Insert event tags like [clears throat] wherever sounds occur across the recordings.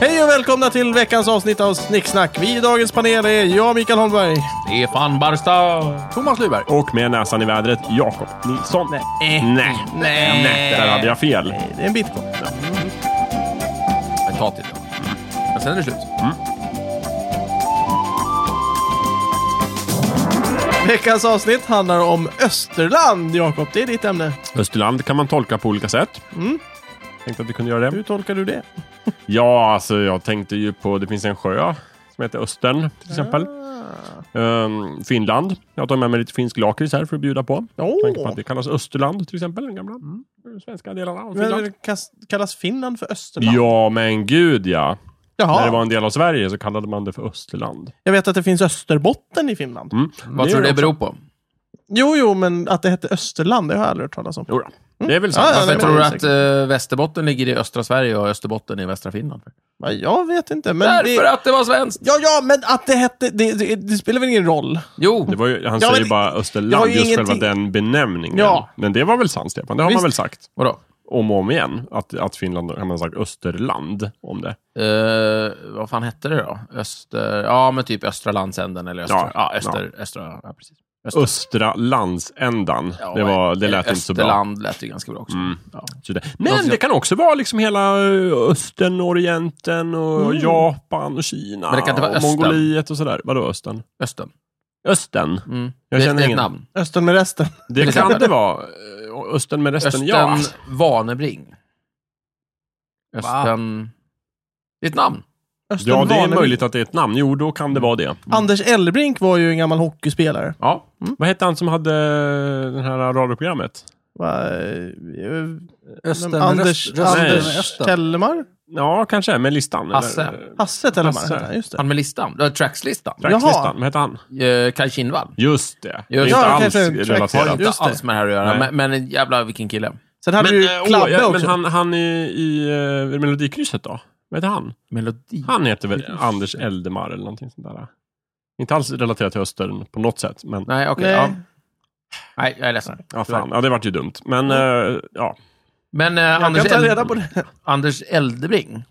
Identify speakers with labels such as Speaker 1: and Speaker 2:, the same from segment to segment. Speaker 1: Hej och välkomna till veckans avsnitt av Snicksnack. Vi i dagens panel är jag, Mikael Holmberg.
Speaker 2: Stefan Barstad.
Speaker 1: Thomas Lyberg.
Speaker 3: Och med näsan i vädret, Jakob Nilsson. Nej. Nej.
Speaker 1: Nej.
Speaker 3: Där hade jag fel.
Speaker 1: Det är en bit kvar.
Speaker 2: Men ta till det. Men sen är det slut.
Speaker 1: Veckans avsnitt handlar om Österland, Jakob. Det är ditt ämne.
Speaker 3: Österland kan man tolka på olika sätt.
Speaker 1: Mm.
Speaker 3: Tänkte att vi kunde göra det.
Speaker 1: Hur tolkar du det?
Speaker 3: Ja, alltså jag tänkte ju på, det finns en sjö som heter Östern till exempel.
Speaker 1: Ah.
Speaker 3: Ehm, Finland. Jag tar med mig lite finsk lakrits här för att bjuda på.
Speaker 1: Åh.
Speaker 3: Tänker på att det kallas Österland till exempel, den gamla svenska delarna av
Speaker 1: Mm. Men
Speaker 3: Finland.
Speaker 1: det kallas- Kallas Finland för Österland?
Speaker 3: Ja, men gud ja.
Speaker 1: Jaha.
Speaker 3: När det var en del av Sverige så kallade man det för Österland.
Speaker 1: Jag vet att det finns Österbotten i Finland.
Speaker 3: Mm.
Speaker 2: Vad tror du det beror på?
Speaker 1: Jo, jo, men att det hette Österland, det har jag aldrig hört talas om.
Speaker 3: Jo då. Det är väl sant.
Speaker 1: Mm. Ja, ja,
Speaker 2: Varför
Speaker 1: nej,
Speaker 2: tror
Speaker 1: men
Speaker 2: du
Speaker 1: det är
Speaker 2: att eh, Västerbotten ligger i östra Sverige och Österbotten i västra Finland?
Speaker 1: Ja, Jag vet inte, men...
Speaker 2: Därför
Speaker 1: det...
Speaker 2: att det var svenskt!
Speaker 1: Ja, ja, men att det hette... Det, det, det spelar väl ingen roll?
Speaker 2: Jo,
Speaker 3: Det var ju, han
Speaker 1: Ja,
Speaker 3: säger
Speaker 1: men-
Speaker 3: bara
Speaker 1: jag har
Speaker 3: Österland,
Speaker 1: ju
Speaker 3: just
Speaker 1: ingenting-
Speaker 3: själva den benämningen.
Speaker 1: Ja.
Speaker 3: Men det var väl sant, Stefan? Det har
Speaker 2: Visst.
Speaker 3: man väl sagt
Speaker 2: vadå?
Speaker 3: om och om igen. Att, att Finland har man sagt Österland om det.
Speaker 2: Eh, vad fan hette det då? Öster... Ja, men typ östra landsänden eller östra... Ja,
Speaker 3: Ja,
Speaker 2: öster... Östra... Ja, precis. Öster-
Speaker 3: Östra landsändan.
Speaker 2: Ja,
Speaker 3: det, var, det lät inte så bra.
Speaker 2: Österland Alltså- lät ju ganska bra också.
Speaker 3: Mm.
Speaker 2: Ja.
Speaker 3: Så det- Men det kan också vara liksom hela ö, Östern, Orienten och Japan och Kina.
Speaker 2: Mm. Men det kan inte vara
Speaker 3: och
Speaker 2: Östern.
Speaker 3: Mongoliet och sådär. Vadå Östern?
Speaker 2: Östern.
Speaker 3: Östern?
Speaker 2: Mm.
Speaker 3: Jag
Speaker 2: det,
Speaker 3: känner
Speaker 2: det är ett
Speaker 3: ingen.
Speaker 2: namn.
Speaker 1: Östern med resten.
Speaker 3: Det kan
Speaker 2: exempel.
Speaker 3: det vara. Ö, Östern med resten,
Speaker 2: Östern
Speaker 3: ja.
Speaker 2: Vanebring. Östern... Det är ett namn.
Speaker 1: Östern
Speaker 3: Ja, det är
Speaker 1: Vanevik.
Speaker 3: möjligt att det är ett namn. Jo, då kan det vara det.
Speaker 1: Anders Elbrink var ju en gammal hockeyspelare.
Speaker 3: Ja. Vad hette han som hade det här radioprogrammet?
Speaker 1: Va, eh,
Speaker 4: Östern,
Speaker 1: Men Anders,
Speaker 4: röst, rösten,
Speaker 1: Anders
Speaker 4: med östen.
Speaker 1: Tellemar?
Speaker 3: Ja, kanske med listan.
Speaker 2: Hasse.
Speaker 3: Eller,
Speaker 1: Hasse Tellemar
Speaker 3: Hasse.
Speaker 1: hette han, just det.
Speaker 2: Han med listan. Eh, Trackslistan.
Speaker 1: Jaha.
Speaker 3: Trackslistan. Vad hette han?
Speaker 2: Eh, Kaj Kindvall.
Speaker 3: Just det. Det är
Speaker 2: Just
Speaker 3: inte
Speaker 1: Ja,
Speaker 2: det.
Speaker 3: alls
Speaker 1: kanske track-
Speaker 2: Har
Speaker 3: relaterat.
Speaker 2: inte
Speaker 1: Just det.
Speaker 2: alls med det här att göra,
Speaker 3: Nej.
Speaker 2: men, men jävlar vilken kille.
Speaker 1: Sen hade
Speaker 3: Men,
Speaker 1: vi
Speaker 3: eh,
Speaker 1: ju
Speaker 3: åh,
Speaker 1: Klabbe
Speaker 3: ja, men
Speaker 1: också.
Speaker 3: han, han i, i eh, Melodikrysset då? Vad heter han?
Speaker 2: Melodi.
Speaker 3: Han heter väl Anders Eldemar eller någonting sånt där. Inte alls relaterat till Östern på något sätt. Men,
Speaker 2: Nej, okej.
Speaker 1: Nej.
Speaker 2: ja. Nej, jag är ledsen.
Speaker 3: ja, fan. ja, det vart ju dumt. Men eh, ja,
Speaker 2: Men eh,
Speaker 1: jag
Speaker 2: Anders,
Speaker 1: kan ta
Speaker 2: Eld-
Speaker 1: reda på det.
Speaker 2: Anders Eldebring,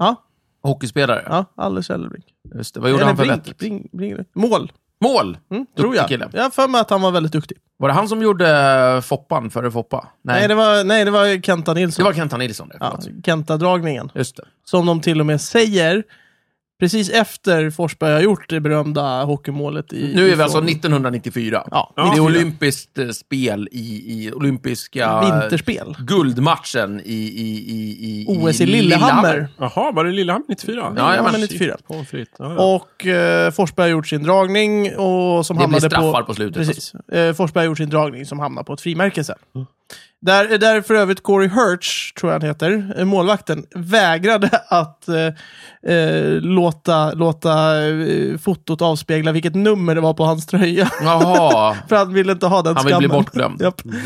Speaker 1: Ja,
Speaker 2: hockeyspelare.
Speaker 1: ja Anders Elbrink.
Speaker 2: Just det. Vad gjorde han för
Speaker 1: Brink,
Speaker 2: vettigt?
Speaker 1: Brink, Brink. Mål,
Speaker 2: Mål!
Speaker 1: mm, tror jag.
Speaker 2: kille.
Speaker 1: Jag har för mig att han var väldigt duktig.
Speaker 2: Var det han som gjorde eh, Foppan före Foppa?
Speaker 1: Nej,
Speaker 2: Nej, det,
Speaker 1: det,
Speaker 2: var...
Speaker 1: var, nej det var Kenta Nilsson.
Speaker 2: Kenta Nilsson. Det,
Speaker 1: ja,
Speaker 2: förlåt.
Speaker 1: Kenta-dragningen.
Speaker 2: Just det.
Speaker 1: Som de till och med säger precis efter Forsberg har gjort det berömda hockeymålet. I,
Speaker 2: Nu är vi
Speaker 1: ifrån-
Speaker 2: alltså 1994.
Speaker 1: Ja,
Speaker 2: Det är
Speaker 1: 94.
Speaker 2: olympiskt eh, spel i, i olympiska
Speaker 1: Vinterspel.
Speaker 2: guldmatchen i, i, i, i,
Speaker 1: OS i Lillehammer.
Speaker 3: jaha, var det Lillehamn 94?
Speaker 2: Ja, jag
Speaker 1: men 94.
Speaker 3: Pommes frites. Ja, ja.
Speaker 1: Och eh, Forsberg har gjort sin dragning och som
Speaker 2: Det blir
Speaker 1: hamnade på...
Speaker 2: straffar på slutet. alltså.
Speaker 1: Precis. Eh, Forsberg har gjort sin dragning som hamnar på ett frimärke sen.
Speaker 2: Mm.
Speaker 1: Där, där för övrigt Corey Hirsch, tror jag han heter, eh, målvakten, vägrade att eh, eh, låta, låta eh, fotot avspegla vilket nummer det var på hans tröja. [laughs]
Speaker 2: Jaha.
Speaker 1: för han ville inte ha den
Speaker 2: Han vill
Speaker 1: skammen.
Speaker 2: bli
Speaker 1: [laughs]
Speaker 2: bortglömd. Mm.
Speaker 1: Japp. Eh,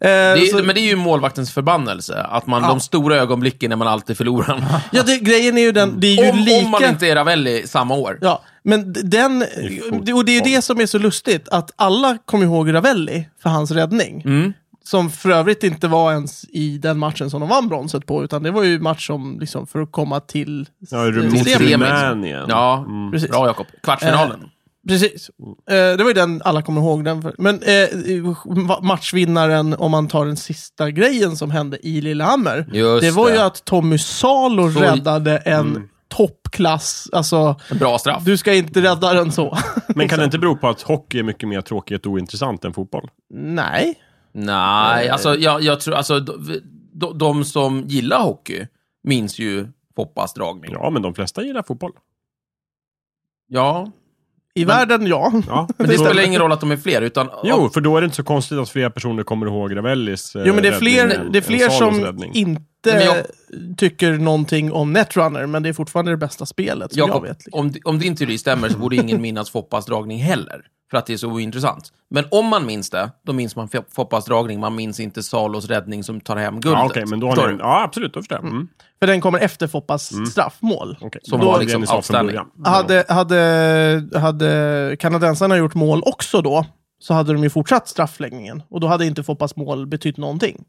Speaker 2: Det är,
Speaker 1: så,
Speaker 2: Men det är ju målvaktens förbannelse. Att man, de stora ögonblicken när man alltid förlorar.
Speaker 1: ja, det, grejen är ju den, det är ju
Speaker 2: om,
Speaker 1: lika...
Speaker 2: om man inte är Ravelli samma år.
Speaker 1: Ja, men d- den...
Speaker 3: fotboll.
Speaker 1: Och det är ju det som är så lustigt, att alla kommer ihåg Ravelli för hans räddning.
Speaker 2: Mm.
Speaker 1: Som för övrigt inte var ens i den matchen som de vann bronset på, utan det var ju match som, liksom, för att komma till...
Speaker 3: Ja, i
Speaker 1: till
Speaker 3: Mot
Speaker 2: Semin.
Speaker 1: semin.
Speaker 3: Rumänien.
Speaker 2: Ja,
Speaker 1: Precis.
Speaker 2: bra Jakob. Kvartsfinalen.
Speaker 1: Precis. Eh, det var ju den alla kommer ihåg. Den för. Men eh, va- matchvinnaren, om man tar den sista grejen som hände i Lillehammer,
Speaker 2: Just
Speaker 1: det var ju
Speaker 2: det.
Speaker 1: att Tommy Salo
Speaker 2: Så-
Speaker 1: räddade en toppklass. Alltså,
Speaker 2: Bra straff.
Speaker 1: du ska inte rädda den så. [laughs]
Speaker 3: Men kan det inte bero på att hockey är mycket mer tråkigt och ointressant än fotboll?
Speaker 1: Nej.
Speaker 2: Nej, alltså jag, jag tror, alltså de, de, de som gillar hockey minns ju Foppas dragning.
Speaker 3: Ja, men de flesta gillar fotboll.
Speaker 2: Ja,
Speaker 1: I världen, ja.
Speaker 2: [laughs]
Speaker 3: Ja.
Speaker 2: men det
Speaker 3: Så-
Speaker 2: spelar ingen roll att de är fler, utan...
Speaker 3: Jo, för då är det inte så konstigt att fler personer kommer ihåg Ravellis eh,
Speaker 1: Jo, men det är fler,
Speaker 3: räddning
Speaker 1: det är
Speaker 3: än-
Speaker 1: fler
Speaker 3: än Salos
Speaker 1: som
Speaker 3: räddning.
Speaker 1: inte
Speaker 2: Men jag-
Speaker 1: tycker någonting om Netrunner, men det är fortfarande det bästa spelet som jag
Speaker 2: Jakob,
Speaker 1: vet. liksom.
Speaker 2: om, om din teori stämmer så borde ingen minnas Foppas dragning heller, för att det är så ointressant. Men om man minns det, då minns man Fo- Foppas dragning, man minns inte Salos räddning som tar hem guldet.
Speaker 3: Ja, okej, men då har
Speaker 2: Förstår
Speaker 3: ni...
Speaker 2: du?
Speaker 3: Ja, absolut, då förstår jag. Mm.
Speaker 1: För den kommer efter Foppas straffmål.
Speaker 3: okej.
Speaker 2: Som
Speaker 3: Då
Speaker 2: var
Speaker 3: hade
Speaker 2: liksom
Speaker 3: ni sa från
Speaker 2: outstanding.
Speaker 3: början.
Speaker 1: Hade,
Speaker 3: Mm.
Speaker 1: hade, hade kanadensarna gjort mål också då, så hade de ju fortsatt straffläggningen. Och då hade inte Foppas mål betytt någonting.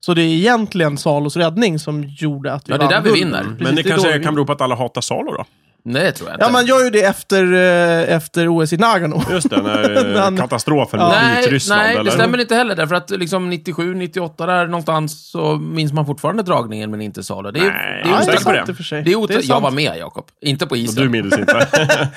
Speaker 1: Så det är egentligen Salos räddning som gjorde att vi
Speaker 2: Ja, det är
Speaker 1: vann
Speaker 2: där vi
Speaker 1: guld.
Speaker 2: vinner.
Speaker 1: Precis,
Speaker 3: Mm. Men det
Speaker 1: är då vi
Speaker 3: kanske
Speaker 1: vinner.
Speaker 3: kan bero på att alla hatar Salo då?
Speaker 2: Nej, det tror jag inte.
Speaker 1: Ja, man gör ju det efter, eh, efter OS i Nagano.
Speaker 3: Just det, när
Speaker 1: Den-
Speaker 3: eh, katastrofen
Speaker 1: Ja.
Speaker 3: i
Speaker 2: Nej,
Speaker 3: Vitryssland.
Speaker 2: nej
Speaker 3: eller?
Speaker 2: det stämmer inte heller. Därför att liksom 97, 98 där någonstans så minns man fortfarande dragningen men inte Salo. Det är,
Speaker 3: Nej,
Speaker 2: det
Speaker 1: Ja,
Speaker 2: är
Speaker 3: jag
Speaker 1: det är
Speaker 3: tänker på
Speaker 2: otäckt.
Speaker 1: sant
Speaker 3: det.
Speaker 1: i och för sig.
Speaker 2: Det är otäckt. Jag
Speaker 1: sant.
Speaker 2: var med Jakob, inte på
Speaker 3: Du
Speaker 2: isen.
Speaker 3: minns inte?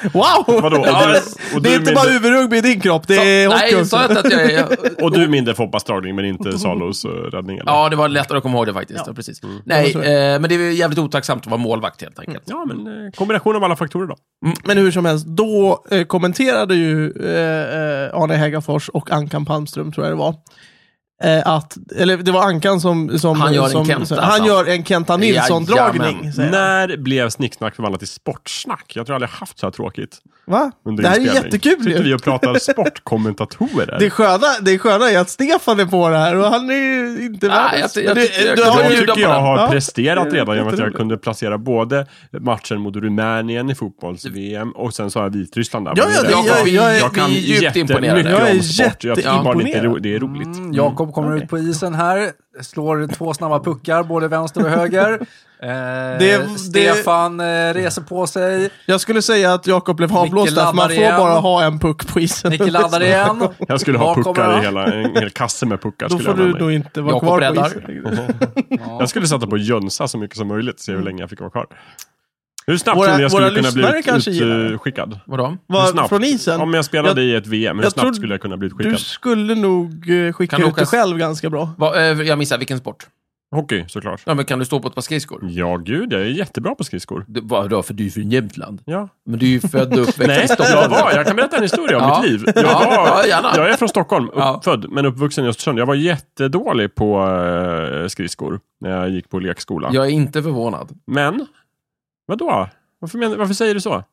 Speaker 3: [laughs]
Speaker 1: Wow!
Speaker 3: Vadå? Och
Speaker 2: Ja,
Speaker 3: du,
Speaker 2: men-
Speaker 3: och
Speaker 1: det är
Speaker 3: du
Speaker 1: inte
Speaker 3: minns-
Speaker 1: bara huvudrugby i din kropp, det är
Speaker 2: nej,
Speaker 1: hockey
Speaker 2: jag
Speaker 1: också.
Speaker 2: sa inte att jag är...
Speaker 3: Och du minns Foppas dragning, men inte Salos eh, räddning? Eller?
Speaker 2: Ja, det var lättare att komma ihåg det faktiskt. Ja. precis. Nej,
Speaker 1: så är
Speaker 2: eh, men det är ju jävligt otacksamt att vara målvakt helt enkelt.
Speaker 3: Ja, men eh, kombination av alla faktorer då.
Speaker 1: Men hur som helst, då eh, kommenterade ju eh, eh, Arne Hägerfors och Ankan Palmström, tror jag det var. Eh, att, eller det var Ankan som... som
Speaker 2: Han gör en
Speaker 1: som,
Speaker 2: Kenta,
Speaker 1: som, Han
Speaker 2: alltså.
Speaker 1: gör en Kenta Nilsson-dragning,
Speaker 2: Jajamän.
Speaker 1: säger han.
Speaker 3: När blev snicksnack förvandlat till sportsnack? Jag tror aldrig jag haft så här tråkigt.
Speaker 1: Va?
Speaker 3: under
Speaker 1: Det här är
Speaker 3: inspelning.
Speaker 1: jättekul
Speaker 3: Sitter vi
Speaker 1: ju. [laughs]
Speaker 3: och pratar sportkommentatorer.
Speaker 1: Det sköna, det sköna är att Stefan är på det här och han är ju inte
Speaker 2: Nej,
Speaker 1: världens...
Speaker 2: jag ty- jag
Speaker 1: Du-
Speaker 2: tyckte jag
Speaker 1: du har
Speaker 2: kunde
Speaker 1: ju-
Speaker 3: jag
Speaker 2: bjuda
Speaker 3: tycker
Speaker 2: på
Speaker 3: jag
Speaker 2: den.
Speaker 3: har
Speaker 1: Ja.
Speaker 3: presterat
Speaker 1: Det är
Speaker 3: redan genom att jag
Speaker 1: jätteroligt.
Speaker 3: kunde placera både matchen mot Rumänien i fotbolls-VM och sen så har jag Vitryssland där.
Speaker 1: Ja,
Speaker 3: Men
Speaker 1: ja,
Speaker 3: det-
Speaker 1: det-
Speaker 2: Jakob,
Speaker 1: jag-
Speaker 2: vi,
Speaker 1: jag-
Speaker 2: jag
Speaker 1: vi
Speaker 2: kan
Speaker 1: är
Speaker 2: djupt imponerad.
Speaker 1: Jag är
Speaker 3: om sport. Jag tycker bara det är ro-
Speaker 1: jätteimponerad. Mm.
Speaker 3: det är roligt.
Speaker 4: Jakob kommer
Speaker 1: Okej.
Speaker 4: ut på isen här, slår två snabba puckar, både vänster och höger. Eh,
Speaker 1: [laughs] det-
Speaker 4: Stefan eh, reser på sig,
Speaker 1: Jag skulle säga att Jakob blev avblåst där, för man
Speaker 4: laddar
Speaker 1: får
Speaker 4: igen.
Speaker 1: bara ha en puck på isen.
Speaker 4: Nicke laddar igen.
Speaker 1: [laughs]
Speaker 3: Jag skulle
Speaker 4: Var
Speaker 3: ha
Speaker 4: kommer
Speaker 3: puckar
Speaker 4: han?
Speaker 3: i hela, en hel kasse med puckar.
Speaker 1: Då
Speaker 3: skulle
Speaker 1: får
Speaker 3: jag
Speaker 1: du då
Speaker 3: lämna in.
Speaker 1: inte vara
Speaker 2: Jakob
Speaker 1: kvar på
Speaker 2: räddar.
Speaker 1: isen. längre.
Speaker 3: Jag skulle sätta på Jönsa så mycket som möjligt, se hur länge jag fick vara kvar. Hur
Speaker 1: Mm.
Speaker 3: snabbt
Speaker 1: Våra-
Speaker 3: tror ni jag
Speaker 1: våra
Speaker 3: skulle kunna bli
Speaker 1: lyssnare kanske
Speaker 3: ut-
Speaker 1: gillar det.
Speaker 3: utskickad?
Speaker 2: Vadå?
Speaker 3: Hur
Speaker 1: Var,
Speaker 3: snabbt?
Speaker 1: från isen?
Speaker 3: Om jag spelade i ett VM, hur
Speaker 1: jag
Speaker 3: snabbt
Speaker 1: tror-
Speaker 3: skulle jag kunna bli
Speaker 1: Du
Speaker 3: utskickad?
Speaker 1: skulle nog eh, skicka
Speaker 2: Kan
Speaker 1: ut
Speaker 2: åka
Speaker 1: dig
Speaker 2: s-
Speaker 1: själv ganska bra.
Speaker 2: Va, eh, jag missar vilken sport?
Speaker 3: Hockey, såklart.
Speaker 2: Ja, men kan du stå på ett par skridskor?
Speaker 3: Ja, gud, jag är jättebra på skridskor.
Speaker 2: Du- Vadå, för du är från Jämtland?
Speaker 3: Ja.
Speaker 2: Men du är ju född och uppväxt
Speaker 3: Nej,
Speaker 2: i
Speaker 3: jag
Speaker 2: Stockholm.
Speaker 3: var, jag kan berätta en historia om
Speaker 2: [laughs] Ja.
Speaker 3: mitt liv. Jag,
Speaker 2: Ja,
Speaker 3: var,
Speaker 2: ja, gärna.
Speaker 3: jag är från Stockholm,
Speaker 2: Ja.
Speaker 3: uppfödd, men uppvuxen i Östersund. Jag var jättedålig på eh, skridskor när jag gick på lekskola.
Speaker 2: Jag är inte förvånad.
Speaker 3: Men, vadå? Varför, men, varför säger du så?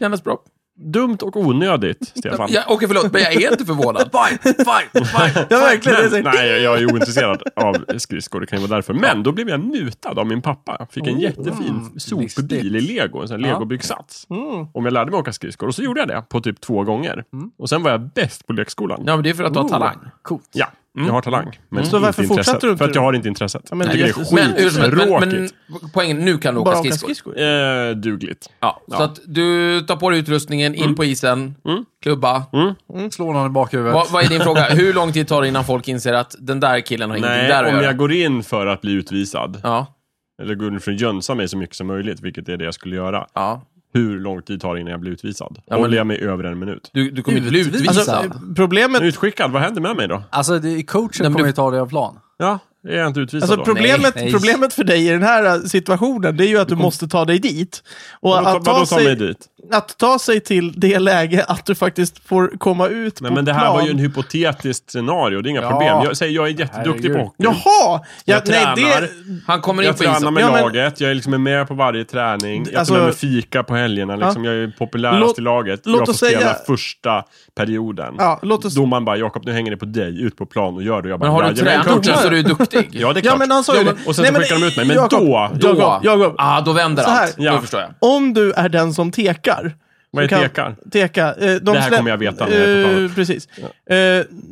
Speaker 2: Kändes bra.
Speaker 3: Dumt och onödigt, Stefan.
Speaker 2: Ja, Okej, förlåt, men jag är inte förvånad. [laughs] Fine, fine, [laughs] fine.
Speaker 1: Ja, verkligen. det är
Speaker 3: Men,
Speaker 1: så-
Speaker 3: nej, jag är ointresserad av skridskor. Det kan ju vara därför. Men då blev jag mutad av min pappa. Fick
Speaker 1: Oh,
Speaker 3: en jättefin sopbil i lego. En sån här
Speaker 4: Ja.
Speaker 3: legobyggsats.
Speaker 1: Mm.
Speaker 3: Om jag lärde mig åka skridskor. Och så gjorde jag det på typ två gånger. Och sen var jag bäst på lekskolan.
Speaker 2: Ja, men det är för att du har talang.
Speaker 4: Coolt.
Speaker 3: Ja, jag har talang. Men
Speaker 1: Mm. Så
Speaker 3: inte
Speaker 1: varför
Speaker 3: intresset.
Speaker 1: fortsätter du inte
Speaker 3: För att jag
Speaker 1: då?
Speaker 3: har inte intresset.
Speaker 1: Ja, men
Speaker 3: jag
Speaker 1: det
Speaker 3: tycker
Speaker 1: är
Speaker 3: det
Speaker 2: Men,
Speaker 3: är
Speaker 2: ursäkta, men, men
Speaker 3: skittråkigt.
Speaker 2: poängen, nu kan du åka
Speaker 1: Bara åka
Speaker 2: skridskor.
Speaker 1: skridskor.
Speaker 3: Eh, dugligt.
Speaker 2: Ja, Mm. så att du tar på dig utrustningen, in på isen, klubba.
Speaker 4: Slår någon i bakhuvudet.
Speaker 2: Vad, vad är din fråga? Hur lång tid tar det innan folk inser att den där killen har ingenting
Speaker 3: Nej,
Speaker 2: där att
Speaker 3: om
Speaker 2: göra?
Speaker 3: jag går in för att bli utvisad,
Speaker 2: Ja,
Speaker 3: eller går in för att jönsa mig så mycket som möjligt, vilket är det jag skulle göra.
Speaker 2: ja.
Speaker 3: Hur lång tid tar det innan jag blir utvisad?
Speaker 2: men-
Speaker 3: Håller jag mig över en minut?
Speaker 2: Du, du kommer inte bli
Speaker 4: Utvisad.
Speaker 2: utvisad.
Speaker 1: Alltså, problemet,
Speaker 3: Utskickad, vad händer med mig då?
Speaker 4: Alltså, det, coachen
Speaker 2: men
Speaker 4: kommer
Speaker 2: du-
Speaker 4: ju ta dig av plan.
Speaker 3: Ja, är jag inte utvisad
Speaker 1: alltså,
Speaker 3: då?
Speaker 1: problemet,
Speaker 4: Nej, nej.
Speaker 1: problemet för dig i den här eh, situationen, det är ju att du måste ta dig dit. Och
Speaker 3: Vadå,
Speaker 1: att
Speaker 3: ta, vadå
Speaker 1: ta,
Speaker 3: ta mig
Speaker 1: sig,
Speaker 3: dit?
Speaker 1: att ta sig till det läge att du faktiskt får komma ut
Speaker 3: Nej,
Speaker 1: på
Speaker 3: men det här
Speaker 1: plan.
Speaker 3: var ju en hypotetiskt scenario, det är inga
Speaker 4: Ja.
Speaker 3: problem. Jag säger, jag är jätteduktig på
Speaker 4: Herregud.
Speaker 3: hockey.
Speaker 1: Jaha! Ja,
Speaker 3: Jag
Speaker 1: nej, det,
Speaker 3: tränar.
Speaker 2: Han kommer in
Speaker 3: Jag
Speaker 2: på
Speaker 3: tränar
Speaker 2: isen.
Speaker 3: med
Speaker 1: Ja, men-
Speaker 3: laget, jag är liksom är med på varje träning, jag
Speaker 1: Alltså-
Speaker 3: tar med mig fika på helgerna, liksom. jag är populärast
Speaker 1: Låt-
Speaker 3: i laget.
Speaker 1: låt
Speaker 3: jag får
Speaker 1: oss säga-
Speaker 3: spela första perioden.
Speaker 1: ja, låt oss,
Speaker 3: Domaren bara, Jakob nu hänger det på dig, ut på plan och gör det. Jag bara,
Speaker 2: Men har du
Speaker 3: "Jajamän,
Speaker 2: tränat
Speaker 3: coachen."
Speaker 2: så är du duktig.
Speaker 3: Ja, det är klart.
Speaker 1: ja, men han sa ju
Speaker 2: Ja,
Speaker 1: det.
Speaker 3: men- och sen
Speaker 1: Nej,
Speaker 3: så skickar de ut mig. Men
Speaker 1: Jakob,
Speaker 3: då-
Speaker 2: Då,
Speaker 1: Jakob, Jakob,
Speaker 2: Ah, då vänder
Speaker 1: Så här.
Speaker 2: allt.
Speaker 3: Ja.
Speaker 2: Då förstår jag.
Speaker 1: om du är den som tekar.
Speaker 3: Vad är
Speaker 1: så kan-
Speaker 3: tekar?
Speaker 1: Teka. Eh, de
Speaker 3: Det här
Speaker 1: slä-
Speaker 3: kommer jag veta när jag är på planen.
Speaker 1: Eh, Precis. Eh,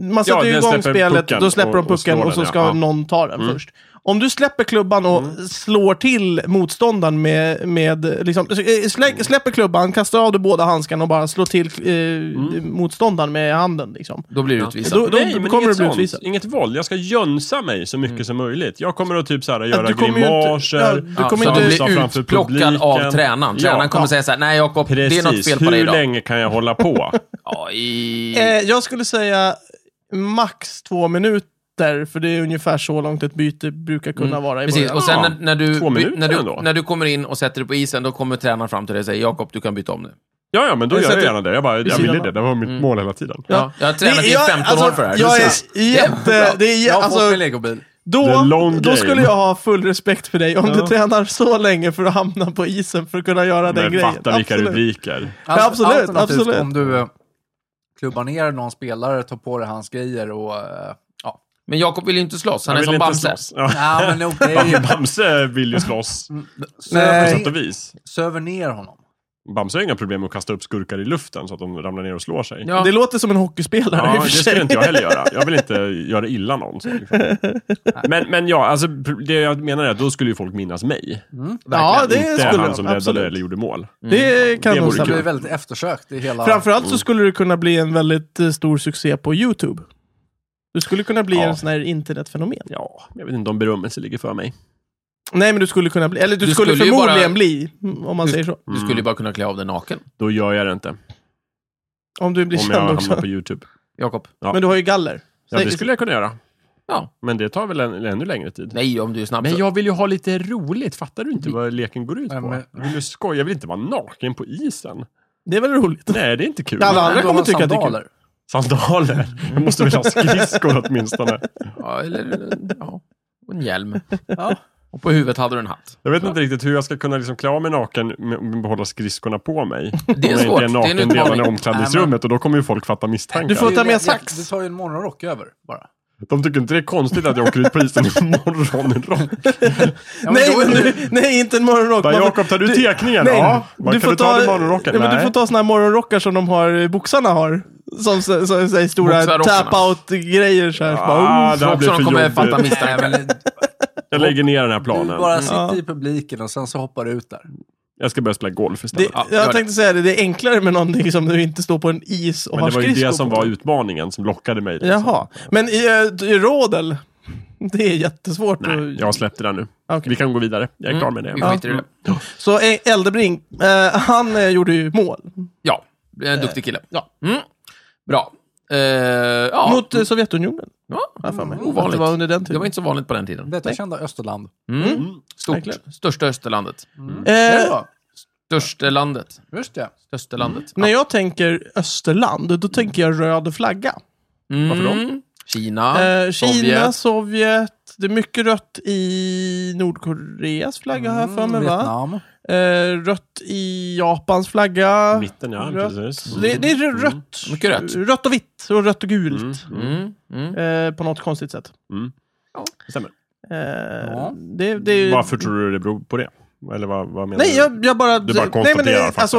Speaker 1: man sätter ju
Speaker 3: den
Speaker 1: igång
Speaker 3: släpper
Speaker 1: spelet,
Speaker 3: pucken
Speaker 1: då släpper de
Speaker 3: och- och
Speaker 1: pucken
Speaker 3: slår
Speaker 1: och, så
Speaker 3: den,
Speaker 1: ska
Speaker 3: ja. Mm.
Speaker 1: någon ta den först. Om du släpper klubban och slår till motståndaren med, med liksom, eh, slä,
Speaker 3: Mm.
Speaker 1: släpper klubban, kastar av dig båda handskarna och bara slår till eh,
Speaker 3: Mm.
Speaker 1: motståndaren med handen. Liksom.
Speaker 2: Då blir du utvisad.
Speaker 1: Då, då
Speaker 3: Nej, men
Speaker 1: kommer
Speaker 3: inget
Speaker 1: du bli
Speaker 3: sånt.
Speaker 1: utvisad.
Speaker 3: Inget våld. Jag ska jönsa mig så mycket som möjligt. Jag kommer att typ så här, göra
Speaker 1: du kommer ju inte-
Speaker 3: grimaser.
Speaker 1: ja, du
Speaker 2: Ja,
Speaker 1: kommer
Speaker 2: så
Speaker 1: inte-
Speaker 2: han
Speaker 3: dansa
Speaker 2: blir
Speaker 3: framför
Speaker 2: utplockad av
Speaker 3: publiken.
Speaker 2: tränaren. Tränaren
Speaker 3: Ja.
Speaker 2: kommer säga så här, nej Jakob, det är
Speaker 3: Precis.
Speaker 2: något fel på
Speaker 3: Hur
Speaker 2: dig idag.
Speaker 3: länge kan jag hålla på?
Speaker 2: Ja, i...
Speaker 1: Eh, jag skulle säga max två minuter, för det är ungefär så långt ett byte brukar kunna
Speaker 3: Mm.
Speaker 1: vara i
Speaker 2: Precis,
Speaker 1: början.
Speaker 2: och sen när, när, du,
Speaker 3: Två minuter
Speaker 2: när, du,
Speaker 3: ändå.
Speaker 2: när du kommer in och sätter dig på isen, då kommer tränaren fram till dig och säger Jakob, du kan byta om nu.
Speaker 3: ja, ja, men då
Speaker 1: Jag
Speaker 3: gör jag
Speaker 1: sätter-
Speaker 3: gärna det. Jag bara, jag
Speaker 1: sidan
Speaker 3: ville
Speaker 1: av.
Speaker 3: det. Det var mitt mål hela tiden.
Speaker 2: Ja. Jag har tränat
Speaker 1: Det-
Speaker 2: i
Speaker 1: jag-
Speaker 2: 15
Speaker 1: alltså,
Speaker 2: år för det här.
Speaker 1: Jag är
Speaker 2: Precis.
Speaker 1: jätte... Det är,
Speaker 4: Jag har fått
Speaker 1: alltså,
Speaker 4: min legobil.
Speaker 3: The
Speaker 1: då,
Speaker 3: long
Speaker 1: då
Speaker 3: game.
Speaker 1: skulle jag ha full respekt för dig om du tränar så länge för att hamna på isen för att kunna göra den
Speaker 3: Men
Speaker 1: grejen.
Speaker 3: fatta vilka
Speaker 1: Absolut.
Speaker 3: rubriker.
Speaker 1: Ja, absolut,
Speaker 4: Alltså, alternativt
Speaker 1: absolut.
Speaker 4: om du eh, klubbar ner någon spelare, tar på dig hans grejer och... eh, ja.
Speaker 2: Men Jakob vill ju inte slåss, han
Speaker 3: Jag
Speaker 2: är
Speaker 3: vill
Speaker 2: som
Speaker 3: inte
Speaker 2: Bamse.
Speaker 3: slåss. Ja.
Speaker 4: [laughs] Nej,
Speaker 1: [laughs]
Speaker 3: [laughs]
Speaker 4: men okej.
Speaker 3: Bamse vill ju slåss. På
Speaker 4: Söver-
Speaker 3: sätt och vis.
Speaker 4: Söver ner honom.
Speaker 3: Bamse har inga problem med att kasta upp skurkar i luften så att de ramlar ner och slår sig.
Speaker 2: Ja.
Speaker 1: Det låter som en hockeyspelare
Speaker 3: Ja,
Speaker 1: i och för
Speaker 3: det skulle
Speaker 1: sig.
Speaker 3: inte jag heller göra. Jag vill inte göra illa någon. Så, liksom. men, men ja, alltså, pr- det jag menar är att då skulle ju folk minnas mig.
Speaker 1: [laughs]
Speaker 4: Mm.
Speaker 1: Ja, det
Speaker 3: inte
Speaker 1: skulle
Speaker 3: han
Speaker 1: de,
Speaker 3: som
Speaker 1: absolut.
Speaker 3: räddade eller gjorde mål.
Speaker 1: Det kan
Speaker 3: Det
Speaker 1: nog
Speaker 3: vore
Speaker 4: Det
Speaker 1: stämma.
Speaker 4: blir
Speaker 3: kul.
Speaker 4: väldigt eftersökt i hela...
Speaker 1: Framförallt så skulle det kunna bli en väldigt eh, stor succé på YouTube. Du skulle kunna bli
Speaker 3: Ja.
Speaker 1: en sån här internetfenomen.
Speaker 3: Ja, jag vet inte om berömmelse ligger för mig.
Speaker 1: Nej, men du skulle kunna bli, eller du,
Speaker 2: Du
Speaker 1: skulle,
Speaker 2: skulle ju
Speaker 1: förmodligen
Speaker 2: bara-
Speaker 1: bli, mm, om man
Speaker 2: Du-
Speaker 1: säger så.
Speaker 2: Du skulle ju bara kunna klä av dig naken,
Speaker 3: Då gör jag det inte.
Speaker 1: Om du blir
Speaker 3: om jag
Speaker 1: känd
Speaker 3: hamnar
Speaker 1: också.
Speaker 3: på YouTube.
Speaker 2: Jakob.
Speaker 3: Ja.
Speaker 1: Men du har ju galler.
Speaker 3: Ja, det skulle jag kunna göra.
Speaker 2: Ja.
Speaker 3: Men det tar väl en, ännu längre tid.
Speaker 2: Nej, om du är snabb.
Speaker 3: Men
Speaker 2: så-
Speaker 3: jag vill ju ha lite roligt. Fattar du inte vad leken går ut
Speaker 4: Nej,
Speaker 3: på?
Speaker 4: men-
Speaker 3: Jag vill ju skoja. Jag vill inte vara naken på isen.
Speaker 1: Det är väl roligt?
Speaker 3: Nej, det är inte kul.
Speaker 1: Alla andra
Speaker 4: Då
Speaker 1: kommer
Speaker 4: har
Speaker 1: tycka att det är
Speaker 4: sandaler.
Speaker 1: kul.
Speaker 3: Sandaler. Jag måste väl ha skridskor åtminstone.
Speaker 2: Ja, eller, ja, och en hjälm. Ja. Och på huvudet hade du en hatt.
Speaker 3: Jag vet inte riktigt hur jag ska kunna liksom klä av mig naken men behålla skridskorna på mig.
Speaker 2: Det är
Speaker 3: Om
Speaker 2: svårt.
Speaker 3: jag inte
Speaker 2: Det är
Speaker 3: är
Speaker 2: en
Speaker 3: naken redan i
Speaker 2: utmaning.
Speaker 3: omklädningsrummet och då kommer ju folk fatta misstankar.
Speaker 1: Du får ta med
Speaker 4: Jag-
Speaker 1: sax.
Speaker 4: Du tar ju en morgonrock över bara.
Speaker 3: De tycker inte det är konstigt att jag åker ut på isen i morgonrock.
Speaker 4: Ja, men
Speaker 1: nej,
Speaker 4: då är
Speaker 1: men
Speaker 4: det-
Speaker 1: du, nej, inte en morgonrock.
Speaker 3: Bara,
Speaker 1: Man får-
Speaker 3: Jakob, tar du tekningen?
Speaker 1: Nej,
Speaker 3: Ja. Bara, kan du ta, dig morgonrocken?
Speaker 1: nej, men du
Speaker 3: Nej.
Speaker 1: får ta såna här morgonrockar som de har, eh, boxarna har. Som, som, som, som stora
Speaker 2: Boxarrockarna.
Speaker 1: tap-out-grejer. Så här, så bara,
Speaker 3: Ah,
Speaker 1: "Oof."
Speaker 3: det här
Speaker 2: Folk
Speaker 3: blir
Speaker 2: som kommer
Speaker 3: för
Speaker 2: fatta
Speaker 3: jobbigt.
Speaker 4: Nej,
Speaker 2: misstankar.
Speaker 4: men
Speaker 3: Jag lägger ner den här planen.
Speaker 4: Du
Speaker 2: Mm.
Speaker 4: bara
Speaker 1: Ja.
Speaker 4: sitter i publiken och sen så hoppar du ut där.
Speaker 3: Jag ska börja spela golf
Speaker 1: det,
Speaker 3: istället.
Speaker 2: Ja, gör
Speaker 1: jag
Speaker 2: det.
Speaker 1: tänkte säga det, det är enklare med någonting som du inte står på en is och
Speaker 3: Men
Speaker 1: har
Speaker 3: det var ju
Speaker 1: skridskor
Speaker 3: det som
Speaker 1: på.
Speaker 3: var utmaningen som lockade mig. liksom.
Speaker 1: Jaha. Men i, eh, i rodel, det är jättesvårt.
Speaker 3: Nej,
Speaker 1: att-
Speaker 3: jag släppte den nu.
Speaker 1: Okej.
Speaker 3: Vi kan gå vidare. Jag är klar med det.
Speaker 2: Mm. Vi skiter i det.
Speaker 1: Så eh, Eldebrink, eh, han eh, gjorde ju mål.
Speaker 2: Ja, det är en duktig kille. Ja. Mm. Bra. Eh, ja.
Speaker 1: Mot eh, Sovjetunionen.
Speaker 2: ja.
Speaker 1: har jag för mig.
Speaker 2: Ovanligt.
Speaker 1: Att Det var under den
Speaker 2: Det
Speaker 1: tiden.
Speaker 2: var inte så vanligt på den tiden.
Speaker 4: Detta kända Österland. Mm.
Speaker 2: Mm. Stort.
Speaker 1: verkligen.
Speaker 2: Största Österlandet.
Speaker 1: eh,
Speaker 4: Ja,
Speaker 2: Största landet.
Speaker 4: just det.
Speaker 2: Största landet.
Speaker 1: När jag tänker Österland, då tänker jag röd flagga.
Speaker 2: Mm.
Speaker 3: Varför då?
Speaker 2: Kina.
Speaker 1: Eh, Kina,
Speaker 2: Sovjet.
Speaker 1: Sovjet. Det är mycket rött i Nordkoreas flagga har
Speaker 3: Mm,
Speaker 1: jag för mig, va?
Speaker 4: Mm, Vietnam.
Speaker 1: Eh, rött i Japans flagga.
Speaker 3: Mitten, ja.
Speaker 1: Rött.
Speaker 3: Precis.
Speaker 1: Det, det
Speaker 3: Mm.
Speaker 1: är rött.
Speaker 2: Mycket rött.
Speaker 1: Rött och vitt och rött och gult.
Speaker 2: Mm. Mm.
Speaker 1: Eh, på något konstigt sätt.
Speaker 3: Det stämmer.
Speaker 1: Eh, det, det är ju...
Speaker 3: Varför tror du det beror på det? Eller vad, vad menar
Speaker 1: Nej,
Speaker 3: du?
Speaker 1: jag, jag bara...
Speaker 3: Du bara
Speaker 1: nej, men
Speaker 3: konstaterar
Speaker 1: det,
Speaker 3: fakta.
Speaker 1: alltså,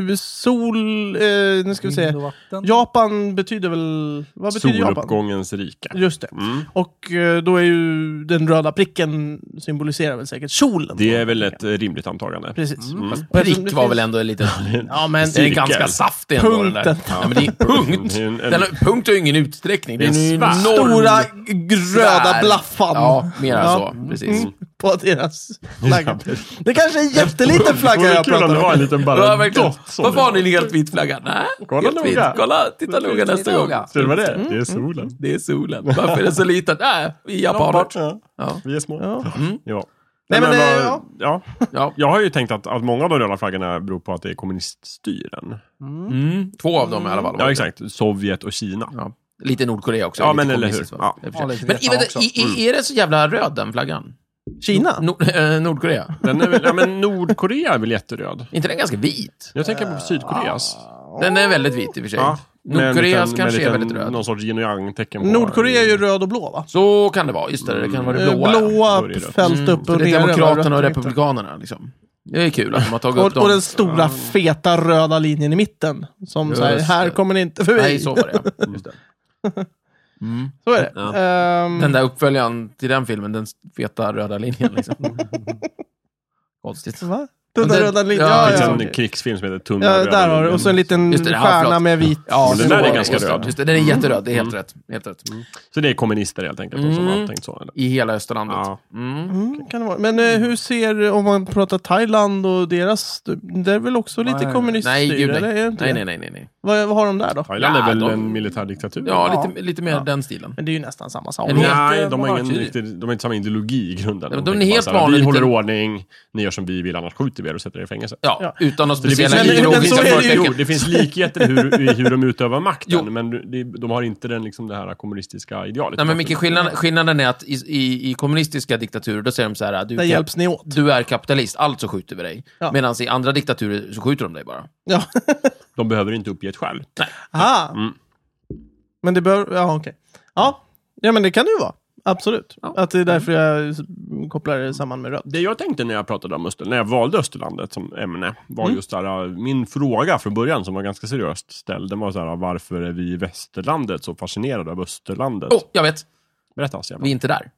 Speaker 1: eh, eh, sol... Eh, nu ska vi se.
Speaker 4: Vind och vatten.
Speaker 1: Japan betyder väl... Vad betyder Japan?
Speaker 3: Soluppgångens rike.
Speaker 1: Just det.
Speaker 3: Mm.
Speaker 1: Och eh, då är ju den röda pricken symboliserar väl säkert solen.
Speaker 3: Det Mm. är väl ett eh, rimligt antagande.
Speaker 1: Precis.
Speaker 2: Fast
Speaker 1: Och eftersom
Speaker 2: prick
Speaker 1: det
Speaker 2: var
Speaker 1: finns-
Speaker 2: väl ändå en liten...
Speaker 1: Ja, men
Speaker 2: Det är
Speaker 3: Cirkel.
Speaker 2: ganska saftig ändå den där.
Speaker 1: Punkten.
Speaker 2: Ja, men det är punkt.
Speaker 3: Det är en- en-
Speaker 2: Den har, punkt har ju ingen utsträckning. Det är
Speaker 3: Det är
Speaker 2: en
Speaker 3: en svär.
Speaker 2: enorm...
Speaker 1: stora röda
Speaker 2: Där.
Speaker 1: blaffan.
Speaker 2: Ja, mer än
Speaker 1: Ja.
Speaker 2: så. Precis.
Speaker 1: Mm, På deras flagga.
Speaker 3: Ja.
Speaker 1: Det kanske är en jätteliten flagga
Speaker 3: vore
Speaker 1: jag
Speaker 3: kul om det
Speaker 1: pratar
Speaker 3: var en
Speaker 1: om.
Speaker 3: liten
Speaker 2: Ja,
Speaker 3: bara
Speaker 2: verkligen.
Speaker 3: dott. som
Speaker 2: Varför
Speaker 3: det-
Speaker 2: har ni en helt vit flagga? Nej,
Speaker 3: Kolla
Speaker 2: helt vit.
Speaker 3: noga.
Speaker 2: Kolla, titta noga nästa
Speaker 4: Titta
Speaker 2: gång.
Speaker 4: noga.
Speaker 3: Ser du vad det är?
Speaker 1: Mm,
Speaker 3: Det är solen.
Speaker 2: Det är solen. Varför är den så liten? Nej, vi är japaner.
Speaker 3: Bort. Ja.
Speaker 2: Ja.
Speaker 3: Vi är små. Mm.
Speaker 1: Ja.
Speaker 3: Ja.
Speaker 1: Nej, men,
Speaker 3: vad-
Speaker 1: eh, ja.
Speaker 3: ja.
Speaker 2: Ja.
Speaker 3: Jag har ju tänkt att, att många av de röda flaggorna beror på att det är kommuniststyren.
Speaker 2: Mm. Två av dem i alla fall.
Speaker 3: Ja, exakt. Sovjet och Kina.
Speaker 2: Ja. Lite Nordkorea också.
Speaker 3: Ja,
Speaker 2: lite
Speaker 3: men eller
Speaker 2: kommunistiskt,
Speaker 3: hur?
Speaker 2: va?
Speaker 3: Ja.
Speaker 2: I och för
Speaker 4: Ja,
Speaker 2: sig.
Speaker 4: lite
Speaker 2: Men
Speaker 4: Vietnam
Speaker 2: vänta,
Speaker 4: också.
Speaker 2: i,
Speaker 3: Mm.
Speaker 2: i, är den så jävla röd, den flaggan?
Speaker 1: Kina?
Speaker 2: Nor- [laughs] eh, Nordkorea?
Speaker 3: Den är väl, ja, men Nordkorea är väl jätteröd?
Speaker 2: Är inte den ganska vit?
Speaker 3: Jag
Speaker 1: Ah.
Speaker 3: tänker på Sydkoreas.
Speaker 2: Den är väldigt vit i och för sig.
Speaker 3: Med en
Speaker 2: Nordkoreas kanske
Speaker 3: liten- med en
Speaker 2: är
Speaker 3: liten-
Speaker 2: väldigt röd.
Speaker 3: Någon sorts yin och yang tecken på.
Speaker 1: Nordkorea är ju röd och blå va?
Speaker 2: Så kan det vara. Just det, det kan vara det
Speaker 1: Eh,
Speaker 2: blåa. ja. Mm.
Speaker 1: Blåa
Speaker 3: Då är det rött.
Speaker 1: fält upp
Speaker 2: Så
Speaker 1: och
Speaker 2: det
Speaker 1: ner.
Speaker 2: är Demokraterna och
Speaker 1: överallt.
Speaker 2: Republikanerna. Liksom. Det är kul att de har tagit upp
Speaker 1: Och,
Speaker 2: dem.
Speaker 1: och den stora feta röda linjen i mitten. Som
Speaker 2: Just
Speaker 1: säger, här
Speaker 2: det.
Speaker 1: kommer ni inte förbi.
Speaker 2: Nej, så var det
Speaker 1: [laughs]
Speaker 2: ja. Just det.
Speaker 1: Så är det.
Speaker 2: Ja.
Speaker 1: Ehm,
Speaker 2: Den där uppföljaren till den filmen, den feta röda linjen.
Speaker 1: [laughs]
Speaker 2: Liksom. Konstigt.
Speaker 1: va? Den
Speaker 2: Den-
Speaker 1: där röda linjen.
Speaker 2: ja,
Speaker 1: Ja,
Speaker 3: Det
Speaker 1: ja,
Speaker 3: finns
Speaker 1: ja,
Speaker 3: en krigsfilm som heter Tunna
Speaker 1: ja,
Speaker 3: röda
Speaker 1: där har du.
Speaker 3: linjen.
Speaker 1: Och så en liten
Speaker 2: Just det, det här,
Speaker 1: stjärna
Speaker 2: förlåt.
Speaker 1: med vit.
Speaker 2: Ja,
Speaker 3: Men den där är
Speaker 2: så var det.
Speaker 3: ganska
Speaker 2: Just det,
Speaker 3: röd.
Speaker 2: Just det, den är
Speaker 1: Mm.
Speaker 2: jätteröd. Det är helt rätt. Helt rätt.
Speaker 3: Så det är kommunister helt enkelt, de som
Speaker 2: Mm.
Speaker 3: har tänkt så? Eller?
Speaker 2: I hela Österlandet.
Speaker 3: Ja.
Speaker 2: Mm.
Speaker 1: Mm, kan det vara. Men eh, hur ser, om man pratar Thailand och deras, det är väl också lite
Speaker 4: Nej.
Speaker 1: kommuniststyre?
Speaker 2: Nej, gud
Speaker 1: eller? Är det
Speaker 2: nej.
Speaker 1: inte
Speaker 2: Nej,
Speaker 1: det?
Speaker 2: nej, nej, nej, nej.
Speaker 1: Vad, vad har de där då?
Speaker 3: Thailand
Speaker 2: Ja,
Speaker 3: är väl
Speaker 2: de-
Speaker 3: en militärdiktatur?
Speaker 2: Ja,
Speaker 4: Ja.
Speaker 2: lite, lite mer den stilen.
Speaker 1: Men det är ju nästan samma
Speaker 2: En
Speaker 1: sak.
Speaker 2: hel-
Speaker 3: Nej,
Speaker 4: helt,
Speaker 3: de har, ingen
Speaker 4: monarki.
Speaker 3: riktig, de har inte samma ideologi i grunden.
Speaker 2: Nej, men de är
Speaker 3: tänker bara
Speaker 2: helt
Speaker 3: så här,
Speaker 2: vanliga,
Speaker 3: Vi håller
Speaker 2: lite-
Speaker 3: ordning, ni gör som vi vill, annars skjuter vi er och sätter er i fängelse.
Speaker 2: Ja,
Speaker 1: Ja.
Speaker 2: utan några
Speaker 3: Så det, finns,
Speaker 2: speciella
Speaker 1: men- men
Speaker 2: ideologiska
Speaker 1: så är det ju.
Speaker 3: jo,
Speaker 2: förtecken.
Speaker 3: det finns likheter i hur, i hur de utövar makten,
Speaker 2: Jo.
Speaker 3: men det, de har inte den, liksom, det här kommunistiska idealet.
Speaker 2: Nej, men Micke, skillnaden, skillnaden är att i, i, i kommunistiska diktaturer, då säger de så här, du,
Speaker 1: Där
Speaker 2: kan,
Speaker 1: hjälps ni åt.
Speaker 2: du är kapitalist, alltså skjuter vi dig.
Speaker 1: Ja.
Speaker 2: Medan i andra diktaturer så skjuter de dig bara.
Speaker 1: Ja. [laughs]
Speaker 3: De behöver inte uppge ett skäl.
Speaker 2: Mm.
Speaker 1: Aha. Men det bör, ja okej. Ja. ja, men det kan det ju vara. absolut.
Speaker 2: Ja. Mm.
Speaker 1: Att det är därför jag s- kopplar det samman med rött.
Speaker 3: Det jag tänkte när jag pratade om Öster, när jag valde Österlandet som ämne, var
Speaker 1: Mm.
Speaker 3: just där, äh, min fråga från början som var ganska seriöst ställd, den var så här, varför är vi i västerlandet så fascinerade av Österlandet?
Speaker 2: Oh, jag vet.
Speaker 3: Berätta Asian.
Speaker 2: Vi är inte där.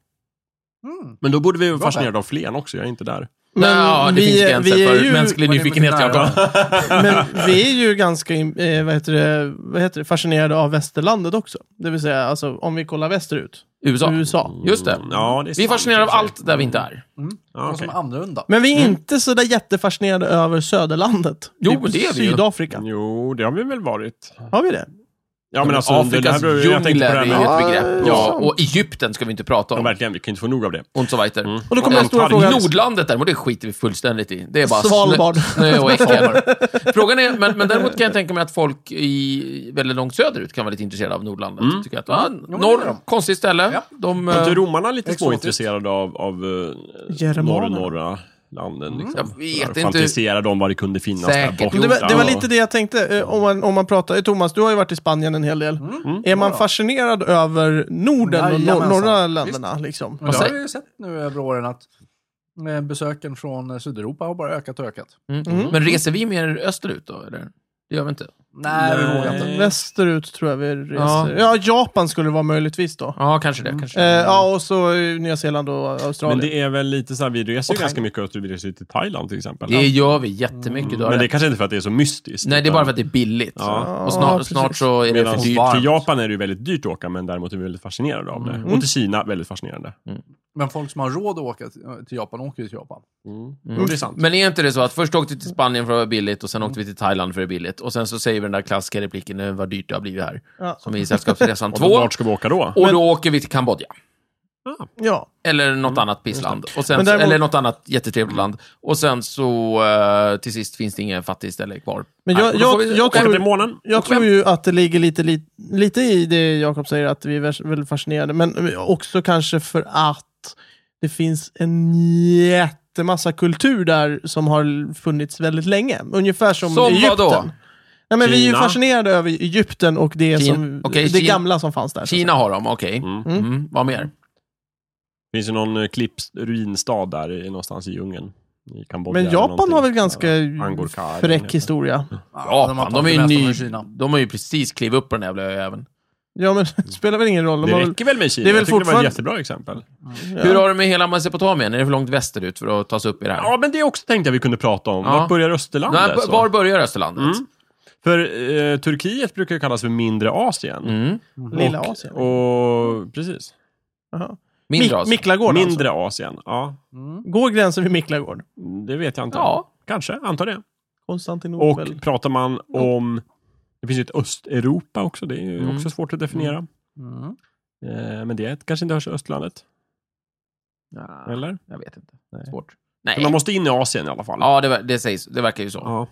Speaker 4: Mm.
Speaker 3: Men då borde vi vara
Speaker 4: Bra där.
Speaker 3: fascinerade av Flen också, jag är inte där.
Speaker 1: Men
Speaker 2: ja, det
Speaker 1: vi
Speaker 2: finns
Speaker 1: är-
Speaker 2: gränser
Speaker 1: vi är
Speaker 2: för
Speaker 1: ju-
Speaker 2: mänsklig
Speaker 4: Man är
Speaker 2: nyfikenhet.
Speaker 4: mycket
Speaker 2: Jag
Speaker 4: nära.
Speaker 1: Men vi är ju ganska eh, vad heter det, vad heter det, fascinerade av västerlandet också. Det vill säga, alltså, om vi kollar västerut.
Speaker 2: USA.
Speaker 1: USA.
Speaker 2: Just det.
Speaker 3: Mm, Ja, det är
Speaker 2: Vi är
Speaker 3: sant,
Speaker 2: fascinerade av
Speaker 3: i och för sig.
Speaker 2: allt där vi inte är.
Speaker 3: Ja,
Speaker 4: Vad som
Speaker 3: okej.
Speaker 4: är annorlunda.
Speaker 1: Men vi är inte så där jättefascinerade över söderlandet.
Speaker 2: Mm. Jo,
Speaker 1: Typ
Speaker 2: men det är vi ju. Mm.
Speaker 1: Sydafrika.
Speaker 3: Jo, det har vi väl varit.
Speaker 1: Har vi det?
Speaker 3: Ja, men alltså, det
Speaker 2: Afrikas
Speaker 3: här, beror- jag tänkte på
Speaker 2: djungler
Speaker 3: det
Speaker 2: är
Speaker 3: här
Speaker 2: ju
Speaker 3: med,
Speaker 1: Ja,
Speaker 2: ett begrepp.
Speaker 1: ja.
Speaker 2: Ja, och Egypten ska vi inte prata
Speaker 3: ja,
Speaker 2: om.
Speaker 3: verkligen, vi kan inte få nog av det.
Speaker 2: Mm. Och så vidare.
Speaker 1: Och då kommer den stora
Speaker 3: Antarktis.
Speaker 1: frågan.
Speaker 2: Nordlandet däremot, det skiter vi fullständigt i. Det är bara
Speaker 1: Svalbard.
Speaker 2: [laughs] snö, snö och äckel. Frågan är, men, men däremot kan jag tänka mig att folk i väldigt långt söderut kan vara lite intresserade av Nordlandet. Tycker att, ah,
Speaker 4: men det är
Speaker 2: norr,
Speaker 4: de.
Speaker 2: konstigt ställe.
Speaker 4: Ja.
Speaker 2: De,
Speaker 3: Var
Speaker 2: eh,
Speaker 3: inte romarna lite
Speaker 4: Exotiskt.
Speaker 3: småintresserade av, av eh, norr,
Speaker 1: Germanerna.
Speaker 3: norra landen? Liksom.
Speaker 2: Jag vet
Speaker 3: Där
Speaker 2: inte.
Speaker 3: Fantiserade om vad det kunde finnas
Speaker 2: Säkert.
Speaker 3: där borta.
Speaker 2: Jo,
Speaker 1: Det var, det var
Speaker 3: Ja.
Speaker 1: lite det jag tänkte, eh, om man, om man pratar. eh, Thomas, du har ju varit i Spanien en hel del.
Speaker 2: Mm.
Speaker 1: Mm. Är man fascinerad över Norden och nor-
Speaker 4: Jajamensan.
Speaker 1: norra länderna? Liksom?
Speaker 4: Men det har
Speaker 2: säger-
Speaker 4: jag ju sett nu över åren att eh, besöken från eh, Sydeuropa har bara ökat och ökat.
Speaker 2: mm. Men reser vi mer österut då? Eller? Det gör vi inte.
Speaker 4: Nej, vi
Speaker 3: Nej.
Speaker 4: vågar inte.
Speaker 1: Västerut tror jag vi
Speaker 2: Eh, Ja.
Speaker 1: reser. Ja, Japan skulle det vara möjligtvis då.
Speaker 2: Ja, kanske det. Kanske.
Speaker 1: Eh,
Speaker 2: det.
Speaker 1: ja, och så eh, Nya Zeeland och Australien.
Speaker 3: Men det är väl lite så här, vi reser ju
Speaker 4: Och
Speaker 3: ganska mycket österut, vi reser ju till Thailand till exempel. Mm.
Speaker 2: Det gör vi jättemycket. du har
Speaker 3: Men det är
Speaker 2: rätt.
Speaker 3: kanske inte för att det är så mystiskt.
Speaker 2: Nej, det är
Speaker 3: utan-
Speaker 2: bara för att det är billigt.
Speaker 3: Ja.
Speaker 2: Och snart,
Speaker 1: Ja,
Speaker 2: snart
Speaker 1: precis.
Speaker 2: så är det
Speaker 3: Medan
Speaker 2: för
Speaker 3: till
Speaker 2: dyrt.
Speaker 4: varmt.
Speaker 3: Japan är det ju väldigt dyrt att åka, men däremot är vi väldigt fascinerade av det.
Speaker 1: Mm.
Speaker 3: Och till Kina, väldigt fascinerande.
Speaker 2: Mm.
Speaker 4: Men folk som har råd att åka till till Japan åker ju till Japan.
Speaker 3: Mm. Det är sant.
Speaker 2: Men är inte det så att först åkte vi till Spanien för att det var billigt och sen åkte vi till Thailand för att det är billigt och sen så säger vi den där klassiska repliken "Nu, vad dyrt det har blivit här.
Speaker 1: Ja.
Speaker 2: Som i
Speaker 3: [laughs]
Speaker 2: Sällskapsresan
Speaker 3: Och
Speaker 2: 2.
Speaker 3: vart ska vi åka då?
Speaker 2: Och då åker vi till Kambodja.
Speaker 1: ja.
Speaker 2: Eller något annat pissland. Och sen,
Speaker 1: Men däremot-
Speaker 2: Eller något annat jättetrevligt land. Och sen så eh, till sist finns det ingen fattig ställe kvar.
Speaker 1: Men
Speaker 2: Nej,
Speaker 1: jag,
Speaker 2: och då får
Speaker 1: jag,
Speaker 2: vi-
Speaker 1: jag
Speaker 2: åka
Speaker 3: Åka
Speaker 1: tror
Speaker 3: till månen?
Speaker 1: Jag tror ju att det ligger lite, lite, lite i det Jakob säger, att vi är väs- väldigt fascinerade. Men också kanske för att det finns en jättemassa kultur där som har funnits väldigt länge. Ungefär som,
Speaker 2: Som
Speaker 1: Egypten.
Speaker 2: vadå?
Speaker 1: Nej, men vi är ju
Speaker 3: Kina.
Speaker 1: fascinerade över Egypten och det,
Speaker 2: Kina.
Speaker 1: som,
Speaker 2: Okej,
Speaker 1: det
Speaker 2: Kina.
Speaker 1: gamla som fanns där. så att
Speaker 2: Kina har dem, okej.
Speaker 3: Mm.
Speaker 2: Mm. Vad mer?
Speaker 3: Finns det någon eh, klipps, ruinstad där i, någonstans i djungeln? I Kambodja
Speaker 1: Men
Speaker 3: eller
Speaker 1: Japan har väl
Speaker 3: någonting.
Speaker 1: ganska
Speaker 3: Angkor-Kar,
Speaker 1: fräck
Speaker 3: eller-
Speaker 1: historia.
Speaker 4: Ja, de har
Speaker 2: Japan, de är
Speaker 4: tagit
Speaker 2: ju
Speaker 4: det mesta
Speaker 2: ny...
Speaker 4: från Kina.
Speaker 2: De har ju precis klivit upp på den jävla öäven.
Speaker 1: Ja, men [laughs] det spelar väl ingen roll. De har
Speaker 3: Det
Speaker 1: väl-
Speaker 3: räcker väl med Kina?
Speaker 1: Det är väl
Speaker 3: jag tycker det var
Speaker 1: fortfarande-
Speaker 3: ett jättebra exempel.
Speaker 2: Hur har du med hela Mesopotamien? Är det för långt västerut för att ta sig upp i det här?
Speaker 3: Ja, men det också tänkte jag vi kunde prata om.
Speaker 2: Ja.
Speaker 3: Vart börjar Österlandet?
Speaker 2: Nej,
Speaker 3: så?
Speaker 2: var börjar Österlandet?
Speaker 3: Mm. För eh, Turkiet brukar ju kallas för mindre Asien.
Speaker 2: Mm.
Speaker 1: Lilla
Speaker 3: och,
Speaker 1: Asien.
Speaker 3: Och, precis.
Speaker 1: Jaha.
Speaker 2: Mindre
Speaker 1: Mik-
Speaker 2: Asien.
Speaker 1: Miklagård
Speaker 3: Mindre Asien, ja.
Speaker 4: Mm,
Speaker 1: alltså. Går gränsen vid Miklagård?
Speaker 3: Det vet jag inte.
Speaker 2: Ja.
Speaker 3: Kanske, antar det. Och
Speaker 1: Konstantinopel.
Speaker 3: pratar man om... Det finns ju ett Östeuropa också. Det är ju
Speaker 2: Mm.
Speaker 3: också svårt att definiera.
Speaker 4: Mm.
Speaker 3: Eh, men det är kanske inte hörs i östlandet.
Speaker 2: Ja,
Speaker 3: Eller?
Speaker 2: Jag vet inte.
Speaker 3: Nej.
Speaker 2: Svårt.
Speaker 3: Men
Speaker 2: Nej.
Speaker 3: man måste Mm. in i Asien i alla fall.
Speaker 2: Ja, det, ver- det sägs. Det verkar ju så.
Speaker 3: Ja.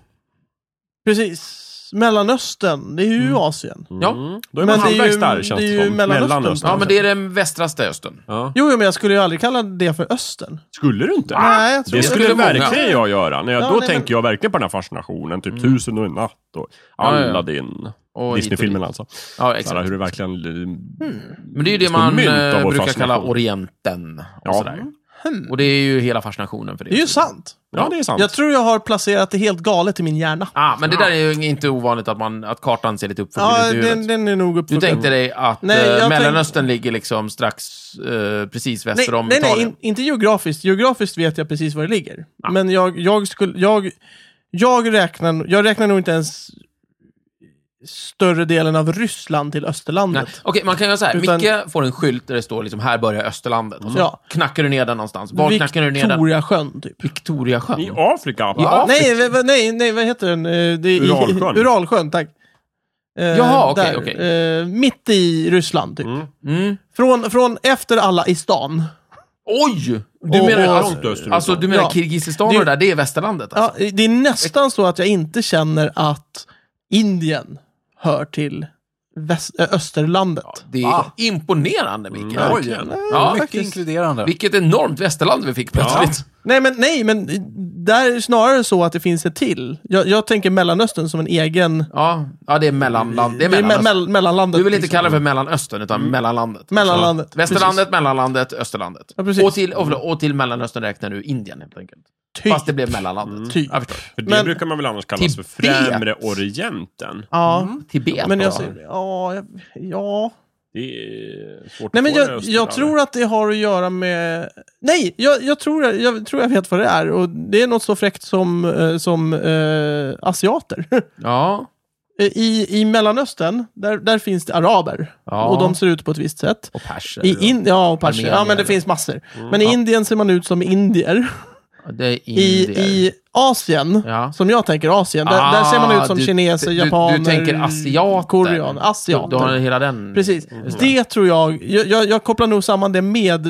Speaker 1: Precis. Mellanöstern, det är ju Asien.
Speaker 3: Mm.
Speaker 2: Ja.
Speaker 3: Då är
Speaker 1: Men
Speaker 3: man
Speaker 1: det är ju-
Speaker 3: halvvägs där, känns
Speaker 1: det är
Speaker 3: det,
Speaker 1: ju
Speaker 3: som.
Speaker 1: Mellanöstern.
Speaker 3: Mellanöstern.
Speaker 2: Ja, men det är den västraste östern.
Speaker 3: Ja.
Speaker 1: Jo, jo, men jag skulle ju aldrig kalla det för östern.
Speaker 3: Skulle du inte?
Speaker 1: Nej, jag tror
Speaker 3: det
Speaker 1: inte
Speaker 3: skulle
Speaker 2: det.
Speaker 3: verkligen jag göra. När jag,
Speaker 1: Ja,
Speaker 3: då
Speaker 1: nej, Mm.
Speaker 3: tänker jag verkligen på den här fascinationen. Typ Tusen och en natt och
Speaker 2: Ja, ja.
Speaker 3: Aladdin.
Speaker 2: Och
Speaker 3: Disney-filmen
Speaker 2: hit och
Speaker 3: alltså.
Speaker 2: dit. Ja,
Speaker 3: Så här,
Speaker 2: exakt.
Speaker 3: hur det verkligen...
Speaker 1: Mm.
Speaker 2: Men det är ju det
Speaker 3: Små
Speaker 2: man
Speaker 3: mynt av
Speaker 2: eh,
Speaker 3: vår
Speaker 2: brukar kalla
Speaker 3: fascination.
Speaker 2: Orienten. Och,
Speaker 3: Ja.
Speaker 2: sådär.
Speaker 1: Hmm.
Speaker 2: och det är ju hela fascinationen för det.
Speaker 1: Det är ju sant.
Speaker 3: Ja, det är sant.
Speaker 1: Jag tror jag har placerat det helt galet i min hjärna.
Speaker 2: Ah, men det där är ju inte ovanligt att, man, att kartan ser lite
Speaker 1: Ja,
Speaker 2: uppföljd ut i
Speaker 1: den,
Speaker 2: huvudet.
Speaker 1: den är nog
Speaker 2: Du
Speaker 1: uppfunnen.
Speaker 2: tänkte dig att
Speaker 1: Nej,
Speaker 2: eh,
Speaker 1: jag tänk-
Speaker 2: Mellanöstern ligger liksom strax eh, precis
Speaker 1: Nej,
Speaker 2: väster om
Speaker 1: nej, nej
Speaker 2: Italien.
Speaker 1: in, inte geografiskt. Geografiskt vet jag precis var det ligger. Men jag, jag, skulle, jag, jag, räknar, jag räknar nog inte ens större delen av Ryssland till
Speaker 2: Nej.
Speaker 1: Österlandet.
Speaker 2: Okej, man kan göra så här.
Speaker 1: Utan-
Speaker 2: Micke får en skylt där det står liksom, här börjar Österlandet. Och så
Speaker 1: Ja.
Speaker 2: knackar du ner den någonstans. Var knackar du ner den?
Speaker 1: Victoriasjön, typ.
Speaker 2: Victoriasjön.
Speaker 3: I Afrika?
Speaker 2: Ja.
Speaker 3: Va?
Speaker 1: Nej, v- v- nej, nej, vad heter den? Eh, Det är i- [laughs]
Speaker 3: Uralsjön.
Speaker 1: Uralsjön, tack. Eh,
Speaker 2: Jaha, okej,
Speaker 1: där.
Speaker 2: okej.
Speaker 1: Eh, mitt i Ryssland, typ.
Speaker 3: Mm.
Speaker 2: Mm.
Speaker 1: Från, från efter alla i stan.
Speaker 2: Oj! Du
Speaker 1: Och-
Speaker 2: menar,
Speaker 1: och-
Speaker 2: alltså,
Speaker 3: österut.
Speaker 2: alltså, du menar
Speaker 1: Ja.
Speaker 2: Kirgizistan och
Speaker 1: Det-
Speaker 2: det där, det är västerlandet? Alltså.
Speaker 1: Ja, det är nästan så att jag inte känner att Indien hör till väst, äh, Österlandet.
Speaker 2: Det är
Speaker 4: Ah.
Speaker 2: imponerande,
Speaker 1: Mm,
Speaker 2: Micke.
Speaker 3: Ja.
Speaker 4: Oj!
Speaker 3: verkligen.
Speaker 2: Ja,
Speaker 4: mycket
Speaker 1: faktiskt.
Speaker 4: inkluderande.
Speaker 2: Vilket enormt västerland vi fick plötsligt.
Speaker 1: Nej, men, nej, men där är det snarare så att det finns ett till. Jag, jag tänker Mellanöstern som en egen...
Speaker 2: Ja, ja det är mellanland. Det
Speaker 1: Det
Speaker 2: är
Speaker 1: är me-
Speaker 2: mellanöstern.
Speaker 1: mell- mellanlandet.
Speaker 2: Du vill inte
Speaker 1: liksom.
Speaker 2: kalla det för Mellanöstern, utan mellanlandet.
Speaker 1: Mellanlandet,
Speaker 2: Ja. Västerlandet, mellanlandet, österlandet.
Speaker 1: Ja, precis.
Speaker 2: och, till, och, förlåt, och till Mellanöstern räknar du Indien, helt enkelt.
Speaker 1: Typ.
Speaker 2: Fast det blev mellanlandet.
Speaker 1: Typ.
Speaker 2: Jag förstår.
Speaker 3: För det
Speaker 1: Men-
Speaker 3: brukar man väl annars kallas för
Speaker 2: Tibet.
Speaker 3: Främre Orienten?
Speaker 1: Ja.
Speaker 2: Mm. Tibet
Speaker 1: Men jag
Speaker 2: då?
Speaker 1: ser, ja, jag- ja.
Speaker 3: Det är svårt
Speaker 1: Nej,
Speaker 3: att
Speaker 1: men
Speaker 3: få det
Speaker 1: jag,
Speaker 3: öster
Speaker 1: jag
Speaker 3: där.
Speaker 1: tror att det har att göra med... Nej, jag, jag, tror, jag, jag tror jag vet vad det är. Och det är något så fräckt som, eh, som eh, asiater. [laughs]
Speaker 2: Ja.
Speaker 1: I, I Mellanöstern, där, där finns det araber.
Speaker 2: Ja.
Speaker 1: Och de ser ut på ett visst sätt.
Speaker 2: Och perser.
Speaker 1: I in, ja, och perser.
Speaker 2: Armenier. Mm.
Speaker 1: Ja, men det finns massor. Men i
Speaker 2: Ja.
Speaker 1: Indien ser man ut som indier.
Speaker 2: Ja, det är
Speaker 1: I,
Speaker 2: indier.
Speaker 1: i Asien,
Speaker 2: Ja. Ah,
Speaker 1: som jag tänker Asien, där, där ser man ut som
Speaker 2: du-
Speaker 1: kineser,
Speaker 2: du,
Speaker 1: japaner,
Speaker 2: Du tänker asiater.
Speaker 1: koreaner, asiater.
Speaker 2: Du, du har hela den...
Speaker 1: Precis. Det tror jag, jag, jag, jag kopplar nog samman det med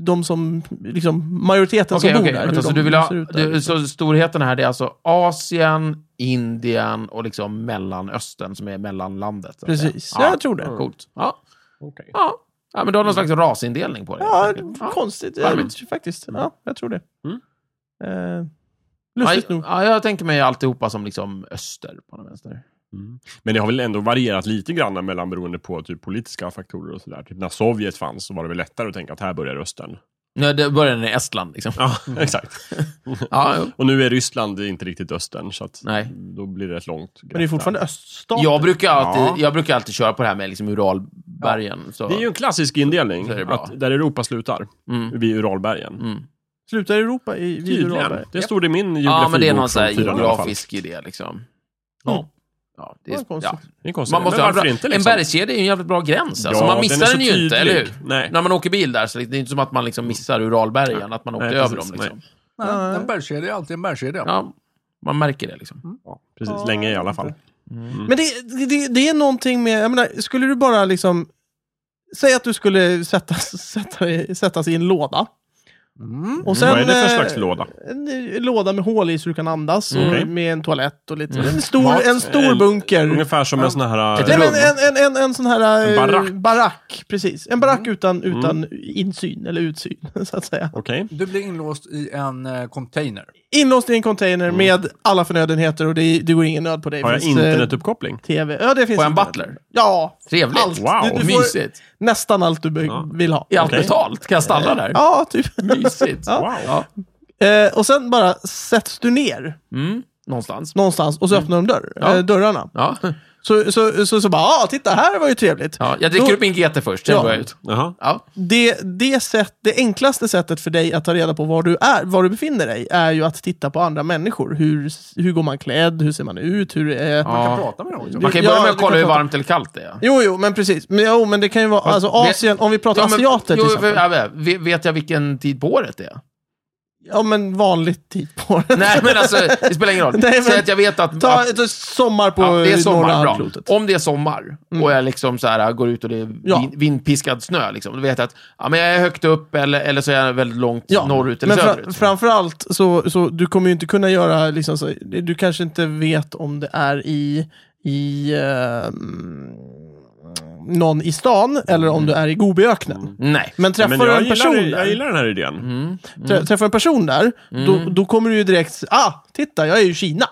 Speaker 1: de som, liksom majoriteten
Speaker 2: Okej,
Speaker 1: som bor
Speaker 2: okej.
Speaker 1: där.
Speaker 2: vänta,
Speaker 1: hur
Speaker 2: så
Speaker 1: de
Speaker 2: du vill ha,
Speaker 1: ser ut där. liksom.
Speaker 2: du, så storheten här, det är alltså Asien, Indien och liksom Mellanöstern som är mellanlandet. så att säga.
Speaker 1: Precis. Jag tror det.
Speaker 2: Coolt. Ja.
Speaker 3: Okej.
Speaker 2: Ja. ja, men du har någon slags rasindelning på det. helt
Speaker 1: ja,
Speaker 2: enkelt.
Speaker 1: konstigt.
Speaker 2: Ja,
Speaker 1: Jag,
Speaker 2: men-
Speaker 1: faktiskt. Ja, jag tror det.
Speaker 3: Mm.
Speaker 1: Eh,
Speaker 2: Ja,
Speaker 1: lustigt nog.
Speaker 2: ja, jag tänker mig alltihopa som liksom öster på den vänster.
Speaker 3: Men det har väl ändå varierat lite grann mellan beroende på typ politiska faktorer och sådär. Typ när Sovjet fanns så var det väl lättare att tänka att här börjar rösten.
Speaker 2: Nej, det började i Estland liksom.
Speaker 3: Ja, [laughs] exakt.
Speaker 2: [laughs] Ja, jo.
Speaker 3: Och nu är Ryssland inte riktigt östern, så att
Speaker 2: Nej.
Speaker 3: då blir det ett långt grepp
Speaker 1: Men det är fortfarande
Speaker 3: där.
Speaker 1: öststater.
Speaker 2: jag, brukar alltid,
Speaker 3: Ja.
Speaker 2: jag brukar alltid köra på det här med liksom Uralbergen. Så.
Speaker 3: Det är ju en klassisk indelning,
Speaker 2: Så är det bra.
Speaker 3: att där Europa slutar,
Speaker 2: Mm.
Speaker 3: vid Uralbergen.
Speaker 2: Mm.
Speaker 1: Slutar Europa i vid
Speaker 3: Tydligen.
Speaker 1: Uralberg.
Speaker 3: Det stod i min
Speaker 2: Ja, men det är
Speaker 3: geografibok
Speaker 2: någon sån här
Speaker 3: från fyran i alla fall.
Speaker 2: geografisk idé liksom.
Speaker 1: Ja.
Speaker 2: Ja, det är,
Speaker 1: Vad konstigt.
Speaker 2: ja.
Speaker 3: Det är konstigt.
Speaker 2: Man måste
Speaker 3: men
Speaker 2: ha en,
Speaker 3: varför
Speaker 2: bra,
Speaker 3: inte,
Speaker 2: en
Speaker 3: liksom?
Speaker 2: bergskedja är ju en jävligt bra gräns. Alltså.
Speaker 3: Ja,
Speaker 2: man
Speaker 3: den
Speaker 2: missar
Speaker 3: är så
Speaker 2: den, ju inte,
Speaker 3: tydlig.
Speaker 2: eller hur?
Speaker 3: Nej.
Speaker 2: När man åker bil där, så det är inte som att man liksom missar Uralbergen, att man åkte
Speaker 3: Nej,
Speaker 2: över
Speaker 3: precis.
Speaker 2: dem. Liksom.
Speaker 4: Nej,
Speaker 1: Nej.
Speaker 4: en bergskedja är alltid en bergskedja.
Speaker 2: Ja, man märker det liksom.
Speaker 3: Ja, precis, länge i alla fall.
Speaker 2: Mm.
Speaker 3: Mm.
Speaker 1: Men det, det, det är någonting med, jag menar, skulle du bara liksom, säg att du skulle sättas, [laughs] sätta, dig- sättas i en låda.
Speaker 4: Mm.
Speaker 1: Och
Speaker 3: Vad är det för
Speaker 1: eh,
Speaker 3: slags låda?
Speaker 1: En eh, låda med hål i så du kan andas, och
Speaker 3: Okej.
Speaker 1: med en toalett och lite en, stor, en stor
Speaker 3: Mm. En-
Speaker 1: bunker.
Speaker 3: Ungefär som en sån här... eh,
Speaker 2: Ett
Speaker 1: Nej, men
Speaker 2: rum.
Speaker 1: en, en, en, en sån här
Speaker 3: En
Speaker 1: eh,
Speaker 3: barack. Mm.
Speaker 1: barack, precis. En barack utan, utan insyn, eller utsyn, [laughs] så att säga.
Speaker 3: Okej.
Speaker 4: Du blir inlåst i en eh, container.
Speaker 1: Inlåst i en container med alla förnödenheter och det, det går ingen nöd på dig.
Speaker 3: Mm. Har jag
Speaker 1: Finns, eh,
Speaker 3: internetuppkoppling?
Speaker 1: TV. Ja, det finns
Speaker 2: Får jag en
Speaker 1: internet.
Speaker 2: butler?
Speaker 1: Ja,
Speaker 2: Trevligt.
Speaker 1: allt.
Speaker 3: Wow,
Speaker 1: du, du får
Speaker 2: Mysigt.
Speaker 1: nästan allt du be-
Speaker 3: Ja.
Speaker 1: vill ha.
Speaker 2: Är allt
Speaker 3: Okej.
Speaker 2: betalt? Kan jag stanna där?
Speaker 1: Ja, typ. [laughs]
Speaker 2: Mysigt.
Speaker 1: Ja.
Speaker 3: Wow.
Speaker 2: Ja.
Speaker 1: Eh, och sen bara sätts du ner
Speaker 2: Mm. Någonstans.
Speaker 1: någonstans och så
Speaker 3: Mm.
Speaker 1: öppnar de dörr,
Speaker 2: Ja.
Speaker 1: eh, dörrarna.
Speaker 2: Ja.
Speaker 1: Så, så, så, så bara, ah, titta här var ju trevligt.
Speaker 2: Ja, jag dricker
Speaker 1: Då-
Speaker 2: upp min GT först, sen
Speaker 1: Ja.
Speaker 2: går jag ut.
Speaker 3: Jaha.
Speaker 2: Ja.
Speaker 1: Det, det, sätt, det enklaste sättet för dig att ta reda på var du är, var du befinner dig, är ju att titta på andra människor. Hur, hur går man klädd? Hur ser man ut? Hur är...
Speaker 4: Man kan
Speaker 2: Ja.
Speaker 4: prata med dem också.
Speaker 2: Man kan ju
Speaker 1: Ja,
Speaker 2: börja med
Speaker 1: du
Speaker 2: att
Speaker 1: kan
Speaker 2: kolla hur
Speaker 1: prata-
Speaker 2: varmt eller kallt det är.
Speaker 1: Jo, jo, men precis. Men, jo, men det kan ju vara, alltså
Speaker 2: det-
Speaker 1: Asien, om vi pratar
Speaker 2: Ja, men-
Speaker 1: asiater
Speaker 2: jo,
Speaker 1: till exempel.
Speaker 2: ja, men, vet- Vet jag vilken tid på
Speaker 1: [laughs]
Speaker 2: året det är?
Speaker 1: Ja, men vanligt tid på året.
Speaker 2: Nej, men alltså, det spelar ingen roll.
Speaker 1: [laughs] Nej, men-
Speaker 2: Säg att jag vet
Speaker 1: [laughs]
Speaker 2: att...
Speaker 1: Ta
Speaker 2: att
Speaker 1: ett sommar på
Speaker 2: Ja, det är sommar,
Speaker 1: norra
Speaker 2: bra.
Speaker 1: klotet.
Speaker 2: Om det är sommar och jag liksom så här, går ut och det är
Speaker 1: Ja.
Speaker 2: vin, vindpiskad snö, liksom, då vet jag att ja, men jag är högt upp eller, eller så är jag väldigt långt
Speaker 1: Ja,
Speaker 2: norrut eller
Speaker 1: men fra,
Speaker 2: söderut.
Speaker 1: framförallt så, så du kommer ju inte kunna göra, liksom, så, du kanske inte vet om det är i, i eh, någon i stan eller om du är i Gobiöknen.
Speaker 2: Nej.
Speaker 1: Men träffar
Speaker 3: Men
Speaker 1: du
Speaker 3: jag
Speaker 1: en person
Speaker 3: gillar,
Speaker 1: där,
Speaker 3: jag gillar den här idén.
Speaker 1: trä- träffar en person där, då, då kommer du ju direkt, ah, titta, jag är ju i Kina.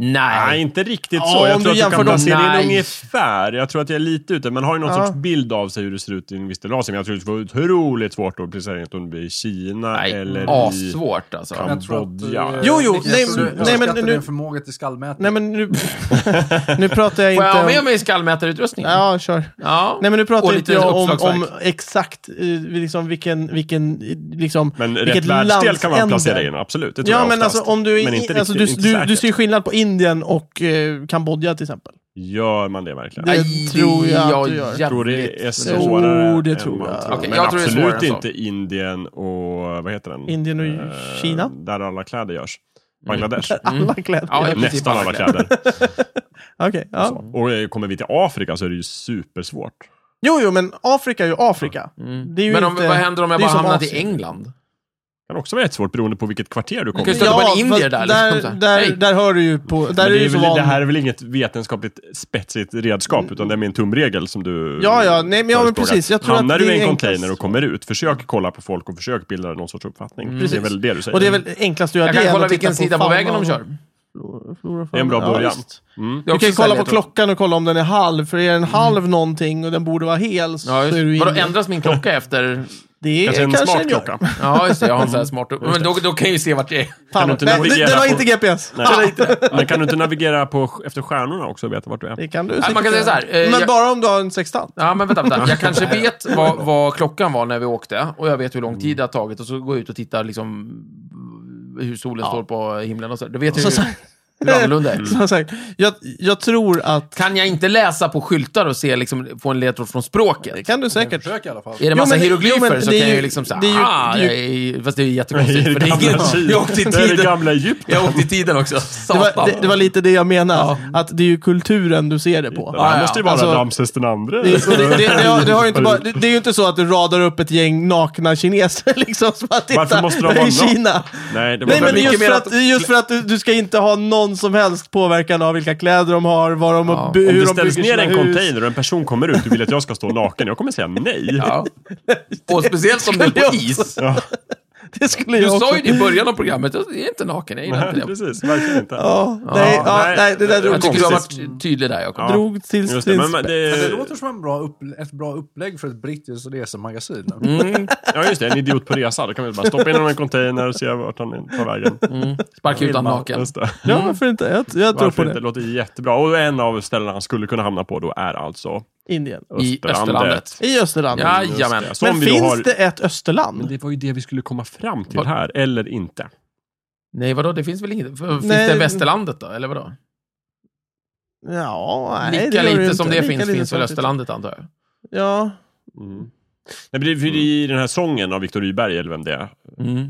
Speaker 2: Nej.
Speaker 3: Nej, inte riktigt
Speaker 1: Ja,
Speaker 3: så. Jag
Speaker 1: om
Speaker 3: tror
Speaker 1: du
Speaker 3: att du
Speaker 1: jämför
Speaker 3: kan
Speaker 1: dem-
Speaker 3: placera
Speaker 2: Nej.
Speaker 3: in ungefär. Jag tror att jag är lite ute. Man har ju någon
Speaker 1: Ja.
Speaker 3: sorts bild av sig hur det ser ut i en viss del av Asien. Men jag tror att det var otroligt svårt att placera in att om det är i Kina
Speaker 2: Nej.
Speaker 3: eller i...
Speaker 2: Assvårt alltså.
Speaker 3: Kan-
Speaker 4: Jag tror att,
Speaker 3: Kambodja.
Speaker 4: eh,
Speaker 1: Jo, jo,
Speaker 4: Niklas,
Speaker 1: nej,
Speaker 4: du
Speaker 1: nej, men
Speaker 4: överskattar
Speaker 1: nu-
Speaker 4: din förmåga till skallmätning.
Speaker 1: Nej men nu, nu pratar jag
Speaker 2: Får jag
Speaker 1: inte
Speaker 2: ha med
Speaker 1: om...
Speaker 2: mig skallmätarutrustningen?
Speaker 1: Ja, kör.
Speaker 2: Ja.
Speaker 1: Nej men nu pratar
Speaker 2: Och
Speaker 1: inte
Speaker 2: lite
Speaker 1: jag om,
Speaker 2: uppslagsverk.
Speaker 1: om exakt eh, liksom, vilken, vilken, eh, liksom,
Speaker 3: Men rätt
Speaker 1: vilket
Speaker 3: världsdel kan man
Speaker 1: landsände.
Speaker 3: placera in, absolut. Det tror
Speaker 1: Ja,
Speaker 3: jag
Speaker 1: men
Speaker 3: oftast.
Speaker 1: alltså om du, är
Speaker 3: Men
Speaker 1: i-
Speaker 3: inte
Speaker 1: alltså,
Speaker 3: riktigt,
Speaker 1: du,
Speaker 3: inte
Speaker 1: du, du
Speaker 3: säkert.
Speaker 1: ser skillnad på Indien och eh, Kambodja till exempel.
Speaker 3: Gör man det verkligen?
Speaker 1: Det tror jag att du gör.
Speaker 2: jävligt-
Speaker 3: Jag tror det är
Speaker 1: Jo,
Speaker 3: svårare
Speaker 1: det
Speaker 3: än
Speaker 1: tror
Speaker 3: man
Speaker 1: jag.
Speaker 2: Okej,
Speaker 3: Men
Speaker 2: jag tror det är
Speaker 3: absolut
Speaker 2: svårare än så.
Speaker 3: inte Indien och, vad heter den?
Speaker 1: Indien och
Speaker 3: Eh,
Speaker 1: Kina. Mm.
Speaker 3: Där alla kläder görs. Bangladesh.
Speaker 1: [laughs] Alla kläder.
Speaker 2: Ja, i
Speaker 1: Okej,
Speaker 2: princip
Speaker 3: Nästan alla kläder.
Speaker 1: ja.
Speaker 3: Så. Och eh, kommer vi till Afrika så är det ju supersvårt.
Speaker 1: Jo, jo, men Afrika är ju Afrika. Det är ju
Speaker 2: Mm. Men om,
Speaker 1: inte,
Speaker 2: vad händer om jag
Speaker 1: det är
Speaker 2: bara
Speaker 1: som
Speaker 2: hamnat i
Speaker 1: Asien.
Speaker 2: England?
Speaker 3: kan också vara jättesvårt beroende på vilket kvarter du kommer
Speaker 2: kan ju
Speaker 3: i.
Speaker 2: stöta på en
Speaker 1: fast
Speaker 2: indier där,
Speaker 1: Där,
Speaker 2: liksom så här.
Speaker 1: där,
Speaker 2: Hej.
Speaker 1: där hör du ju på... Där
Speaker 3: Men
Speaker 1: är
Speaker 3: det,
Speaker 1: du
Speaker 3: är
Speaker 1: så
Speaker 3: väl, det
Speaker 1: van.
Speaker 3: här är väl inget vetenskapligt spetsigt redskap, utan det är min tumregel som du
Speaker 1: Ja, ja, nej, men, ja, men
Speaker 3: förespråkar.
Speaker 1: precis. Jag tror
Speaker 3: Hamnar
Speaker 1: att
Speaker 3: du
Speaker 1: det
Speaker 3: i
Speaker 1: är
Speaker 3: en
Speaker 1: enklast-
Speaker 3: container och kommer ut, försök kolla på folk och försök bilda någon sorts uppfattning. Det är
Speaker 1: Mm. Precis.
Speaker 3: väl det du säger.
Speaker 1: Och det är väl enklast att göra
Speaker 2: Jag
Speaker 1: det
Speaker 2: kan
Speaker 1: än
Speaker 2: kolla
Speaker 1: att titta
Speaker 2: vilken sida på
Speaker 1: faunan
Speaker 2: vägen de
Speaker 1: och
Speaker 2: kör.
Speaker 1: flora- flora och
Speaker 3: Det är en bra
Speaker 1: fauna. Ja,
Speaker 3: början.
Speaker 1: visst.
Speaker 3: Mm.
Speaker 2: Det är
Speaker 1: Du
Speaker 2: också
Speaker 1: kan ju kolla på
Speaker 2: säljare, tror jag.
Speaker 1: klockan och kolla om den är halv, för är den halv någonting och den borde vara hel så
Speaker 2: Ja,
Speaker 1: är du
Speaker 2: just. Vadå,
Speaker 1: inne.
Speaker 2: ändras min klocka efter...
Speaker 1: Det är
Speaker 3: Kanske en
Speaker 1: kanske
Speaker 3: smart
Speaker 1: den gör.
Speaker 3: klocka.
Speaker 1: [laughs]
Speaker 2: Ja, just det. Jag har en sån här
Speaker 1: Mm.
Speaker 2: smart... Men då, då kan jag ju se vart jag är.
Speaker 1: Fan,
Speaker 3: du inte
Speaker 1: nej,
Speaker 3: navigera
Speaker 1: den har
Speaker 3: på-
Speaker 1: inte GPS.
Speaker 3: Nej. Men kan du inte navigera på, efter stjärnorna också och veta vart du är?
Speaker 1: Det kan du
Speaker 2: man kan
Speaker 1: säkert
Speaker 2: säga så här,
Speaker 1: göra.
Speaker 2: eh,
Speaker 1: Men
Speaker 2: jag-
Speaker 1: bara om du har en [laughs] sextant.
Speaker 2: Ja, men vänta, vänta. Jag
Speaker 1: [laughs]
Speaker 2: kanske vet vad, vad klockan var när vi åkte och jag vet hur lång tid det har tagit och så går jag ut och tittar liksom hur solen står på himlen och så. Då vet jag
Speaker 1: Så Mm.
Speaker 2: ju hur annorlunda det är.
Speaker 1: Som sagt, Alltså, jag, jag tror att...
Speaker 2: Kan jag inte läsa på skyltar och se, liksom, få en ledtråd från
Speaker 1: Det
Speaker 2: språket?
Speaker 1: kan du säkert.
Speaker 4: Försök i alla fall.
Speaker 2: Är det
Speaker 1: Jo,
Speaker 2: massa
Speaker 1: men-
Speaker 2: hieroglyfer
Speaker 1: jo, men
Speaker 2: så
Speaker 1: det är
Speaker 2: kan jag
Speaker 1: ju-
Speaker 2: ju liksom säga,
Speaker 1: det är ju-
Speaker 2: ah,
Speaker 1: det är
Speaker 2: jag är- fast det är
Speaker 1: [laughs]
Speaker 2: ju jättekonstigt. för det är ingen- jag åkte i
Speaker 3: det är det
Speaker 2: tiden.
Speaker 3: gamla Egypten.
Speaker 2: Jag åkte i tiden också.
Speaker 1: Det
Speaker 2: Satan.
Speaker 1: var, det, det var lite det jag menade. Att det är ju kulturen du ser det på.
Speaker 3: Det här
Speaker 2: ja.
Speaker 3: måste ju vara
Speaker 1: Alltså-
Speaker 3: Ramses den andre.
Speaker 1: Det, och det, det, det, har, det, har ju inte
Speaker 3: [laughs]
Speaker 1: bara, det, det är ju inte så att du radar upp ett gäng nakna kineser [laughs] liksom. Som att titta,
Speaker 3: Varför måste de
Speaker 1: det är
Speaker 3: vara
Speaker 1: Kina.
Speaker 3: Nej, det var
Speaker 1: Nej,
Speaker 3: väl
Speaker 1: men
Speaker 3: mycket
Speaker 1: just
Speaker 3: mer
Speaker 1: för, att, just för att du, du ska inte ha någon som helst påverkan av vilka kläder de har, var de,
Speaker 2: Ja.
Speaker 1: hur
Speaker 3: Om
Speaker 1: de
Speaker 3: det ställs
Speaker 1: bygger
Speaker 3: ner
Speaker 1: sina
Speaker 3: en
Speaker 1: hus.
Speaker 3: container och en person kommer ut och vill att jag ska stå naken, jag kommer säga nej.
Speaker 2: Ja. [laughs] Och speciellt om du är på is.
Speaker 1: [laughs] Det skulle
Speaker 2: Du
Speaker 1: jag också...
Speaker 2: sa ju det i början av programmet, jag är inte naken, jag gillar inte det.
Speaker 3: Precis, verkligen inte.
Speaker 1: Ja, nej,
Speaker 3: Ja,
Speaker 1: ja,
Speaker 3: nej.
Speaker 1: nej, det där drog
Speaker 2: Jag
Speaker 3: kom
Speaker 1: till,
Speaker 2: tycker du har
Speaker 3: precis.
Speaker 2: varit tydlig där, Jakob.
Speaker 3: Ja.
Speaker 1: drog till
Speaker 3: Just det, men, men
Speaker 1: sin
Speaker 3: det,
Speaker 4: Men det låter som en bra upp, ett bra upplägg för ett brittiskt resemagasin.
Speaker 2: Mm.
Speaker 3: ja, just det, en idiot på resa. Då kan vi bara stoppa in honom i en container och se vart han tar vägen.
Speaker 2: mm. Sparka ut honom
Speaker 3: Filma,
Speaker 2: naken.
Speaker 3: Just det.
Speaker 2: Mm.
Speaker 1: Ja, varför inte? Jag, jag tror på
Speaker 3: Varför inte?
Speaker 1: det.
Speaker 3: Det låter jättebra. Och en av ställena han skulle kunna hamna på då är alltså
Speaker 1: Indien.
Speaker 2: I Österlandet.
Speaker 1: I Österland.
Speaker 2: Ja,
Speaker 3: Just
Speaker 2: Jajamän.
Speaker 3: det, som
Speaker 1: men
Speaker 3: vi
Speaker 1: finns
Speaker 3: då har...
Speaker 1: det ett Österland?
Speaker 3: Men det var ju det vi skulle komma fram till
Speaker 2: Vad-
Speaker 3: här, eller inte.
Speaker 2: Nej, vadå? Det finns väl inget? F- Finns
Speaker 1: Nej.
Speaker 2: det Västerlandet då, eller vadå?
Speaker 1: Ja, nej,
Speaker 2: Lika
Speaker 1: gör
Speaker 2: lite
Speaker 1: ju
Speaker 2: som
Speaker 1: inte.
Speaker 2: det
Speaker 1: Lika
Speaker 2: finns,
Speaker 1: lite
Speaker 2: finns
Speaker 1: som
Speaker 2: väl
Speaker 1: det-
Speaker 2: Österlandet, antar jag.
Speaker 1: Ja.
Speaker 3: Mm. Nej, men det, för det är I den här sången av Viktor Rydberg, eller vem det är,
Speaker 2: Mm.
Speaker 3: eh,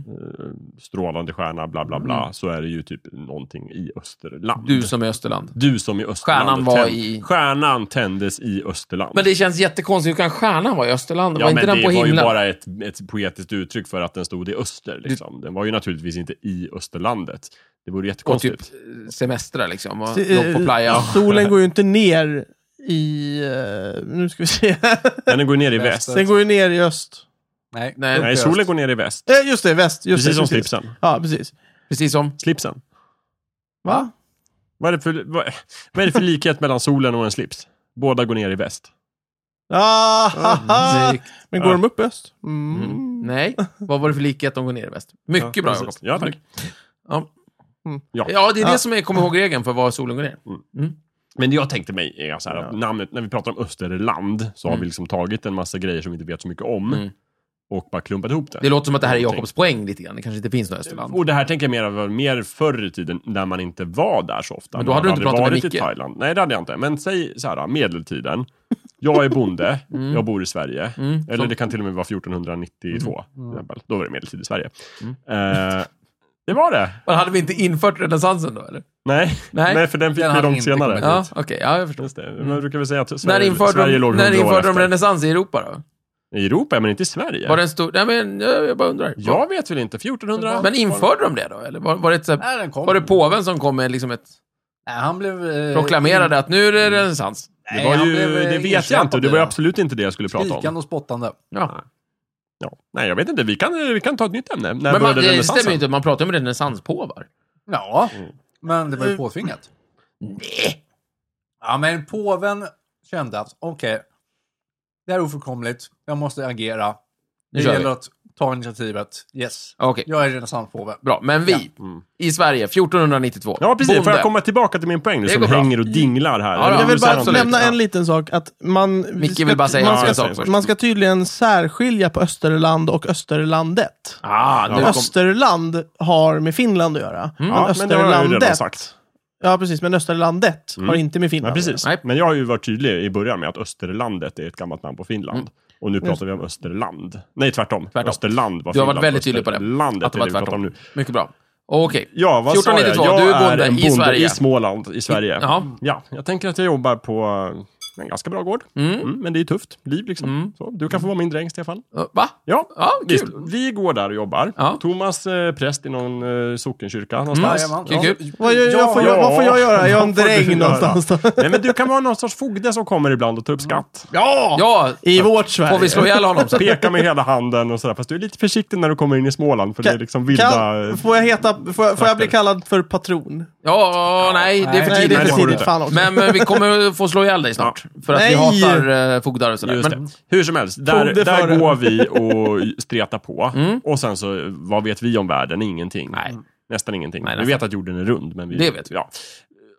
Speaker 3: strålande stjärna, bla bla bla, så är det ju typ någonting i Österland.
Speaker 2: Du som är Österland.
Speaker 3: Du som i Österland.
Speaker 2: Stjärnan var
Speaker 3: tänd-
Speaker 2: i-
Speaker 3: Stjärnan tändes i Österland.
Speaker 2: Men det känns jättekonstigt. Hur kan stjärnan vara i Österland?
Speaker 3: Ja,
Speaker 2: var
Speaker 3: men
Speaker 2: inte den
Speaker 3: det
Speaker 2: på
Speaker 3: var ju
Speaker 2: himlen?
Speaker 3: bara ett, ett poetiskt uttryck för att den stod i öster. Liksom. Den var ju naturligtvis inte i Österlandet. Det vore
Speaker 2: Och
Speaker 3: jättekonstigt.
Speaker 2: typ eh, semestra liksom. Och
Speaker 1: Se- eh,
Speaker 2: låg på playa.
Speaker 1: Solen
Speaker 2: [laughs]
Speaker 1: går ju inte ner i... eh, nu ska vi
Speaker 2: [laughs]
Speaker 1: se.
Speaker 3: Men den går ner i väst.
Speaker 4: Väster.
Speaker 1: Den går ju ner i öst.
Speaker 4: Nej,
Speaker 2: Nej,
Speaker 3: Nej, solen går ner i väst.
Speaker 1: Eh, just det, väst. Just
Speaker 3: Precis
Speaker 1: det,
Speaker 3: som slipsen.
Speaker 1: Ja, precis.
Speaker 2: Precis som...
Speaker 3: Slipsen.
Speaker 1: Va?
Speaker 3: Vad är, det för, vad, vad är det för likhet mellan solen och en slips? Båda går ner i väst.
Speaker 1: Ah, ha, ha.
Speaker 2: Snyggt.
Speaker 1: Men går de upp i öst? Mm.
Speaker 2: Nej, vad var det för likhet de går ner i väst? Mycket bra, Jakob.
Speaker 3: precis. Ja, tack.
Speaker 2: Ja.
Speaker 1: Mm.
Speaker 3: Ja.
Speaker 2: Ja, det är
Speaker 1: Ja.
Speaker 2: det som är kom ihåg-regeln för var solen går ner.
Speaker 3: Men det jag tänkte mig är så här att namnet, när vi pratar om Österland så har
Speaker 2: Mm.
Speaker 3: vi liksom tagit en massa grejer som vi inte vet så mycket om
Speaker 2: Mm.
Speaker 3: och bara klumpat ihop det.
Speaker 2: Det låter som att det här är
Speaker 3: Någonting.
Speaker 2: Jakobs poäng lite grann. Det kanske inte finns något Österland.
Speaker 3: Och det här tänker jag mer var mer förr i tiden när man inte var där så ofta.
Speaker 2: Men då
Speaker 3: Man
Speaker 2: hade du inte
Speaker 3: aldrig
Speaker 2: pratat med
Speaker 3: varit i
Speaker 2: Micke.
Speaker 3: Thailand. Nej, det hade jag inte. Men säg så här, medeltiden. Jag
Speaker 2: [laughs]
Speaker 3: är bonde, jag bor i Sverige.
Speaker 2: Mm.
Speaker 3: Eller det kan till och med vara 1492. Till exempel. Då var det medeltid i Sverige.
Speaker 2: Mm.
Speaker 3: Eh, det var det.
Speaker 2: Men hade vi inte infört renässansen då, eller?
Speaker 3: Nej,
Speaker 2: Nej,
Speaker 3: Nej, för den fick
Speaker 4: den
Speaker 3: vi
Speaker 4: hade
Speaker 3: långt
Speaker 4: inte
Speaker 3: senare.
Speaker 4: kommit
Speaker 2: Ja, okej. Ja, jag förstår.
Speaker 3: Just det. Man brukar väl säga att
Speaker 2: Mm. när
Speaker 3: Sverige,
Speaker 2: införde
Speaker 3: Sverige
Speaker 2: de,
Speaker 3: låg
Speaker 2: när
Speaker 3: 100 år
Speaker 2: införde de
Speaker 3: efter.
Speaker 2: renässans i Europa då?
Speaker 3: I Europa, men inte i Sverige.
Speaker 2: Var det en stor... Nej, men jag, jag bara undrar.
Speaker 3: Jag vet väl inte. 1400?
Speaker 2: Men införde de det då? Eller var, var, det, ett så här,
Speaker 4: Nej, den kom.
Speaker 2: var det påven som kom med liksom ett...
Speaker 4: Nej, han blev... Eh,
Speaker 2: Proklamerade att nu är det renässans?
Speaker 3: Det,
Speaker 4: Nej,
Speaker 3: var
Speaker 4: han
Speaker 3: ju,
Speaker 4: blev, eh,
Speaker 3: det vet jag
Speaker 4: erkämpad
Speaker 3: inte. och Det
Speaker 4: i
Speaker 3: var ju
Speaker 4: det.
Speaker 3: absolut inte det jag skulle prata om.
Speaker 4: Skrikande och spottande.
Speaker 2: Ja.
Speaker 3: Ja. Nej, jag vet inte. Vi kan, eh, vi kan ta ett nytt ämne. När
Speaker 2: Men man,
Speaker 3: började
Speaker 2: det stämmer
Speaker 3: renässansen?
Speaker 2: ju inte. Man pratar ju om renässanspåvar.
Speaker 4: Ja, men det var ju påtvingat.
Speaker 2: Nej!
Speaker 4: Ja, men påven kände att okej, det här är ofrånkomligt. Jag måste agera.
Speaker 2: Nu
Speaker 4: Det
Speaker 2: kör vi.
Speaker 4: gäller att ta initiativet. Yes.
Speaker 2: Okej,
Speaker 4: Jag är renässanspåve.
Speaker 2: bra. Men vi, i Sverige, 1492.
Speaker 3: Mm. Ja, precis.
Speaker 2: Bonde.
Speaker 3: Får jag komma tillbaka till min poäng nu
Speaker 2: Det
Speaker 3: som
Speaker 2: går bra.
Speaker 3: hänger och dinglar här?
Speaker 2: Ja,
Speaker 3: Eller
Speaker 2: jag
Speaker 1: Jag
Speaker 3: vill
Speaker 1: vill
Speaker 3: du säga
Speaker 1: bara
Speaker 3: någonting?
Speaker 1: nämna
Speaker 2: Ja.
Speaker 1: en liten sak. Att man,
Speaker 2: Micke vill bara säga
Speaker 1: man
Speaker 2: en
Speaker 1: ska,
Speaker 2: sak
Speaker 3: ty-
Speaker 2: först.
Speaker 1: man ska tydligen särskilja på Österland och Österlandet.
Speaker 2: Ah, nu kom...
Speaker 1: Österland har med Finland att göra.
Speaker 3: Ja, men det har jag ju redan sagt.
Speaker 1: Ja, precis. Men Österlandet har inte med
Speaker 3: Ja,
Speaker 1: Finland att
Speaker 3: precis.
Speaker 2: Nej.
Speaker 3: Men jag har ju varit tydlig i början med att Österlandet är ett gammalt namn på Finland. Och nu pratar vi om Österland. Nej, tvärtom.
Speaker 2: Mm. Tvärtom.
Speaker 3: Österland var
Speaker 2: Du har varit
Speaker 3: Finland.
Speaker 2: väldigt tydlig på det.
Speaker 3: Österlandet
Speaker 2: Att det
Speaker 3: är
Speaker 2: var
Speaker 3: vi pratar om nu.
Speaker 2: tvärtom. Mycket bra. Okej.
Speaker 3: Ja, vad sa jag?
Speaker 2: 1492,
Speaker 3: Jag
Speaker 2: du är
Speaker 3: är
Speaker 2: bonde
Speaker 3: en
Speaker 2: i
Speaker 3: bonde
Speaker 2: Sverige.
Speaker 3: i Småland i Sverige.
Speaker 2: Ja.
Speaker 3: Ja, jag tänker att jag jobbar på eh, En ganska bra gård.
Speaker 2: Mm.
Speaker 3: Mm, men det är tufft liv liksom.
Speaker 2: Mm.
Speaker 3: Så, du kan få vara min dräng, Stefan.
Speaker 2: Ö, Eh, Va?
Speaker 3: Ja,
Speaker 2: Ja, kul.
Speaker 3: visst. Vi går där och jobbar.
Speaker 2: Ja. Mm.
Speaker 3: Thomas eh, präst i någon eh, sockenkyrka någonstans.
Speaker 4: Jajamän.
Speaker 2: Kul,
Speaker 4: Ja.
Speaker 2: kul.
Speaker 1: Vad, gör, jag får,
Speaker 3: ja.
Speaker 1: jag, vad får jag göra? Jag är en
Speaker 3: [laughs] Vad får du
Speaker 1: dräng
Speaker 3: göra?
Speaker 1: någonstans då.
Speaker 3: [laughs] Nej, men du kan vara någon sorts fogde som kommer ibland och tar upp skatt.
Speaker 1: Ja!
Speaker 2: Ja,
Speaker 1: I vårt Sverige.
Speaker 2: får vi slå ihjäl honom sen?
Speaker 3: Peka med hela handen och sådär. Fast du är lite försiktig när du kommer in i Småland för det är liksom vilda...
Speaker 1: Kan, får, jag heta, får, jag, får jag bli kallad för patron?
Speaker 2: Ja, nej, det är för
Speaker 1: Nej,
Speaker 2: tidigt.
Speaker 1: det är
Speaker 3: det
Speaker 1: för
Speaker 3: får du
Speaker 1: tidigt.
Speaker 3: inte.
Speaker 1: Fan också.
Speaker 2: Men, men vi kommer få slå ihjäl dig snart. För att vi
Speaker 1: Nej.
Speaker 2: hatar eh, fogdar och sådär.
Speaker 3: Just
Speaker 2: Men,
Speaker 3: det. Hur som helst, där,
Speaker 1: Fogde
Speaker 3: där
Speaker 1: före.
Speaker 2: [laughs]
Speaker 3: går vi och stretar på. Och sen så, vad vet vi om världen? Ingenting.
Speaker 2: Mm. Nej.
Speaker 3: Nästan ingenting.
Speaker 2: Nej,
Speaker 3: Vi
Speaker 2: nästan.
Speaker 3: vet att jorden är rund, men vi...
Speaker 2: Det vet vi.
Speaker 3: Ja.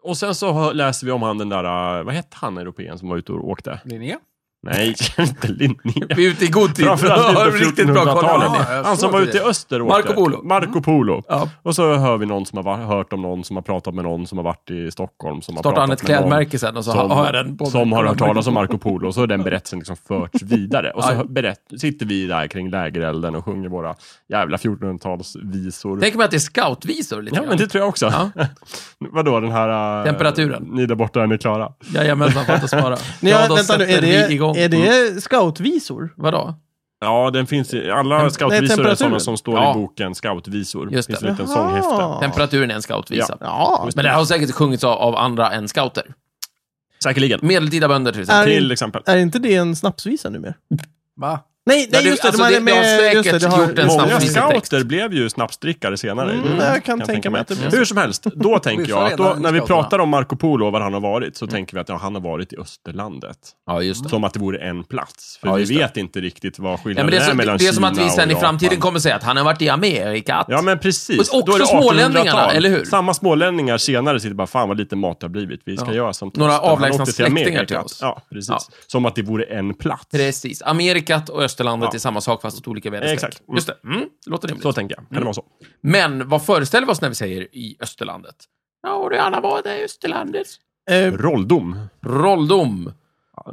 Speaker 3: Och sen så hör- läser vi om han den där, eh, vad hette han, europeen som var ute och åkte?
Speaker 4: Linné?
Speaker 2: [laughs]
Speaker 3: Nej, inte Linné.
Speaker 2: vi är ute i god tid. [laughs]
Speaker 3: Framförallt
Speaker 2: Har
Speaker 3: inte
Speaker 2: riktigt bra koll.
Speaker 3: 1400-talet.
Speaker 4: Ja, jag
Speaker 3: Han
Speaker 4: såg
Speaker 3: som var
Speaker 4: det.
Speaker 3: ute i öster och åkte.
Speaker 2: Marco Polo. Mm.
Speaker 3: Marco Polo.
Speaker 2: Ja.
Speaker 3: Och så hör vi någon som har va- hört om någon som har pratat med någon som har varit i Stockholm. Som
Speaker 2: Startar
Speaker 3: har
Speaker 2: han ett
Speaker 3: pratat med någon
Speaker 2: klädmärke sen och så
Speaker 3: som,
Speaker 2: har jag den på mig.
Speaker 3: som har hört talas om Marco Polo. Och så har den berättelsen liksom
Speaker 2: [laughs]
Speaker 3: förts vidare. Och så
Speaker 2: Ja.
Speaker 3: berätt, sitter vi där kring lägerelden och sjunger våra jävla 1400-talsvisor.
Speaker 2: Tänk mig att det är scoutvisor lite
Speaker 3: Ja, men det tror jag också.
Speaker 2: Ja.
Speaker 3: [laughs] Vadå, den här... eh,
Speaker 2: Temperaturen.
Speaker 3: Ni där borta, är ni klara?
Speaker 2: Jajamensan, för att
Speaker 3: [laughs]
Speaker 2: spara.
Speaker 1: Nej,
Speaker 2: ja, då
Speaker 1: vänta nu, är
Speaker 2: sätter
Speaker 1: det,
Speaker 2: vi igång. Mm.
Speaker 1: är det scoutvisor?
Speaker 2: Vadå?
Speaker 3: Ja, den finns i, alla scoutvisor är
Speaker 1: temperaturen.
Speaker 3: sådana som står
Speaker 2: Ja.
Speaker 3: i boken Scoutvisor.
Speaker 2: Just det.
Speaker 3: finns en liten
Speaker 1: Jaha.
Speaker 3: sånghäfte.
Speaker 2: Temperaturen är en scoutvisa.
Speaker 1: Ja.
Speaker 2: Men det här har säkert sjungits av, av andra än scouter.
Speaker 3: Säkerligen.
Speaker 2: Medeltida bönder till exempel.
Speaker 1: Är,
Speaker 3: Till
Speaker 1: in-
Speaker 3: exempel.
Speaker 1: är inte det en snapsvisa numera?
Speaker 4: Va?
Speaker 1: Nej,
Speaker 2: Ja,
Speaker 1: nej
Speaker 2: det-
Speaker 1: just det.
Speaker 2: alltså,
Speaker 1: de
Speaker 2: det-
Speaker 1: hade
Speaker 2: det har
Speaker 1: med, just det,
Speaker 2: säkert
Speaker 1: det har,
Speaker 2: gjort en snabb-
Speaker 3: Många
Speaker 2: Snabbt.
Speaker 3: scouter blev ju snappstrickare senare.
Speaker 1: Mm, jag kan tänka mig att det blir så.
Speaker 3: Hur som helst,
Speaker 1: [laughs]
Speaker 3: då tänker
Speaker 4: Vi
Speaker 3: jag
Speaker 4: får
Speaker 3: att då,
Speaker 4: reda
Speaker 3: när vi
Speaker 4: scouterna.
Speaker 3: pratar om Marco Polo och var han har varit
Speaker 1: Mm.
Speaker 3: så tänker vi att ja, han har varit i Österlandet.
Speaker 2: Ja, just det.
Speaker 3: Som att det vore en plats. För
Speaker 2: Ja,
Speaker 3: vi
Speaker 2: just det.
Speaker 3: vet inte riktigt vad
Speaker 2: Ja,
Speaker 3: skillnaden
Speaker 2: men det, är
Speaker 3: är mellan
Speaker 2: så, det är som
Speaker 3: Kina
Speaker 2: att vi sen
Speaker 3: och
Speaker 2: i framtiden
Speaker 3: Japan.
Speaker 2: kommer säga att han har varit i Amerika.
Speaker 3: Ja men precis.
Speaker 2: Och
Speaker 3: Då är det
Speaker 2: också smålänningarna,
Speaker 3: 1800-tal.
Speaker 2: eller hur?
Speaker 3: Samma smålänningar senare sitter bara, fan vad lite mat det har blivit. Vi ska
Speaker 2: Ja.
Speaker 3: göra som
Speaker 2: Några
Speaker 3: Torsten. Han
Speaker 2: avlägsna
Speaker 3: åkte
Speaker 2: släktingar
Speaker 3: Amerika.
Speaker 2: till oss.
Speaker 3: Ja, precis.
Speaker 2: Ja.
Speaker 3: Som att det vore en plats.
Speaker 2: Precis. Amerikat och Österlandet
Speaker 3: Ja.
Speaker 2: är samma sak fast åt olika väderstreck.
Speaker 3: Exakt. Mm.
Speaker 2: Just det. Mm. Låter rimligt.
Speaker 3: Så tänker jag.
Speaker 2: Mm.
Speaker 3: Kan det vara så?
Speaker 2: Men vad föreställer vi oss när vi säger i Österlandet? Ja, och det andra var det Österlandet.
Speaker 1: Eh,
Speaker 3: Rolldom.
Speaker 2: Rolldom.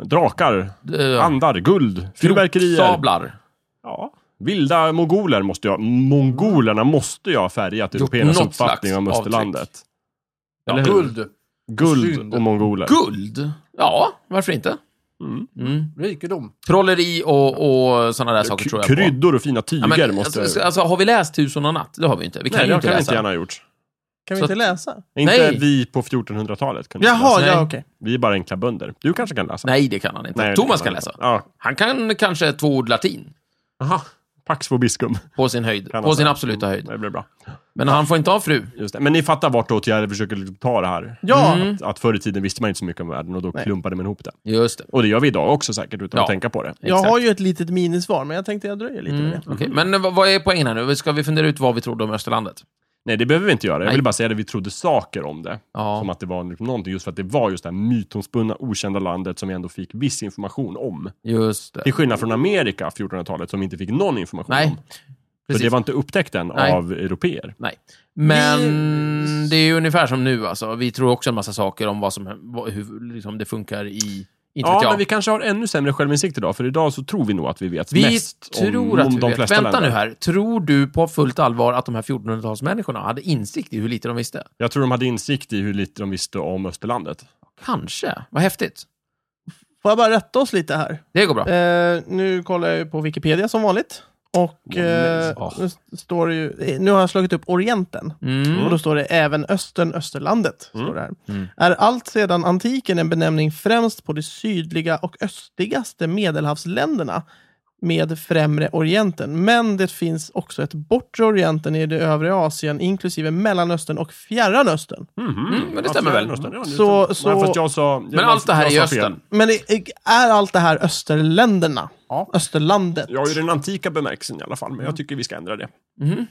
Speaker 3: Drakar.
Speaker 2: Eh,
Speaker 3: Andar. Guld. Fyrverkerier.
Speaker 2: Sablar.
Speaker 3: Ja. Vilda mongoler måste jag... Mongolerna måste jag ha färgat
Speaker 2: Gjort
Speaker 3: européernas
Speaker 2: något
Speaker 3: uppfattning
Speaker 2: slags
Speaker 3: om
Speaker 2: avtryck.
Speaker 3: Österlandet.
Speaker 2: Ja.
Speaker 3: Eller hur?
Speaker 4: Guld,
Speaker 3: Guld
Speaker 4: Synd.
Speaker 3: och mongoler.
Speaker 2: Guld. Ja, varför inte?
Speaker 3: Mm.
Speaker 2: Mm.
Speaker 4: rikedom.
Speaker 2: Trolleri och, och sådana där saker tror jag på.
Speaker 3: Kryddor och fina tyger
Speaker 2: Ja, men,
Speaker 3: måste...
Speaker 2: alltså, alltså, har vi läst Tusen och en natt? Det har vi inte. Vi kan
Speaker 3: Nej,
Speaker 2: ju
Speaker 3: det
Speaker 2: inte
Speaker 3: kan vi
Speaker 2: läsa.
Speaker 3: inte gärna ha gjort.
Speaker 1: kan vi
Speaker 2: Så-
Speaker 1: inte läsa?
Speaker 3: Inte
Speaker 2: Nej.
Speaker 3: vi på 1400-talet. kunde inte
Speaker 1: Jaha,
Speaker 3: läsa.
Speaker 1: ja
Speaker 2: Nej.
Speaker 1: okej.
Speaker 3: Vi är bara enkla bönder. Du kanske kan läsa?
Speaker 2: Nej, det kan han inte.
Speaker 3: Nej, det
Speaker 2: Thomas kan
Speaker 3: han
Speaker 2: läsa.
Speaker 3: inte. Ja.
Speaker 2: Han kan kanske två ord latin.
Speaker 3: Aha. Pax vobiscum.
Speaker 2: På sin höjd.
Speaker 3: Kan
Speaker 2: På
Speaker 3: han
Speaker 2: sin
Speaker 3: säga.
Speaker 2: absoluta höjd.
Speaker 3: Det blir bra.
Speaker 2: Men han får inte ha fru.
Speaker 3: Just det. Men ni fattar vartåt jag försöker liksom ta det här.
Speaker 1: Ja.
Speaker 2: Mm.
Speaker 3: Att, att förr i tiden visste man inte så mycket om världen och då
Speaker 1: Nej.
Speaker 3: klumpade man ihop det.
Speaker 2: Just det.
Speaker 3: Och det gör vi idag också säkert utan
Speaker 2: Ja.
Speaker 3: att tänka på det.
Speaker 1: Jag
Speaker 2: Exakt.
Speaker 1: har ju ett litet minisvar, men jag tänkte jag dröjer lite med det.
Speaker 2: Mm, okej. Men eh, vad, vad är poängen här nu? Ska vi fundera ut vad vi trodde om Österlandet?
Speaker 3: Nej, det behöver vi inte göra. Jag
Speaker 2: Nej.
Speaker 3: vill bara säga det, vi trodde saker om det.
Speaker 2: Ja.
Speaker 3: Som att det var liksom någonting, just för att det var just det här mytomspunna, okända landet som vi ändå fick viss information om.
Speaker 2: Just det.
Speaker 3: Till skillnad från Amerika, 1400-talet, som vi inte fick någon information
Speaker 2: Nej,
Speaker 3: om.
Speaker 2: precis.
Speaker 3: Så det var inte upptäckt än
Speaker 2: Nej.
Speaker 3: av europeer.
Speaker 2: Nej. Men det är ju ungefär som nu alltså. Vi tror också en massa saker om vad som, vad, hur liksom det funkar i... Inte
Speaker 3: Ja,
Speaker 2: vet jag.
Speaker 3: men vi kanske har ännu sämre självinsikt idag, för idag så tror vi nog att vi vet
Speaker 2: Vi
Speaker 3: mest
Speaker 2: tror
Speaker 3: om,
Speaker 2: att
Speaker 3: om
Speaker 2: vi
Speaker 3: de
Speaker 2: vet.
Speaker 3: flesta
Speaker 2: Vänta
Speaker 3: länder.
Speaker 2: nu här. Tror du på fullt allvar att de här 1400-talsmänniskorna hade insikt i hur lite de visste?
Speaker 3: Jag tror de hade insikt i hur lite de visste om Österlandet.
Speaker 2: Kanske. Vad häftigt.
Speaker 1: Får jag bara rätta oss lite här?
Speaker 2: Det går bra.
Speaker 1: Eh, nu kollar jag ju på Wikipedia som vanligt. Och eh,
Speaker 2: Ja.
Speaker 1: nu s- står det ju, eh, nu har jag slagit upp Orienten. Och
Speaker 2: Mm.
Speaker 1: då står det även Östern, Österlandet. Står det här.
Speaker 2: Mm.
Speaker 1: Är allt sedan antiken en benämning främst på de sydliga och östligaste medelhavsländerna med Främre Orienten. Men det finns också ett Bortre Orienten i det övre Asien inklusive Mellanöstern och Fjärran Östern.
Speaker 3: Mhm.
Speaker 2: Mm, men det
Speaker 3: Ja,
Speaker 2: stämmer väl.
Speaker 3: Östern, ja, det
Speaker 1: Så-
Speaker 3: stämmer.
Speaker 1: så-
Speaker 3: Nej, fast jag sa,
Speaker 2: Men allt det här är i
Speaker 3: jag sa fel.
Speaker 2: östern.
Speaker 1: Men det, är allt det här Österländerna?
Speaker 4: Ja.
Speaker 1: Österlandet?
Speaker 3: Ja, i den antika bemärkelsen i alla fall, men jag tycker vi ska ändra det.
Speaker 2: Mhm.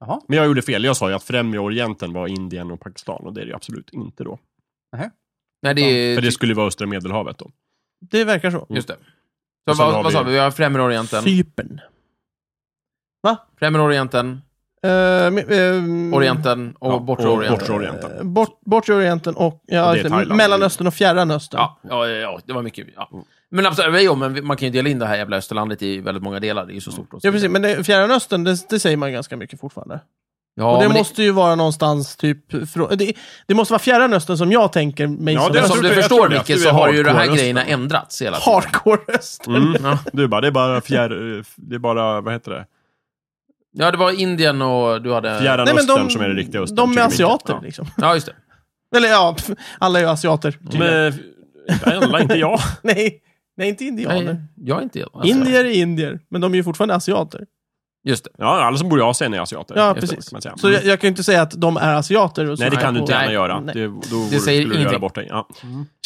Speaker 4: Jaha.
Speaker 3: Men jag gjorde fel. Jag sa ju att Främre Orienten var Indien och Pakistan och det är det ju absolut inte då.
Speaker 2: Nej, det är...
Speaker 3: För det skulle vara östra Medelhavet då.
Speaker 1: Det verkar så.
Speaker 2: Just det. Så
Speaker 3: Och sen
Speaker 2: vad,
Speaker 3: har
Speaker 2: vad
Speaker 3: vi-
Speaker 2: sa vi? Vi har Främre Orienten.
Speaker 1: Cypern.
Speaker 2: Främre Orienten,
Speaker 1: Eh, men, ehm,
Speaker 2: Orienten och
Speaker 3: Ja,
Speaker 2: Bortre
Speaker 3: och
Speaker 2: Orienten.
Speaker 3: Bortre Orienten.
Speaker 1: eh, Bort, bortre Orienten och
Speaker 3: det
Speaker 1: ja,
Speaker 3: är
Speaker 1: just det,
Speaker 3: Thailand.
Speaker 1: Mellanöstern och Fjärran Östern.
Speaker 2: Ja, ja, ja, ja, det var mycket. Ja. Men absolut, jo, men vi- man kan ju dela in det här jävla Österlandet i väldigt många delar. Det är ju så stort. och så
Speaker 1: Ja, precis.
Speaker 2: vidare.
Speaker 1: Men det, Fjärran Östern, det, det säger man ganska mycket fortfarande.
Speaker 2: Ja,
Speaker 1: och det
Speaker 2: men
Speaker 1: måste ju vara någonstans typ... frå- Det, det måste vara Fjärran Östern som jag tänker mig
Speaker 3: Ja,
Speaker 1: som
Speaker 3: det
Speaker 1: en sån
Speaker 3: är så-
Speaker 2: Som
Speaker 3: tror-
Speaker 2: du
Speaker 3: jag
Speaker 2: förstår
Speaker 3: tror det. Jag
Speaker 2: Micke,
Speaker 3: tror
Speaker 2: så
Speaker 3: det är
Speaker 2: har ju de här
Speaker 3: hardcore-röst.
Speaker 2: grejerna ändrats hela tiden.
Speaker 1: hardcore-rösten.
Speaker 3: Mm. Du bara, det är bara fjär... eh, Det är bara, vad heter det?
Speaker 2: Ja, det var Indien och du hade...
Speaker 3: Fjärran
Speaker 1: Eh, Nej, men
Speaker 3: östern
Speaker 1: de,
Speaker 3: som är det riktiga östern.
Speaker 1: de är
Speaker 3: tycker de inte.
Speaker 1: asiater
Speaker 3: Ja.
Speaker 1: liksom.
Speaker 2: Ja, just det.
Speaker 1: Eller ja, [laughs] pff, alla är ju asiater. tydligen.
Speaker 3: Men, inte alla, inte
Speaker 1: [laughs]
Speaker 3: jag.
Speaker 1: Nej, nej, inte indianer.
Speaker 2: Nej, jag är inte alltså,
Speaker 1: Indier är indier, men de är ju fortfarande asiater.
Speaker 2: Just det.
Speaker 3: Ja, alla som bor i Asien är asiater.
Speaker 1: Ja,
Speaker 3: Kan
Speaker 1: precis.
Speaker 3: man säga.
Speaker 1: Så jag, jag kan ju inte säga att de är asiater. Och så
Speaker 3: Nej, det
Speaker 1: här
Speaker 3: kan du
Speaker 1: på-
Speaker 3: inte gärna
Speaker 2: Nej.
Speaker 3: göra.
Speaker 1: Nej.
Speaker 3: Det, då
Speaker 2: säger
Speaker 3: vore- skulle du göra
Speaker 2: ingenting.
Speaker 3: bort dig. Ja.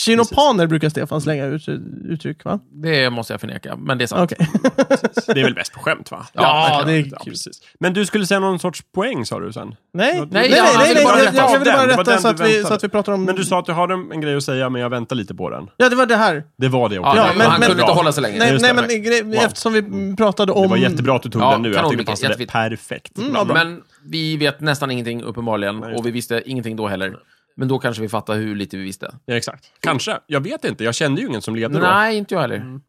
Speaker 1: Kinopaner brukar Stefan slänga ut uttryck, va?
Speaker 2: Det måste jag förneka, men det är sant.
Speaker 1: Okej. [laughs]
Speaker 3: Det är väl bäst på skämt, va?
Speaker 1: Ja,
Speaker 2: verkligen.
Speaker 1: det är
Speaker 3: Ja,
Speaker 1: kul.
Speaker 3: precis. Men du skulle säga någon sorts poäng, sa du sen.
Speaker 1: Nej,
Speaker 3: Nej,
Speaker 1: nej, nej,
Speaker 2: jag
Speaker 1: nej,
Speaker 2: ville
Speaker 1: nej,
Speaker 2: bara
Speaker 1: jag,
Speaker 2: rätta
Speaker 1: jag,
Speaker 3: av
Speaker 1: ville
Speaker 3: den.
Speaker 1: bara
Speaker 3: Det var
Speaker 1: rätta
Speaker 3: den
Speaker 1: så
Speaker 3: du
Speaker 1: att, vi,
Speaker 3: väntade.
Speaker 1: så att vi pratar om...
Speaker 3: Men du sa att du har en, en grej att säga, men jag väntar lite på den.
Speaker 1: Ja, det var det här.
Speaker 3: Det var det
Speaker 2: Ja,
Speaker 3: också.
Speaker 1: Ja,
Speaker 2: men,
Speaker 1: men-
Speaker 2: han
Speaker 1: men-
Speaker 2: kunde inte hålla sig längre.
Speaker 1: Nej,
Speaker 3: just det,
Speaker 1: nej men grej,
Speaker 3: Wow.
Speaker 1: eftersom vi mm, pratade om...
Speaker 3: Det var jättebra att du tog
Speaker 2: Ja,
Speaker 3: den nu. Jag
Speaker 2: kanon,
Speaker 3: tycker det
Speaker 2: Micke.
Speaker 3: passade
Speaker 2: Jättefint.
Speaker 3: perfekt.
Speaker 1: Mm, vad bra.
Speaker 2: Men vi vet nästan ingenting uppenbarligen,
Speaker 3: Nej, just
Speaker 2: och vi visste ingenting då heller. Men då kanske vi fattar hur lite vi visste.
Speaker 3: Ja, exakt. Kanske. Jag vet inte. Jag kände ju ingen som ledde då.
Speaker 2: Nej, inte jag heller.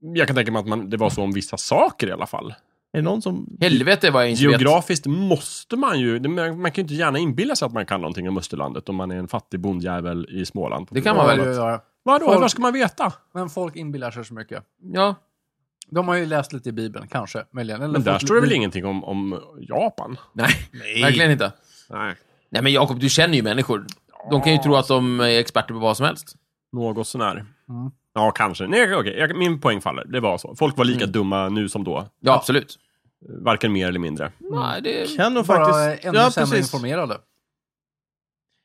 Speaker 3: Jag kan tänka mig att man, det var så om vissa saker i alla fall.
Speaker 1: Är det någon som...
Speaker 2: Helvete vad jag inte vet.
Speaker 3: Geografiskt måste man ju... det- Man man kan ju inte gärna inbilla sig att man kan någonting om Österlandet om man är en fattig bondjävel i Småland.
Speaker 2: Det kan man väl
Speaker 4: ju göra.
Speaker 3: Vadå?
Speaker 4: Folk-
Speaker 3: Vad ska man veta?
Speaker 4: Men folk inbillar sig så mycket.
Speaker 2: Ja.
Speaker 4: De har ju läst lite i Bibeln, kanske. Möjligen. Eller
Speaker 3: Men där
Speaker 4: fått-
Speaker 3: står det väl ingenting om, om Japan?
Speaker 2: Nej, verkligen inte.
Speaker 3: Nej.
Speaker 2: Nej, men Jakob, du känner ju människor. De kan ju tro att de är experter på vad som helst.
Speaker 3: Något sånär.
Speaker 1: Mm.
Speaker 3: Ja, kanske. Nej, okej. Jag- Min poäng faller. Det var så. Folk var lika
Speaker 1: Mm.
Speaker 3: dumma nu som då.
Speaker 2: Ja, absolut.
Speaker 3: Varken mer eller mindre.
Speaker 2: Nej, det...
Speaker 1: Kan nog
Speaker 4: Bara
Speaker 1: faktiskt...
Speaker 4: ännu sämre informerade.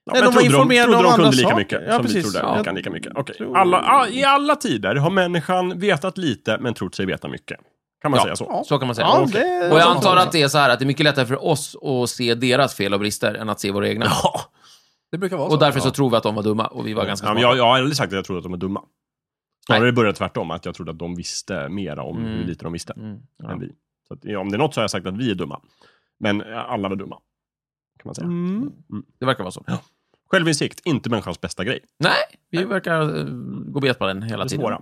Speaker 3: Ja,
Speaker 1: Nej,
Speaker 3: men
Speaker 1: de var
Speaker 3: trodde
Speaker 1: informerade
Speaker 3: trodde
Speaker 1: om
Speaker 3: de kunde
Speaker 1: andra
Speaker 3: lika
Speaker 1: saker.
Speaker 3: mycket
Speaker 1: Ja,
Speaker 3: som vi
Speaker 1: precis.
Speaker 3: trodde.
Speaker 1: Ja.
Speaker 3: De kan lika mycket. Okej.
Speaker 1: Tror-
Speaker 3: Alla, ah, I alla tider har människan vetat lite, men trott sig veta mycket. Kan man
Speaker 2: Ja.
Speaker 3: säga så?
Speaker 2: Så kan man säga.
Speaker 1: Ja,
Speaker 2: Okej.
Speaker 1: det-
Speaker 2: Och jag antar att det är så här att det är mycket lättare för oss att se deras fel och brister än att se våra egna.
Speaker 4: Det brukar vara så.
Speaker 2: Och därför så tror vi att de var dumma och vi var ganska
Speaker 3: Ja, men
Speaker 2: smarta.
Speaker 3: jag, jag har aldrig sagt att jag trodde att de var dumma. Snarare
Speaker 2: Nej.
Speaker 3: började det tvärtom, att jag trodde att de visste mera om
Speaker 2: Mm.
Speaker 3: hur lite de visste
Speaker 2: Mm, ja.
Speaker 3: än vi. Så att, ja, om det är något så har jag sagt att vi är dumma. Men eh, alla var dumma. Kan man säga.
Speaker 1: Mm.
Speaker 2: Det verkar vara så.
Speaker 3: Självinsikt, inte människans bästa grej.
Speaker 2: Nej, vi verkar eh, gå bet på den hela
Speaker 3: Det
Speaker 2: tiden.
Speaker 3: svåra.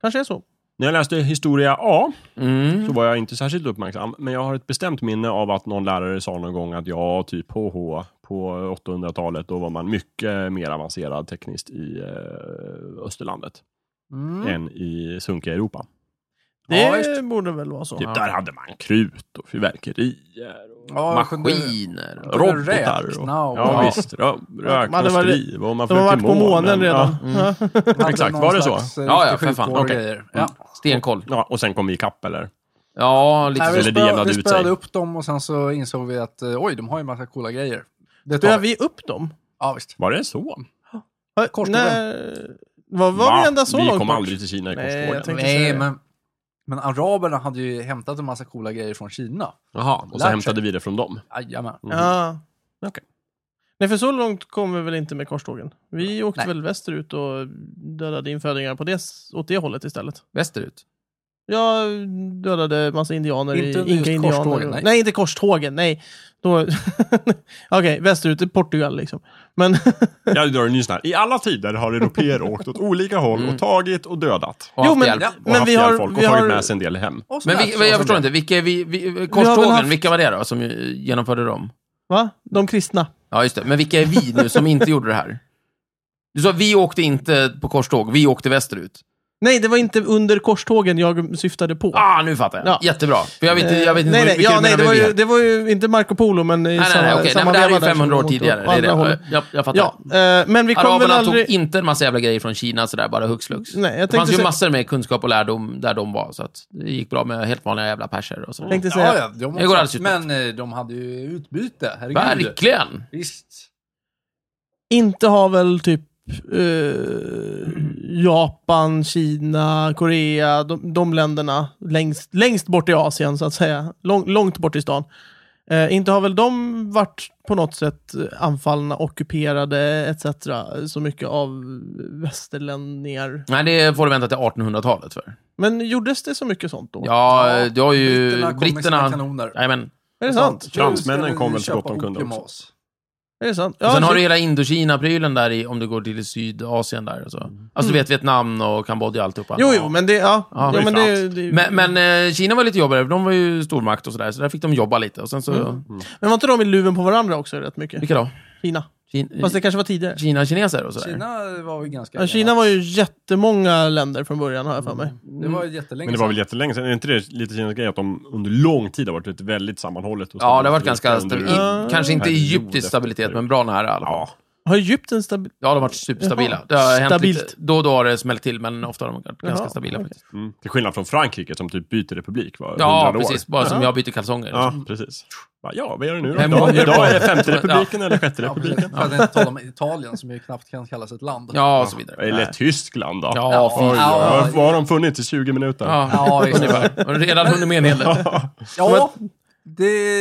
Speaker 1: Kanske är så.
Speaker 3: När jag läste historia A
Speaker 2: Mm.
Speaker 3: så var jag inte särskilt uppmärksam, men jag har ett bestämt minne av att någon lärare sa någon gång att ja, typ HH, på 800-talet, då var man mycket mer avancerad tekniskt i eh, Österlandet
Speaker 4: Mm.
Speaker 3: än i sunkiga Europa.
Speaker 1: Det
Speaker 4: Ja, visst.
Speaker 1: borde väl vara så.
Speaker 3: Typ,
Speaker 2: Ja.
Speaker 3: Där hade man krut och fyrverkerier och
Speaker 4: Ja,
Speaker 2: Maskiner.
Speaker 4: kunde- kunde
Speaker 3: robotar. Och,
Speaker 4: räkna
Speaker 3: ja,
Speaker 4: och-
Speaker 3: visst. Rö-
Speaker 1: Man hade varit-
Speaker 3: Röknastliv och man
Speaker 1: De har
Speaker 3: flög
Speaker 1: varit
Speaker 3: till
Speaker 1: på månen redan.
Speaker 3: Ja.
Speaker 1: Ja.
Speaker 4: Hade
Speaker 3: Exakt,
Speaker 4: någon
Speaker 3: var det så?
Speaker 4: slags, eh,
Speaker 2: Ja, ja,
Speaker 4: riktig
Speaker 2: för fan,
Speaker 4: sjukvård och
Speaker 2: okej.
Speaker 4: grejer. Ja.
Speaker 2: Stenkoll.
Speaker 3: Ja, och sen kom vi ikapp eller?
Speaker 2: Ja, lite
Speaker 4: Nej,
Speaker 2: så.
Speaker 4: vi
Speaker 3: Eller det
Speaker 4: spö,
Speaker 3: jämnade
Speaker 4: vi
Speaker 3: ut sig.
Speaker 4: spöade upp dem och sen så insåg vi att eh, oj, de har ju massa coola grejer. Det tar
Speaker 1: Spöar
Speaker 4: vi.
Speaker 1: vi upp dem?
Speaker 4: Ja, visst.
Speaker 3: Var det så?
Speaker 1: Ja,
Speaker 4: Korstågen.
Speaker 1: När... Var, var vi ända så
Speaker 3: vi
Speaker 1: långt
Speaker 3: kom
Speaker 1: bort?
Speaker 3: aldrig till Kina i
Speaker 1: Nej, jag
Speaker 3: korstågen.
Speaker 1: tänkte
Speaker 4: Nej,
Speaker 1: säga det.
Speaker 4: men, men araberna hade ju hämtat en massa coola grejer från Kina.
Speaker 2: Jaha.
Speaker 3: Och
Speaker 4: lärt
Speaker 3: så
Speaker 4: sig.
Speaker 3: hämtade vi det från dem. Mm.
Speaker 4: Jajamän.
Speaker 1: Ja.
Speaker 3: Okej.
Speaker 1: Nej, för så långt kom vi väl inte med korstågen. Vi åkte
Speaker 4: Nej.
Speaker 1: väl västerut och dödade infödingar på det, s- åt det hållet istället.
Speaker 2: Västerut.
Speaker 1: Jag dödade massa indianer
Speaker 4: Inte
Speaker 1: i
Speaker 4: just
Speaker 1: inka-indianer.
Speaker 4: korstågen,
Speaker 1: och-
Speaker 4: nej.
Speaker 1: nej, inte korstågen. Nej. Då... [laughs] Okej, västerut till Portugal liksom. Men [laughs]
Speaker 3: Jag drar en ny sån här. I alla tider
Speaker 2: [laughs]
Speaker 3: har européer åkt åt olika håll
Speaker 2: Mm.
Speaker 3: och tagit och dödat.
Speaker 2: Och
Speaker 1: Jo,
Speaker 2: haft
Speaker 1: men-
Speaker 2: hjälp.
Speaker 1: ja.
Speaker 3: Och haft
Speaker 1: vi
Speaker 3: ihjäl
Speaker 1: har-
Speaker 3: folk och
Speaker 1: vi
Speaker 3: tagit
Speaker 1: har-
Speaker 3: med sig en del hem.
Speaker 4: Och så
Speaker 2: Men
Speaker 4: lät
Speaker 2: vi,
Speaker 4: så
Speaker 2: men jag
Speaker 4: som
Speaker 2: förstår
Speaker 4: det.
Speaker 2: inte, vilka, är vi, vi, korstågen,
Speaker 1: haft-
Speaker 2: vilka var det då som eh, genomförde dem?
Speaker 1: va? De kristna.
Speaker 2: Ja, just det. Men vilka är vi nu som inte gjorde det här? Du sa vi åkte inte på korståg, vi åkte västerut.
Speaker 1: Nej, det var inte under korstågen jag syftade på.
Speaker 2: Ah, nu fattar jag.
Speaker 1: Ja.
Speaker 2: Jättebra. För jag vet inte, jag vet inte
Speaker 1: nej,
Speaker 2: vad-
Speaker 1: nej,
Speaker 2: vilka
Speaker 1: ja,
Speaker 2: du
Speaker 1: nej, det,
Speaker 2: menar med
Speaker 1: var
Speaker 2: vi
Speaker 1: ju,
Speaker 2: här.
Speaker 1: det var ju inte Marco Polo, men i
Speaker 2: Nej, nej,
Speaker 1: samma,
Speaker 2: nej, okej. nej,
Speaker 1: samma
Speaker 2: men det här är ju
Speaker 1: veva där som
Speaker 2: 500 år
Speaker 1: de åkte åt
Speaker 2: tidigare. Det är det.
Speaker 1: andra hållet.
Speaker 2: Jag, jag fattar.
Speaker 1: Ja, eh, men vi kom väl
Speaker 2: Araberna
Speaker 1: aldrig...
Speaker 2: tog inte en massa jävla grejer från Kina sådär, bara hux flux.
Speaker 1: Nej, jag
Speaker 2: det fanns
Speaker 1: tänkte
Speaker 2: ju
Speaker 1: säga-
Speaker 2: massor med kunskap och lärdom där de var, så att det gick bra med helt vanliga jävla perser och sådär.
Speaker 1: Tänkte
Speaker 4: Ja,
Speaker 1: säga,
Speaker 4: ja, de
Speaker 2: Det går alldeles utmärkt.
Speaker 4: men eh, de hade ju utbyte, herregud.
Speaker 2: Verkligen!
Speaker 4: Visst.
Speaker 1: inte har väl typ eh, Japan, Kina, Korea, de, de länderna längst, längst bort i Asien så att säga, Lång, långt bort i stan. Eh, inte har väl de varit på något sätt anfallna, ockuperade etc. så mycket av västerlänningar.
Speaker 2: Nej, det får du vänta till 1800-talet för.
Speaker 1: Men gjordes det så mycket sånt då?
Speaker 2: Ja,
Speaker 4: Ja,
Speaker 2: du har ju
Speaker 4: Britterna kom med sina
Speaker 2: britterna...
Speaker 4: kanoner.
Speaker 2: Jajmen.
Speaker 1: Är det sant?
Speaker 3: Fransmännen
Speaker 4: Nu ska
Speaker 3: kom
Speaker 4: vi
Speaker 3: väl så
Speaker 4: köpa
Speaker 3: gott de kunde
Speaker 4: opium
Speaker 3: också.
Speaker 4: av oss.
Speaker 1: Är det sant?
Speaker 2: och sen
Speaker 1: så-
Speaker 2: har du hela Indokina-prylen där i, om du går till Sydasien där. Och så.
Speaker 4: Mm.
Speaker 2: Alltså du vet Vietnam och Kambodja och alltihopa.
Speaker 1: Jo, jo, men det... Ja,
Speaker 2: Ja,
Speaker 1: ja,
Speaker 2: det är
Speaker 1: men det, det men,
Speaker 2: Men, men eh, Kina var lite jobbigare, för de var ju stormakt och sådär. Så där fick de jobba lite. Och sen så...
Speaker 1: Mm.
Speaker 4: Mm.
Speaker 1: var inte de i luven på varandra också rätt mycket?
Speaker 2: Vilka då?
Speaker 1: Kina.
Speaker 2: Kin-
Speaker 1: Fast det kanske var tidigare.
Speaker 2: Kina-kineser och sådär.
Speaker 4: Kina var ju ganska...
Speaker 1: Ja, Kina var ju jättemånga länder från början, har jag för mig.
Speaker 2: Mm.
Speaker 4: Det var ju jättelänge
Speaker 3: Men det var väl
Speaker 4: sedan.
Speaker 3: jättelänge sedan. Är inte det lite Kinas grej att de under lång tid har varit ett väldigt sammanhållet? och
Speaker 2: Ja, det har varit
Speaker 3: stabilt
Speaker 2: ganska...
Speaker 3: under-
Speaker 2: Stabil, kanske inte
Speaker 3: Period
Speaker 2: egyptisk
Speaker 3: efter
Speaker 2: stabilitet,
Speaker 3: period.
Speaker 2: men bra nära i alla fall.
Speaker 3: Ja,
Speaker 1: Har Egypten stabil...
Speaker 2: Ja, de har varit superstabila.
Speaker 1: Jaha.
Speaker 2: Det har hänt lite,
Speaker 1: Stabilt.
Speaker 2: då och då har det smällt till, men ofta har de varit ganska
Speaker 1: Jaha,
Speaker 2: stabila
Speaker 1: okej.
Speaker 2: faktiskt.
Speaker 3: mm. Till skillnad från Frankrike som typ byter republik var
Speaker 2: Ja,
Speaker 3: hundrade år.
Speaker 2: precis. Bara som
Speaker 1: Jaha.
Speaker 2: jag byter kalsonger.
Speaker 3: Ja, precis. Bara, Ja, vad gör du nu då?
Speaker 2: Fem
Speaker 3: Idag,
Speaker 2: gånger
Speaker 3: idag är det
Speaker 2: på-
Speaker 3: femte
Speaker 2: Ja.
Speaker 3: republiken eller sjätte
Speaker 4: Ja, precis.
Speaker 3: republiken.
Speaker 4: För att inte tala om Italien som ju knappt kan kallas ett land.
Speaker 2: Ja, och så vidare.
Speaker 3: Eller Tyskland då.
Speaker 2: Ja,
Speaker 4: Ja,
Speaker 2: fy.
Speaker 3: Oj,
Speaker 4: Ja.
Speaker 3: vad har de funnits i 20 minuter?
Speaker 2: Ja,
Speaker 4: Ja, visst.
Speaker 2: ungefär. Och Redan hunnit med en hel del.
Speaker 4: Ja, det...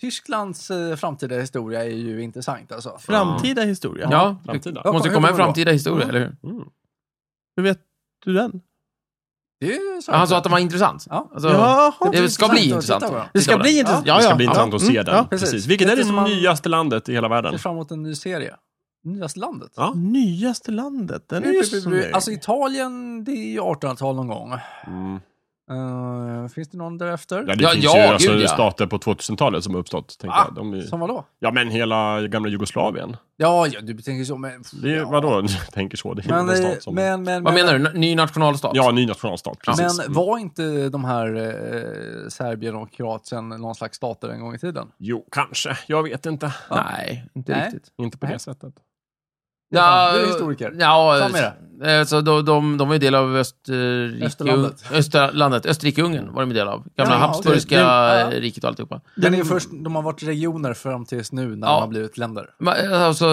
Speaker 4: Tysklands eh, framtida historia är ju intressant alltså.
Speaker 1: Framtida historia?
Speaker 2: Ja,
Speaker 3: Framtida.
Speaker 2: det måste komma en
Speaker 4: Ja,
Speaker 2: framtida historia, eller hur?
Speaker 1: Hur vet du den?
Speaker 4: Det är ju så.
Speaker 2: Ja, Han sa att den var intressant.
Speaker 4: Ja.
Speaker 2: Alltså,
Speaker 1: Jaha.
Speaker 2: det ska bli intressant.
Speaker 4: Intressant att titta på.
Speaker 1: Det ska
Speaker 2: Titta på
Speaker 1: bli
Speaker 2: den.
Speaker 1: intressant.
Speaker 4: Ja,
Speaker 3: Det ska
Speaker 1: ja.
Speaker 3: bli intressant att
Speaker 1: Mm,
Speaker 3: se den.
Speaker 1: ja.
Speaker 3: precis.
Speaker 4: Precis.
Speaker 3: Vilket är det
Speaker 4: Eftersom man-
Speaker 3: nyaste landet i hela världen?
Speaker 4: ser fram emot en ny serie. Nyaste landet.
Speaker 3: Ja.
Speaker 1: Nyaste landet? Den är ju snygg.
Speaker 4: Alltså Italien, det är ju 1800-tal någon gång.
Speaker 3: Mm.
Speaker 4: Eh, finns det någon därefter?
Speaker 3: Ja, det
Speaker 2: Ja,
Speaker 3: finns
Speaker 2: ja,
Speaker 3: ju
Speaker 2: gud,
Speaker 3: alltså,
Speaker 2: ja.
Speaker 3: stater på 2000-talet som har uppstått. Tänker
Speaker 4: Ah,
Speaker 3: jag. De är...
Speaker 4: Som vadå?
Speaker 3: Ja, men hela gamla Jugoslavien.
Speaker 4: Ja, ja, du tänker så, men...
Speaker 3: Det är,
Speaker 4: ja.
Speaker 3: Vadå, [laughs] du tänker så? Det är en
Speaker 4: Men, eh,
Speaker 3: stat som...
Speaker 4: men, men,
Speaker 2: Vad
Speaker 4: men,
Speaker 2: menar du? N- Ny nationalstat?
Speaker 3: Ja, ny nationalstat. Precis. Mm.
Speaker 4: men var inte de här eh, Serbien och Kroatien någon slags stater en gång i tiden?
Speaker 3: Jo, kanske. Jag vet inte.
Speaker 2: Nej, inte
Speaker 4: Nej.
Speaker 2: riktigt.
Speaker 3: Inte på
Speaker 4: Nej.
Speaker 3: det sättet.
Speaker 4: Ja, du är historiker.
Speaker 2: Ja,
Speaker 4: Fram med
Speaker 2: eh, så de, de, de var ju del av Österrike,
Speaker 4: Österlandet.
Speaker 2: Österlandet. Österrike-Ungern var de ju del av. Gamla
Speaker 4: Ja,
Speaker 2: Habsburgska
Speaker 4: okej. Ja.
Speaker 2: riket och alltihopa.
Speaker 4: Den är ju först, de har varit regioner fram tills nu när
Speaker 2: Ja.
Speaker 4: de har blivit länder.
Speaker 2: Men, Alltså,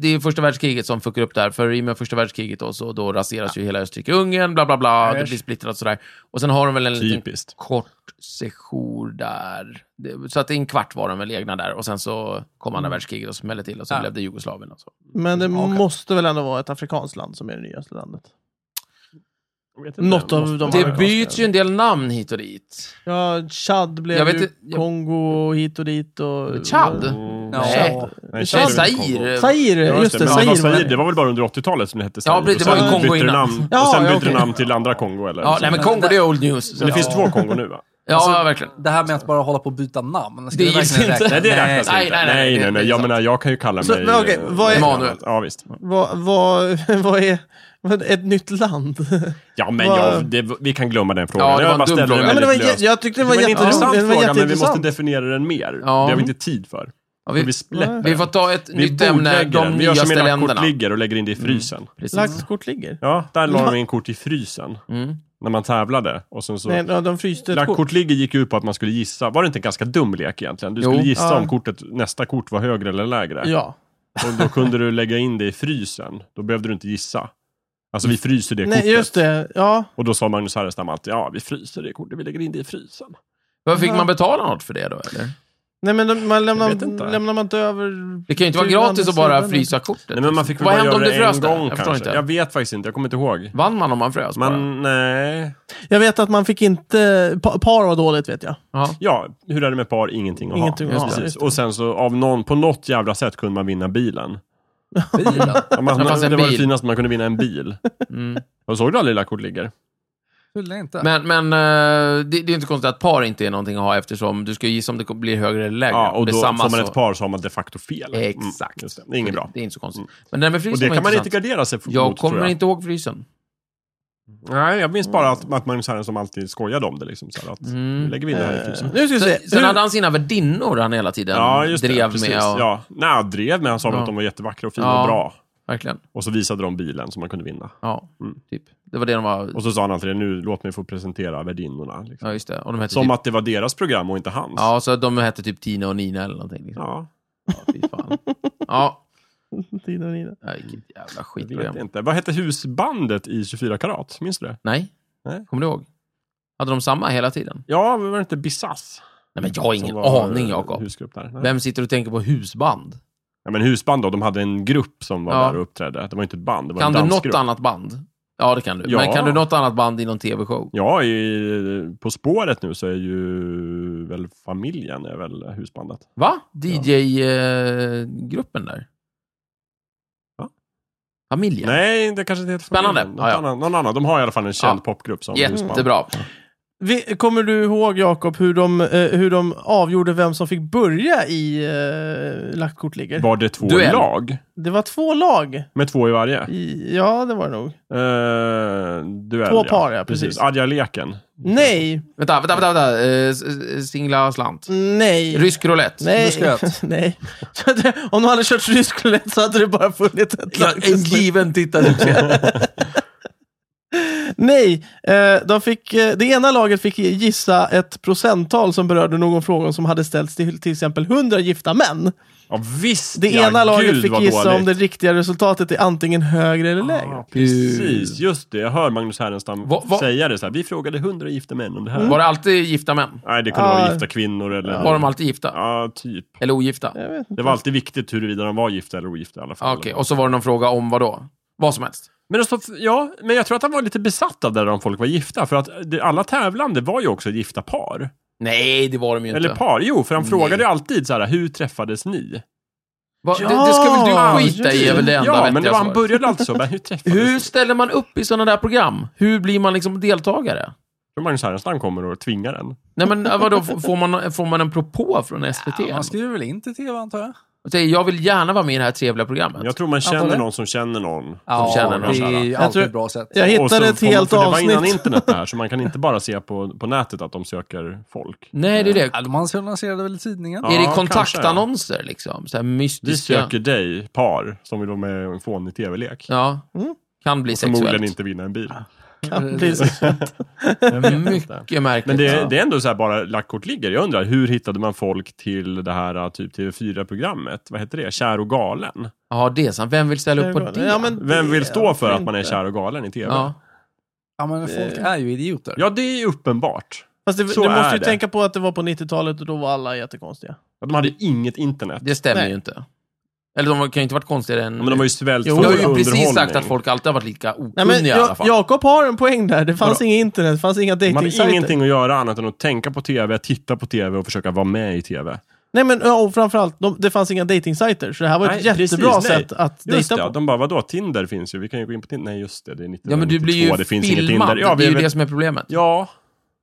Speaker 2: det är första världskriget som fuckar upp där, för i och med första världskriget då, så då raseras ju hela Österrike-Ungern, bla bla bla, det
Speaker 4: Äsch.
Speaker 2: blir splittrat och sådär. Och sen har de väl en liten
Speaker 3: Typiskt.
Speaker 2: kort sejour där. Det, så att en kvart var de väl egna där och sen så kom andra världskriget och smällde till och så
Speaker 4: Mm. Ja.
Speaker 2: blev det Jugoslavien och så.
Speaker 1: Men det
Speaker 4: Okej.
Speaker 1: måste väl ändå vara ett afrikanskt land som är det nyaste landet?
Speaker 3: Jag vet inte. Mm.
Speaker 1: Något av
Speaker 3: Måste-
Speaker 1: de
Speaker 2: Det
Speaker 1: amerikanska.
Speaker 2: byts ju en del namn hit och dit.
Speaker 1: Ja, Chad blev
Speaker 2: Jag vet
Speaker 1: ju
Speaker 2: inte- jag-
Speaker 1: Kongo hit och dit och...
Speaker 2: Chad?
Speaker 3: Mm.
Speaker 4: Ja.
Speaker 2: Nej.
Speaker 3: Nej,
Speaker 1: Zaire.
Speaker 3: Zaire är väl
Speaker 2: Zaire.
Speaker 3: Kongo.
Speaker 1: Zaire,
Speaker 3: Ja,
Speaker 1: just det.
Speaker 3: men det, var
Speaker 1: Zaire var
Speaker 3: Zaire,
Speaker 1: det.
Speaker 3: det var väl bara under 80-talet som det hette Zaire?
Speaker 2: Ja, precis, det
Speaker 3: och
Speaker 2: var ju
Speaker 3: sen
Speaker 2: Kongo
Speaker 3: bytte det
Speaker 2: innan.
Speaker 3: namn,
Speaker 1: Ja,
Speaker 3: Och sen
Speaker 1: ja,
Speaker 3: bytte
Speaker 1: okej.
Speaker 3: det namn till andra Kongo eller?
Speaker 2: Ja,
Speaker 3: så.
Speaker 2: nej men Kongo det är old news.
Speaker 3: Men det finns
Speaker 2: ja.
Speaker 3: två alltså, Kongo nu va?
Speaker 2: Ja, verkligen.
Speaker 4: Det här med att bara hålla på och byta namn, ska
Speaker 2: Det
Speaker 4: det
Speaker 2: gills
Speaker 4: verkligen
Speaker 2: inte.
Speaker 4: räknas?
Speaker 3: Nej, det räknas
Speaker 2: nej,
Speaker 3: inte.
Speaker 2: nej, nej,
Speaker 3: nej,
Speaker 2: det- det är
Speaker 3: Jag
Speaker 2: sant.
Speaker 3: menar, jag kan ju kalla mig... eh,
Speaker 1: Så, men okej, vad är-
Speaker 2: Emanuel.
Speaker 3: Ja, visst.
Speaker 1: Vad, vad, [laughs] vad är... Vad, ett nytt land? [laughs]
Speaker 3: Ja, men
Speaker 1: Vad-
Speaker 3: jag, det, vi kan glömma den frågan.
Speaker 2: Ja, det var
Speaker 3: jag
Speaker 2: en
Speaker 3: bara
Speaker 2: dum
Speaker 3: ställer
Speaker 2: fråga.
Speaker 3: den
Speaker 1: Ja, men det var,
Speaker 3: väldigt
Speaker 1: jä-
Speaker 3: löst.
Speaker 1: jag tyckte det
Speaker 3: Det
Speaker 1: var,
Speaker 3: var en intressant
Speaker 1: jätteintressant. Det var
Speaker 3: fråga, men vi måste
Speaker 1: jätteintressant.
Speaker 3: definiera den mer.
Speaker 2: Ja.
Speaker 3: Det har vi inte tid för.
Speaker 2: Ja,
Speaker 3: Vi,
Speaker 2: vi,
Speaker 3: vi släpper
Speaker 2: vi får ta ett
Speaker 3: Vi
Speaker 2: nytt ämne,
Speaker 3: bordlägger
Speaker 2: de
Speaker 3: den. Vi gör som
Speaker 2: nyaste
Speaker 3: mina kort
Speaker 2: länderna. Mm.
Speaker 3: ligger och lägger in det i frysen.
Speaker 2: Precis.
Speaker 1: Laxkort ligger?
Speaker 3: Ja, där la de in kort i frysen.
Speaker 2: Mm.
Speaker 3: När man tävlade. Och sen så...
Speaker 1: Nej, ja, de fryste ett
Speaker 3: Lack
Speaker 1: kort.
Speaker 3: kort ligger gick ju ut på att man skulle gissa. Var det inte en ganska dum lek egentligen? Du
Speaker 2: Jo.
Speaker 3: skulle gissa
Speaker 1: Ja.
Speaker 3: om kortet, nästa kort var högre eller lägre.
Speaker 1: Ja.
Speaker 3: Och då kunde du lägga in det i frysen. Då behövde du inte gissa. Alltså vi fryser det kortet.
Speaker 1: Nej, just det. Ja.
Speaker 3: Och då sa Magnus Härenstam alltid, ja vi fryser det kortet, vi lägger in det i frysen.
Speaker 2: Vad Fick man betala något för det då, eller?
Speaker 1: Nej, men de, man lämnar,
Speaker 3: Jag vet inte.
Speaker 1: lämnar man inte över...
Speaker 2: Det kan ju inte vara
Speaker 1: Till
Speaker 2: gratis att
Speaker 1: andra
Speaker 2: bara
Speaker 1: sidan.
Speaker 2: frysa kortet.
Speaker 3: Nej men man fick väl
Speaker 2: Vad
Speaker 3: bara
Speaker 2: hände om
Speaker 3: göra
Speaker 2: du
Speaker 3: det
Speaker 2: frös
Speaker 3: en
Speaker 2: då?
Speaker 3: gång
Speaker 2: Jag förstår
Speaker 3: kanske.
Speaker 2: inte.
Speaker 3: Jag vet faktiskt inte, jag kommer inte ihåg.
Speaker 2: Vann man om man frös bara?
Speaker 3: Men nej.
Speaker 1: Jag vet att man fick inte... pa- Par var dåligt, vet jag.
Speaker 2: Ja.
Speaker 3: Ja, hur är det med par? Ingenting att
Speaker 1: Ingenting
Speaker 3: ha.
Speaker 1: att
Speaker 3: Just
Speaker 1: ha,
Speaker 3: precis.
Speaker 1: just det.
Speaker 3: Och sen så av någon, på något jävla sätt kunde man vinna bilen.
Speaker 4: Bilen.
Speaker 3: Ja,
Speaker 2: [laughs]
Speaker 3: Man,
Speaker 2: Det fanns en
Speaker 3: det var det
Speaker 2: bil.
Speaker 3: finaste, man kunde vinna en bil.
Speaker 2: Mm.
Speaker 3: Och såg du aldrig Lack kort ligger?
Speaker 4: Tydligen inte.
Speaker 2: Men, men eh, det, det är ju inte konstigt att par inte är någonting att ha eftersom du ska ju gissa om det blir högre eller lägre.
Speaker 3: Ja, och då
Speaker 2: det är samma
Speaker 3: får man
Speaker 2: så-
Speaker 3: ett par så har man de facto fel. Mm,
Speaker 2: Exakt.
Speaker 3: just det. det är inget bra. Mm.
Speaker 2: Det är inte så konstigt. Men det där med frysen
Speaker 3: Och det
Speaker 2: var
Speaker 3: kan man inte
Speaker 2: intressant.
Speaker 3: gardera sig mot,
Speaker 2: Jag
Speaker 3: tror
Speaker 2: kommer
Speaker 3: jag.
Speaker 2: inte ihåg frysen.
Speaker 3: Nej, jag minns bara att, att Magnus Herrenstam alltid skojade om det. Liksom, så här, att,
Speaker 2: Mm.
Speaker 3: Nu lägger vi in det här i frysen.
Speaker 1: Nu ska vi se.
Speaker 2: Sen, sen
Speaker 1: Hur- [laughs]
Speaker 2: hade han sina värdinnor han hela tiden
Speaker 3: Ja, just det.
Speaker 2: drev
Speaker 3: precis.
Speaker 2: med. Och,
Speaker 3: Ja. Nej, han drev med. Han sa
Speaker 2: Ja.
Speaker 3: att de var jättevackra och fina
Speaker 2: Ja.
Speaker 3: och bra.
Speaker 2: Verkligen.
Speaker 3: Och så visade de bilen som man kunde vinna.
Speaker 2: Ja,
Speaker 3: Mm.
Speaker 2: typ. Det var det de var...
Speaker 3: Och så sa han alltid nu låt mig få presentera värdinnorna. Liksom.
Speaker 2: Ja, just det. Och de hette
Speaker 3: Som
Speaker 2: typ...
Speaker 3: att det var deras program och inte hans.
Speaker 2: Ja, så de hette typ Tina och Nina eller någonting. Liksom.
Speaker 3: Ja,
Speaker 2: Ja, fy fan. Ja,
Speaker 1: Tiden är inne.
Speaker 2: ja, vilket jävla
Speaker 3: jag vet
Speaker 2: skitprogram.
Speaker 3: inte. Vad hette husbandet i 24 karat? Minns du det?
Speaker 2: Nej.
Speaker 3: Nej.
Speaker 2: Kommer du ihåg? Hade de samma hela tiden?
Speaker 3: Ja, var det inte Bissass?
Speaker 2: Nej, men jag har ingen
Speaker 3: som var,
Speaker 2: aning,
Speaker 3: eh,
Speaker 2: Jakob.
Speaker 3: Husgrupp där. Nej.
Speaker 2: Vem sitter och tänker på husband?
Speaker 3: Ja, men husband då, de hade en grupp som var
Speaker 2: Ja.
Speaker 3: där och uppträdde. Det var inte ett band, det var
Speaker 2: Kan
Speaker 3: en
Speaker 2: du något
Speaker 3: dansgrupp.
Speaker 2: annat band? Ja, det kan du.
Speaker 3: Ja.
Speaker 2: Men kan du något annat band i någon tv-show?
Speaker 3: Ja, i, på spåret nu så är ju väl familjen är väl husbandet.
Speaker 2: Va? DJ-gruppen där?
Speaker 3: Va?
Speaker 2: Familjen?
Speaker 3: Nej, det kanske inte heter familjen.
Speaker 2: Spännande.
Speaker 3: Något
Speaker 2: Ja, ja.
Speaker 3: Annan, någon annan. De har i alla fall en känd
Speaker 2: Ja.
Speaker 3: popgrupp som husband.
Speaker 2: Jättebra.
Speaker 1: Vi, kommer du ihåg, Jakob, hur de, eh, hur de avgjorde vem som fick börja i eh, lagt kort ligger?
Speaker 3: Var det två
Speaker 2: Duell.
Speaker 3: lag?
Speaker 1: Det var två lag.
Speaker 3: Med två i varje?
Speaker 1: I, ja, det var det nog.
Speaker 3: Eh, duell,
Speaker 1: Två par, ja, precis.
Speaker 3: Adja-leken.
Speaker 1: Nej,
Speaker 2: Vänta, vänta, vänta. vänta. Eh, s- s- singla slant.
Speaker 1: nej.
Speaker 2: Rysk roulette.
Speaker 1: Nej. [laughs]
Speaker 4: Muskelett.
Speaker 1: nej. Så att det- Om de hade kört rysk roulette så hade det bara funnits ett
Speaker 2: Ja,
Speaker 1: lag till
Speaker 2: en
Speaker 1: slut.
Speaker 2: given tittarsuccé.
Speaker 1: Nej, eh, de fick, eh, det ena laget fick gissa ett procenttal som berörde någon fråga som hade ställts till till exempel 100 gifta män.
Speaker 3: Ja, visst
Speaker 1: Det
Speaker 3: ja,
Speaker 1: ena laget
Speaker 3: gud,
Speaker 1: fick
Speaker 3: vad
Speaker 1: gissa om det
Speaker 3: dåligt. Ah,
Speaker 1: riktiga resultatet är antingen högre eller lägre.
Speaker 3: Ja, precis, just det. Jag hör Magnus Härenstam
Speaker 2: Va- va-
Speaker 3: säga det så här. Vi frågade hundra gifta män om det
Speaker 2: [laughs]
Speaker 3: här.
Speaker 2: Var det alltid gifta män?
Speaker 3: Nej, det kunde
Speaker 1: Ah.
Speaker 3: vara gifta kvinnor eller...
Speaker 2: Var de alltid gifta?
Speaker 3: Ja, typ.
Speaker 2: Eller ogifta?
Speaker 1: Jag vet inte.
Speaker 3: Det var alltid viktigt huruvida de var gifta eller ogifta i alla
Speaker 2: Ah,
Speaker 3: fall.
Speaker 2: Okej, och så var det någon fråga om vad då? Vad som helst.
Speaker 3: Men, alltså, ja, men jag tror att han var lite besatt av det där om folk var gifta. För att det, alla tävlande var ju också gifta par.
Speaker 2: Nej, det var de ju inte.
Speaker 3: Eller par, jo. För han
Speaker 2: Nej.
Speaker 3: frågade ju alltid så här, hur träffades ni?
Speaker 2: Va,
Speaker 1: Ja,
Speaker 2: det, det ska väl du skita
Speaker 1: just
Speaker 2: i, är väl det enda
Speaker 3: ja, men det
Speaker 2: vettiga
Speaker 3: var, han
Speaker 2: svaret.
Speaker 3: började alltid så.
Speaker 2: [laughs]
Speaker 3: Men hur träffades
Speaker 2: Hur
Speaker 3: ni?
Speaker 2: ställer man upp i sådana där program? Hur blir man liksom deltagare?
Speaker 3: Tror Magnus Härenstam kommer och tvingar en.
Speaker 2: Nej men eh, vadå, f- får man, får man en propå från SVT?
Speaker 4: Ja, man skriver väl in till tv antar jag?
Speaker 2: Och säger jag vill gärna vara med i det här trevliga programmet.
Speaker 3: Jag tror man känner
Speaker 1: Antagligen.
Speaker 3: någon som känner någon.
Speaker 4: Ja,
Speaker 2: känner någon
Speaker 4: det
Speaker 3: sån här.
Speaker 4: är
Speaker 1: Jag
Speaker 4: alltid
Speaker 1: tror-
Speaker 4: ett bra sätt.
Speaker 1: Jag
Speaker 3: Och så
Speaker 1: hittade ett
Speaker 3: får man-
Speaker 1: helt
Speaker 3: för det var innan
Speaker 1: avsnitt.
Speaker 3: internet det här, så man kan
Speaker 2: [laughs]
Speaker 3: inte bara se på, på nätet att de söker folk.
Speaker 2: Nej, det är det.
Speaker 4: Ja, de annonserade väl i tidningen?
Speaker 3: Ja,
Speaker 2: är det
Speaker 3: kanske.
Speaker 2: kontaktannonser liksom? Så här mystiska...
Speaker 3: Vi söker dig, par, som vill vara med i en fånig tv-lek.
Speaker 2: Ja.
Speaker 1: Mm.
Speaker 2: Kan bli
Speaker 3: Förmodligen
Speaker 2: sexuellt.
Speaker 3: inte vinna en bil.
Speaker 2: Eh,
Speaker 1: Precis.
Speaker 4: [laughs]
Speaker 2: Mycket märkligt.
Speaker 3: Men det, det är ändå så här bara lackkort ligger. Jag undrar, hur hittade man folk till det här uh, typ TV4-programmet? Vad heter det? Kär och galen?
Speaker 2: Ja, det är sant. Vem vill ställa upp på det?
Speaker 1: Ja, men
Speaker 3: Vem
Speaker 1: det-
Speaker 3: vill stå för
Speaker 1: varför
Speaker 3: att man är
Speaker 1: inte?
Speaker 3: kär och galen i TV?
Speaker 2: Ja.
Speaker 3: Ja,
Speaker 4: Ja, men folk är ju idioter.
Speaker 3: det är ju uppenbart.
Speaker 1: Fast det,
Speaker 3: Så
Speaker 1: du
Speaker 3: är
Speaker 1: måste ju
Speaker 3: det.
Speaker 1: tänka på att det var på 90-talet och då var alla jättekonstiga.
Speaker 3: Att de hade inget internet.
Speaker 2: Det stämmer
Speaker 1: Nej.
Speaker 2: ju inte. Eller de kan ju inte varit konstigare än...
Speaker 3: Ja, Men de var ju svält
Speaker 1: Jo,
Speaker 2: Du har
Speaker 1: stora
Speaker 2: ju precis sagt att folk alltid har varit lika okunniga
Speaker 1: Nej, men
Speaker 2: i alla
Speaker 1: ja,
Speaker 2: fall.
Speaker 1: Jakob har en poäng där. Det fanns
Speaker 3: Vadå?
Speaker 1: inget internet, det fanns inga
Speaker 3: Man hade
Speaker 1: dejtingsajter.
Speaker 3: ingenting att göra annat än att tänka på TV, titta på TV och försöka vara med i TV.
Speaker 1: Nej men ja, och framförallt, de, det fanns inga dejtingsajter. Så det här var ett
Speaker 3: Nej,
Speaker 1: jättebra
Speaker 3: precis, nej.
Speaker 1: sätt att
Speaker 3: Just
Speaker 1: dejta
Speaker 3: det,
Speaker 1: på.
Speaker 3: de bara, vadå, Tinder finns ju, vi kan ju gå in på Tinder. Nej, just det, det är 1992,
Speaker 2: Ja, men du blir ju
Speaker 3: det finns inget Tinder.
Speaker 2: filmad.
Speaker 3: Ja,
Speaker 2: det
Speaker 3: vi
Speaker 2: är ju
Speaker 3: väl-
Speaker 2: det som är problemet.
Speaker 3: Ja.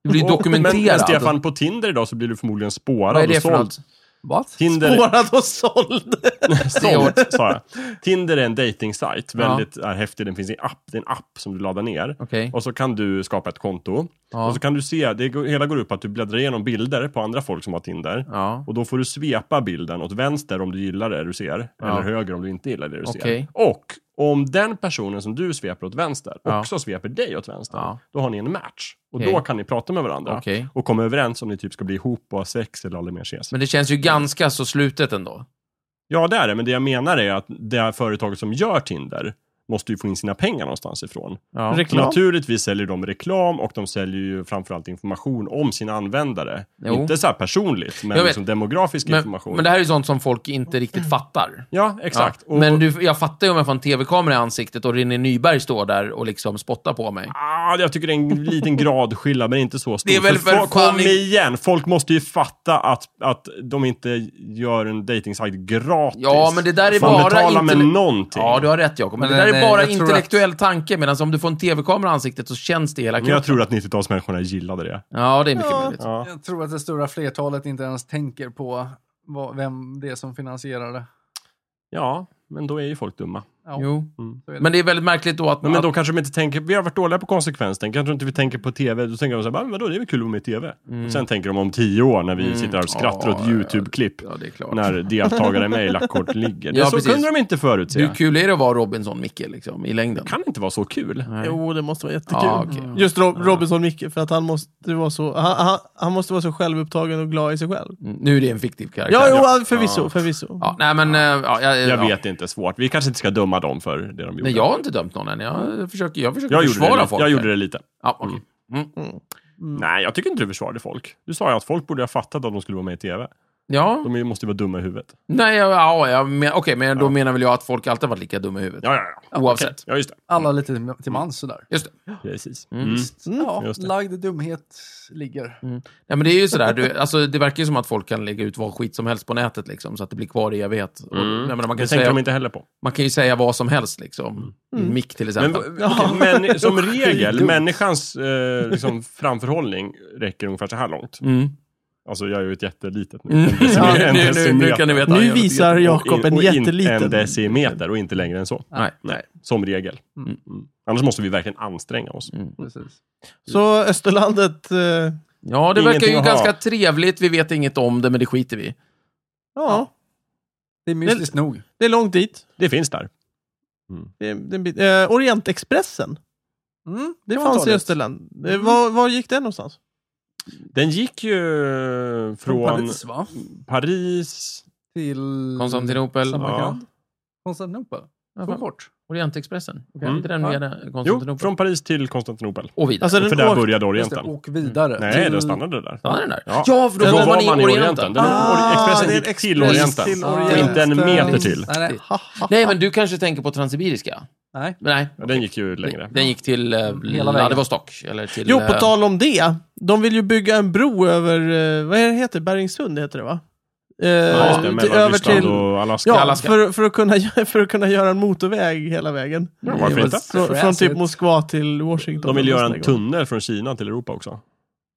Speaker 2: Du blir
Speaker 3: Och- Men, men
Speaker 2: dokumenterad.
Speaker 3: Stefan, på Tinder idag så blir du förmodligen
Speaker 2: Vad är
Speaker 3: spårad
Speaker 2: det
Speaker 3: och
Speaker 2: för
Speaker 3: såld.
Speaker 2: något?
Speaker 4: What?
Speaker 3: Tinder,
Speaker 1: Spårad och såld.
Speaker 2: Det
Speaker 3: såld sa jag. Tinder är en dating-sajt.
Speaker 2: Ja.
Speaker 3: Väldigt är häftig. Den finns i en app. Det är en app som du laddar ner.
Speaker 2: Okej.
Speaker 3: Och så kan du skapa ett konto.
Speaker 2: Ja.
Speaker 3: Och så kan du se, det går- hela går upp att du bläddrar igenom bilder på andra folk som har Tinder.
Speaker 2: Ja.
Speaker 3: Och då får du svepa bilden åt vänster om du gillar det du ser. Eller höger om du inte gillar det du
Speaker 2: Okej.
Speaker 3: ser. Och om den personen som du sveper åt vänster
Speaker 2: Ja.
Speaker 3: också sveper dig åt vänster.
Speaker 2: Ja.
Speaker 3: Då har ni en match. Och
Speaker 2: Okej.
Speaker 3: då kan ni prata med varandra.
Speaker 2: Okej.
Speaker 3: Och komma överens om ni typ ska bli ihop och ha sex eller aldrig mer ses.
Speaker 2: Men det känns ju ganska så slutet ändå.
Speaker 3: Ja, det är det. Men det jag menar är att det här företaget som gör Tinder måste ju få in sina pengar någonstans ifrån.
Speaker 2: Ja.
Speaker 1: Reklam.
Speaker 3: Naturligtvis säljer de reklam och de säljer ju framförallt information om sina användare.
Speaker 2: Jo.
Speaker 3: Inte så här personligt, men
Speaker 2: Jag vet.
Speaker 3: liksom demografisk
Speaker 2: Men,
Speaker 3: information.
Speaker 2: men det här är ju sånt som folk inte
Speaker 3: [clears throat]
Speaker 2: riktigt fattar.
Speaker 3: Ja, exakt.
Speaker 2: Ja.
Speaker 3: Och-
Speaker 2: Men du, jag fattar ju om jag får en tv-kamera i ansiktet och René Nyberg står där och liksom spottar på mig.
Speaker 3: Ah, jag tycker det är en liten gradskillnad, men inte så stor.
Speaker 2: Det är väl för
Speaker 3: fo-
Speaker 2: fan
Speaker 3: Kom
Speaker 2: i-
Speaker 3: igen! Folk måste ju fatta att, att de inte gör en datingsajt gratis.
Speaker 2: Ja, men det där är
Speaker 3: Man
Speaker 2: bara
Speaker 3: betalar med
Speaker 2: intell-
Speaker 3: någonting.
Speaker 2: Ja, du har rätt Jakob. Men,
Speaker 4: Men
Speaker 2: det där
Speaker 4: nej,
Speaker 2: är bara
Speaker 4: jag tror att-
Speaker 2: intellektuell tanke, medan om du får en tv-kamera i ansiktet så känns det i hela
Speaker 3: Men jag
Speaker 2: kroppen.
Speaker 3: tror att 90-talsmänniskorna gillade det.
Speaker 2: Ja, det är mycket
Speaker 1: Ja.
Speaker 2: möjligt.
Speaker 3: Ja.
Speaker 4: Jag tror att det stora flertalet inte ens tänker på vad, vem det är som finansierar det.
Speaker 3: ja, men då är ju folk dumma.
Speaker 4: Ja,
Speaker 2: Jo.
Speaker 3: Mm.
Speaker 4: så är det.
Speaker 2: Men det är väldigt märkligt då att...
Speaker 3: Men, men då kanske de inte tänker, vi har varit dåliga på konsekvensen, kanske inte vi tänker på TV, då tänker de så här, "Va, men vadå, det är väl kul att vara med i TV. Och sen tänker de om tio år när vi
Speaker 2: Mm.
Speaker 3: sitter här och skrattar
Speaker 2: Ja,
Speaker 3: åt
Speaker 2: ja, ja.
Speaker 3: YouTube-klipp,
Speaker 2: Ja, det är klart.
Speaker 3: när deltagare är med i lackkort [laughs] ligger.
Speaker 2: Ja,
Speaker 3: det, så
Speaker 2: precis.
Speaker 3: kunde de inte förutse.
Speaker 2: Hur kul är det att vara Robinson, Micke, liksom, i längden?
Speaker 3: Det kan inte vara så kul.
Speaker 2: Nej.
Speaker 1: Jo, det måste vara jättekul. Mm.
Speaker 2: Ja, okej.
Speaker 1: Just Rob Robinson Micke, för att han måste vara så, han, han, han måste vara så självupptagen och glad i sig själv.
Speaker 2: Mm, Nu är det en fiktiv karaktär.
Speaker 1: Ja, jo, förvisso, förvisso.
Speaker 2: Ja, nej, men... eh, Ja, jag,
Speaker 3: Jag
Speaker 2: ja.
Speaker 3: vet inte, svårt. Vi kanske inte ska döma dem för det de gjorde.
Speaker 2: Nej, jag har inte dömt någon än. Jag försöker, jag försöker
Speaker 3: jag, gjorde det,
Speaker 2: försvara
Speaker 3: lite.
Speaker 2: folk.
Speaker 3: jag gjorde det lite.
Speaker 2: Ja, okej.
Speaker 3: Mm. Nej, jag tycker inte du försvarade folk. Du sa ju att folk borde ha fattat att de skulle vara med i TV.
Speaker 2: Ja,
Speaker 3: De är- måste ju vara dumma i huvudet.
Speaker 2: nej, ja, ja, ja men, okej, men då menar väl jag att folk alltid har varit lika dumma i huvudet.
Speaker 3: Ja, ja, ja.
Speaker 2: Oavsett.
Speaker 3: Ja, just det.
Speaker 4: Alla lite till mans sådär.
Speaker 2: Just det.
Speaker 3: Precis.
Speaker 2: Mm.
Speaker 3: Mm.
Speaker 4: Ja,
Speaker 3: just det. Mm.
Speaker 4: lagd dumhet ligger.
Speaker 2: Ja, men det är ju sådär, du, alltså, det verkar ju som att folk kan lägga ut vad skit som helst på nätet, liksom, så att det blir kvar i evighet. Och, jag menar, man, kan
Speaker 3: Det
Speaker 2: ju
Speaker 3: Mm. tänkte de
Speaker 2: säga,
Speaker 3: inte heller på.
Speaker 2: man kan ju säga vad som helst, liksom. Mick till exempel.
Speaker 3: Men, okej, men som regel, människans eh, liksom, framförhållning räcker ungefär så här långt.
Speaker 2: mm.
Speaker 3: Alltså jag är ju ett jättelitet nu.
Speaker 2: Mm.
Speaker 3: En decimeter.
Speaker 2: [laughs] Ja,
Speaker 3: en
Speaker 2: nu, nu, nu
Speaker 3: decimeter.
Speaker 2: kan ni veta.
Speaker 1: Nu
Speaker 2: Jag vet
Speaker 1: visar
Speaker 2: inte.
Speaker 1: Jakob en
Speaker 3: Och in- En
Speaker 1: jätteliten...
Speaker 3: decimeter och inte längre än så.
Speaker 2: Nej.
Speaker 3: Nej, som regel.
Speaker 4: Mm.
Speaker 3: Mm. Annars måste vi verkligen anstränga oss.
Speaker 2: Mm.
Speaker 4: Precis.
Speaker 1: Så Österlandet... eh, ja.
Speaker 2: Ja, det verkar
Speaker 3: Ingenting
Speaker 2: ju
Speaker 3: att
Speaker 2: ganska
Speaker 3: ha.
Speaker 2: trevligt. Vi vet inget om det, men det skiter vi i.
Speaker 4: Det är mystiskt nog.
Speaker 1: det är långt dit.
Speaker 3: Det finns där.
Speaker 1: Det, är- det, är en bit- eh, Orientexpressen.
Speaker 4: Mm,
Speaker 1: Det
Speaker 4: kan man
Speaker 1: fanns
Speaker 4: ta
Speaker 1: i
Speaker 4: det.
Speaker 1: Österland. Eh, Var, var gick den någonstans?
Speaker 3: Den gick ju
Speaker 4: Från
Speaker 3: från
Speaker 4: Paris, va?
Speaker 3: Paris...
Speaker 4: Till...
Speaker 2: Konstantinopel.
Speaker 4: Samarkand? Konstantinopel? Så kort?
Speaker 2: Orientexpressen.
Speaker 4: Okej.
Speaker 2: Inte den
Speaker 4: Ja.
Speaker 2: via
Speaker 3: Mm. Jo,
Speaker 2: Konstantinopel?
Speaker 3: från Paris till Konstantinopel.
Speaker 2: Och vidare.
Speaker 1: Alltså, den
Speaker 3: För där
Speaker 1: or-
Speaker 3: började
Speaker 4: Just det,
Speaker 3: Orienten.
Speaker 4: och vidare.
Speaker 3: Mm. Nej,
Speaker 4: till...
Speaker 3: den stannade där.
Speaker 2: Ja, den där.
Speaker 3: Ja.
Speaker 2: för då, var man i Orienten.
Speaker 3: Den,
Speaker 1: Ah,
Speaker 3: Expressen
Speaker 1: det är
Speaker 3: gick till
Speaker 1: Express
Speaker 3: Orienten.
Speaker 1: till
Speaker 4: Orienten.
Speaker 3: Inte en meter till.
Speaker 4: Nej, nej.
Speaker 1: Ha, ha,
Speaker 2: Nej,
Speaker 1: ha.
Speaker 2: men du kanske tänker på Transsibiriska?
Speaker 4: nej.
Speaker 2: Nej.
Speaker 3: Ja, den gick ju längre.
Speaker 2: Den gick till eh,
Speaker 4: Hela vägen.
Speaker 2: Vladivostok. Eller till,
Speaker 1: Jo, på
Speaker 2: eh,
Speaker 1: tal om det. De vill ju bygga en bro över, eh, vad är det heter Beringsund heter det va? Eh,
Speaker 3: Ja, just det,
Speaker 1: till-
Speaker 3: mellan
Speaker 1: över
Speaker 3: Ryssland
Speaker 1: till...
Speaker 3: och Alaska.
Speaker 1: Ja,
Speaker 2: Alaska.
Speaker 1: För, för, att kunna, [laughs] för att kunna göra en motorväg hela vägen.
Speaker 3: Ja, varför inte?
Speaker 1: Frå, från
Speaker 4: Fräsigt.
Speaker 1: typ Moskva till Washington.
Speaker 3: De vill göra en
Speaker 1: Nästa gång.
Speaker 3: tunnel från Kina till Europa också.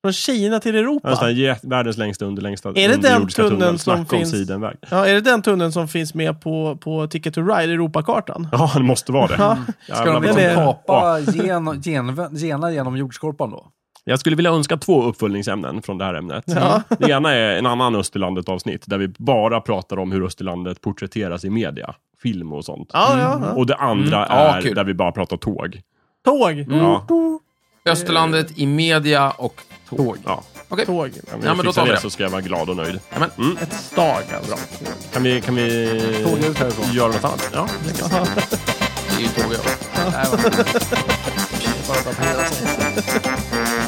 Speaker 1: Från Kina till Europa.
Speaker 3: Nästan jä- världens längsta underlängsta
Speaker 1: det den
Speaker 3: underjordiska
Speaker 1: tunneln som
Speaker 3: Snacka om
Speaker 1: finns?
Speaker 3: sidenväg.
Speaker 1: Ja, är det den tunneln som finns med på, på Ticket to Ride, Europakartan?
Speaker 3: Ja, det måste vara det.
Speaker 1: Ja.
Speaker 4: Ska
Speaker 3: Jävlar,
Speaker 4: de
Speaker 3: vad
Speaker 1: det-
Speaker 4: liksom
Speaker 3: de- Ja.
Speaker 4: kapa gen, gen, gena genom jordskorpan då?
Speaker 3: Jag skulle vilja önska två uppföljningsämnen från det här ämnet.
Speaker 1: Ja.
Speaker 3: Det ena är en annan Österlandet-avsnitt där vi bara pratar om hur Österlandet porträtteras i media, film och sånt.
Speaker 1: Ja, ja, ja.
Speaker 3: Och det andra
Speaker 2: Mm. Ja,
Speaker 3: är
Speaker 2: kul.
Speaker 3: där vi bara pratar tåg.
Speaker 1: Tåg.
Speaker 3: Ja.
Speaker 2: Österlandet i media och tåg.
Speaker 3: Ja.
Speaker 2: Okej.
Speaker 1: Tåg.
Speaker 3: Kan vi
Speaker 2: Ja, men då
Speaker 3: fixa
Speaker 2: tar vi
Speaker 3: det
Speaker 2: det.
Speaker 3: så ska jag vara glad och nöjd.
Speaker 2: Ja, men-
Speaker 1: Ett stag alltså.
Speaker 3: Kan vi, kan vi
Speaker 4: Tåg ut härifrån.
Speaker 3: göra något annat? Ja.
Speaker 2: Det är ju tåg, ja.
Speaker 4: Nej, vad- Bara ta pengar och sånt.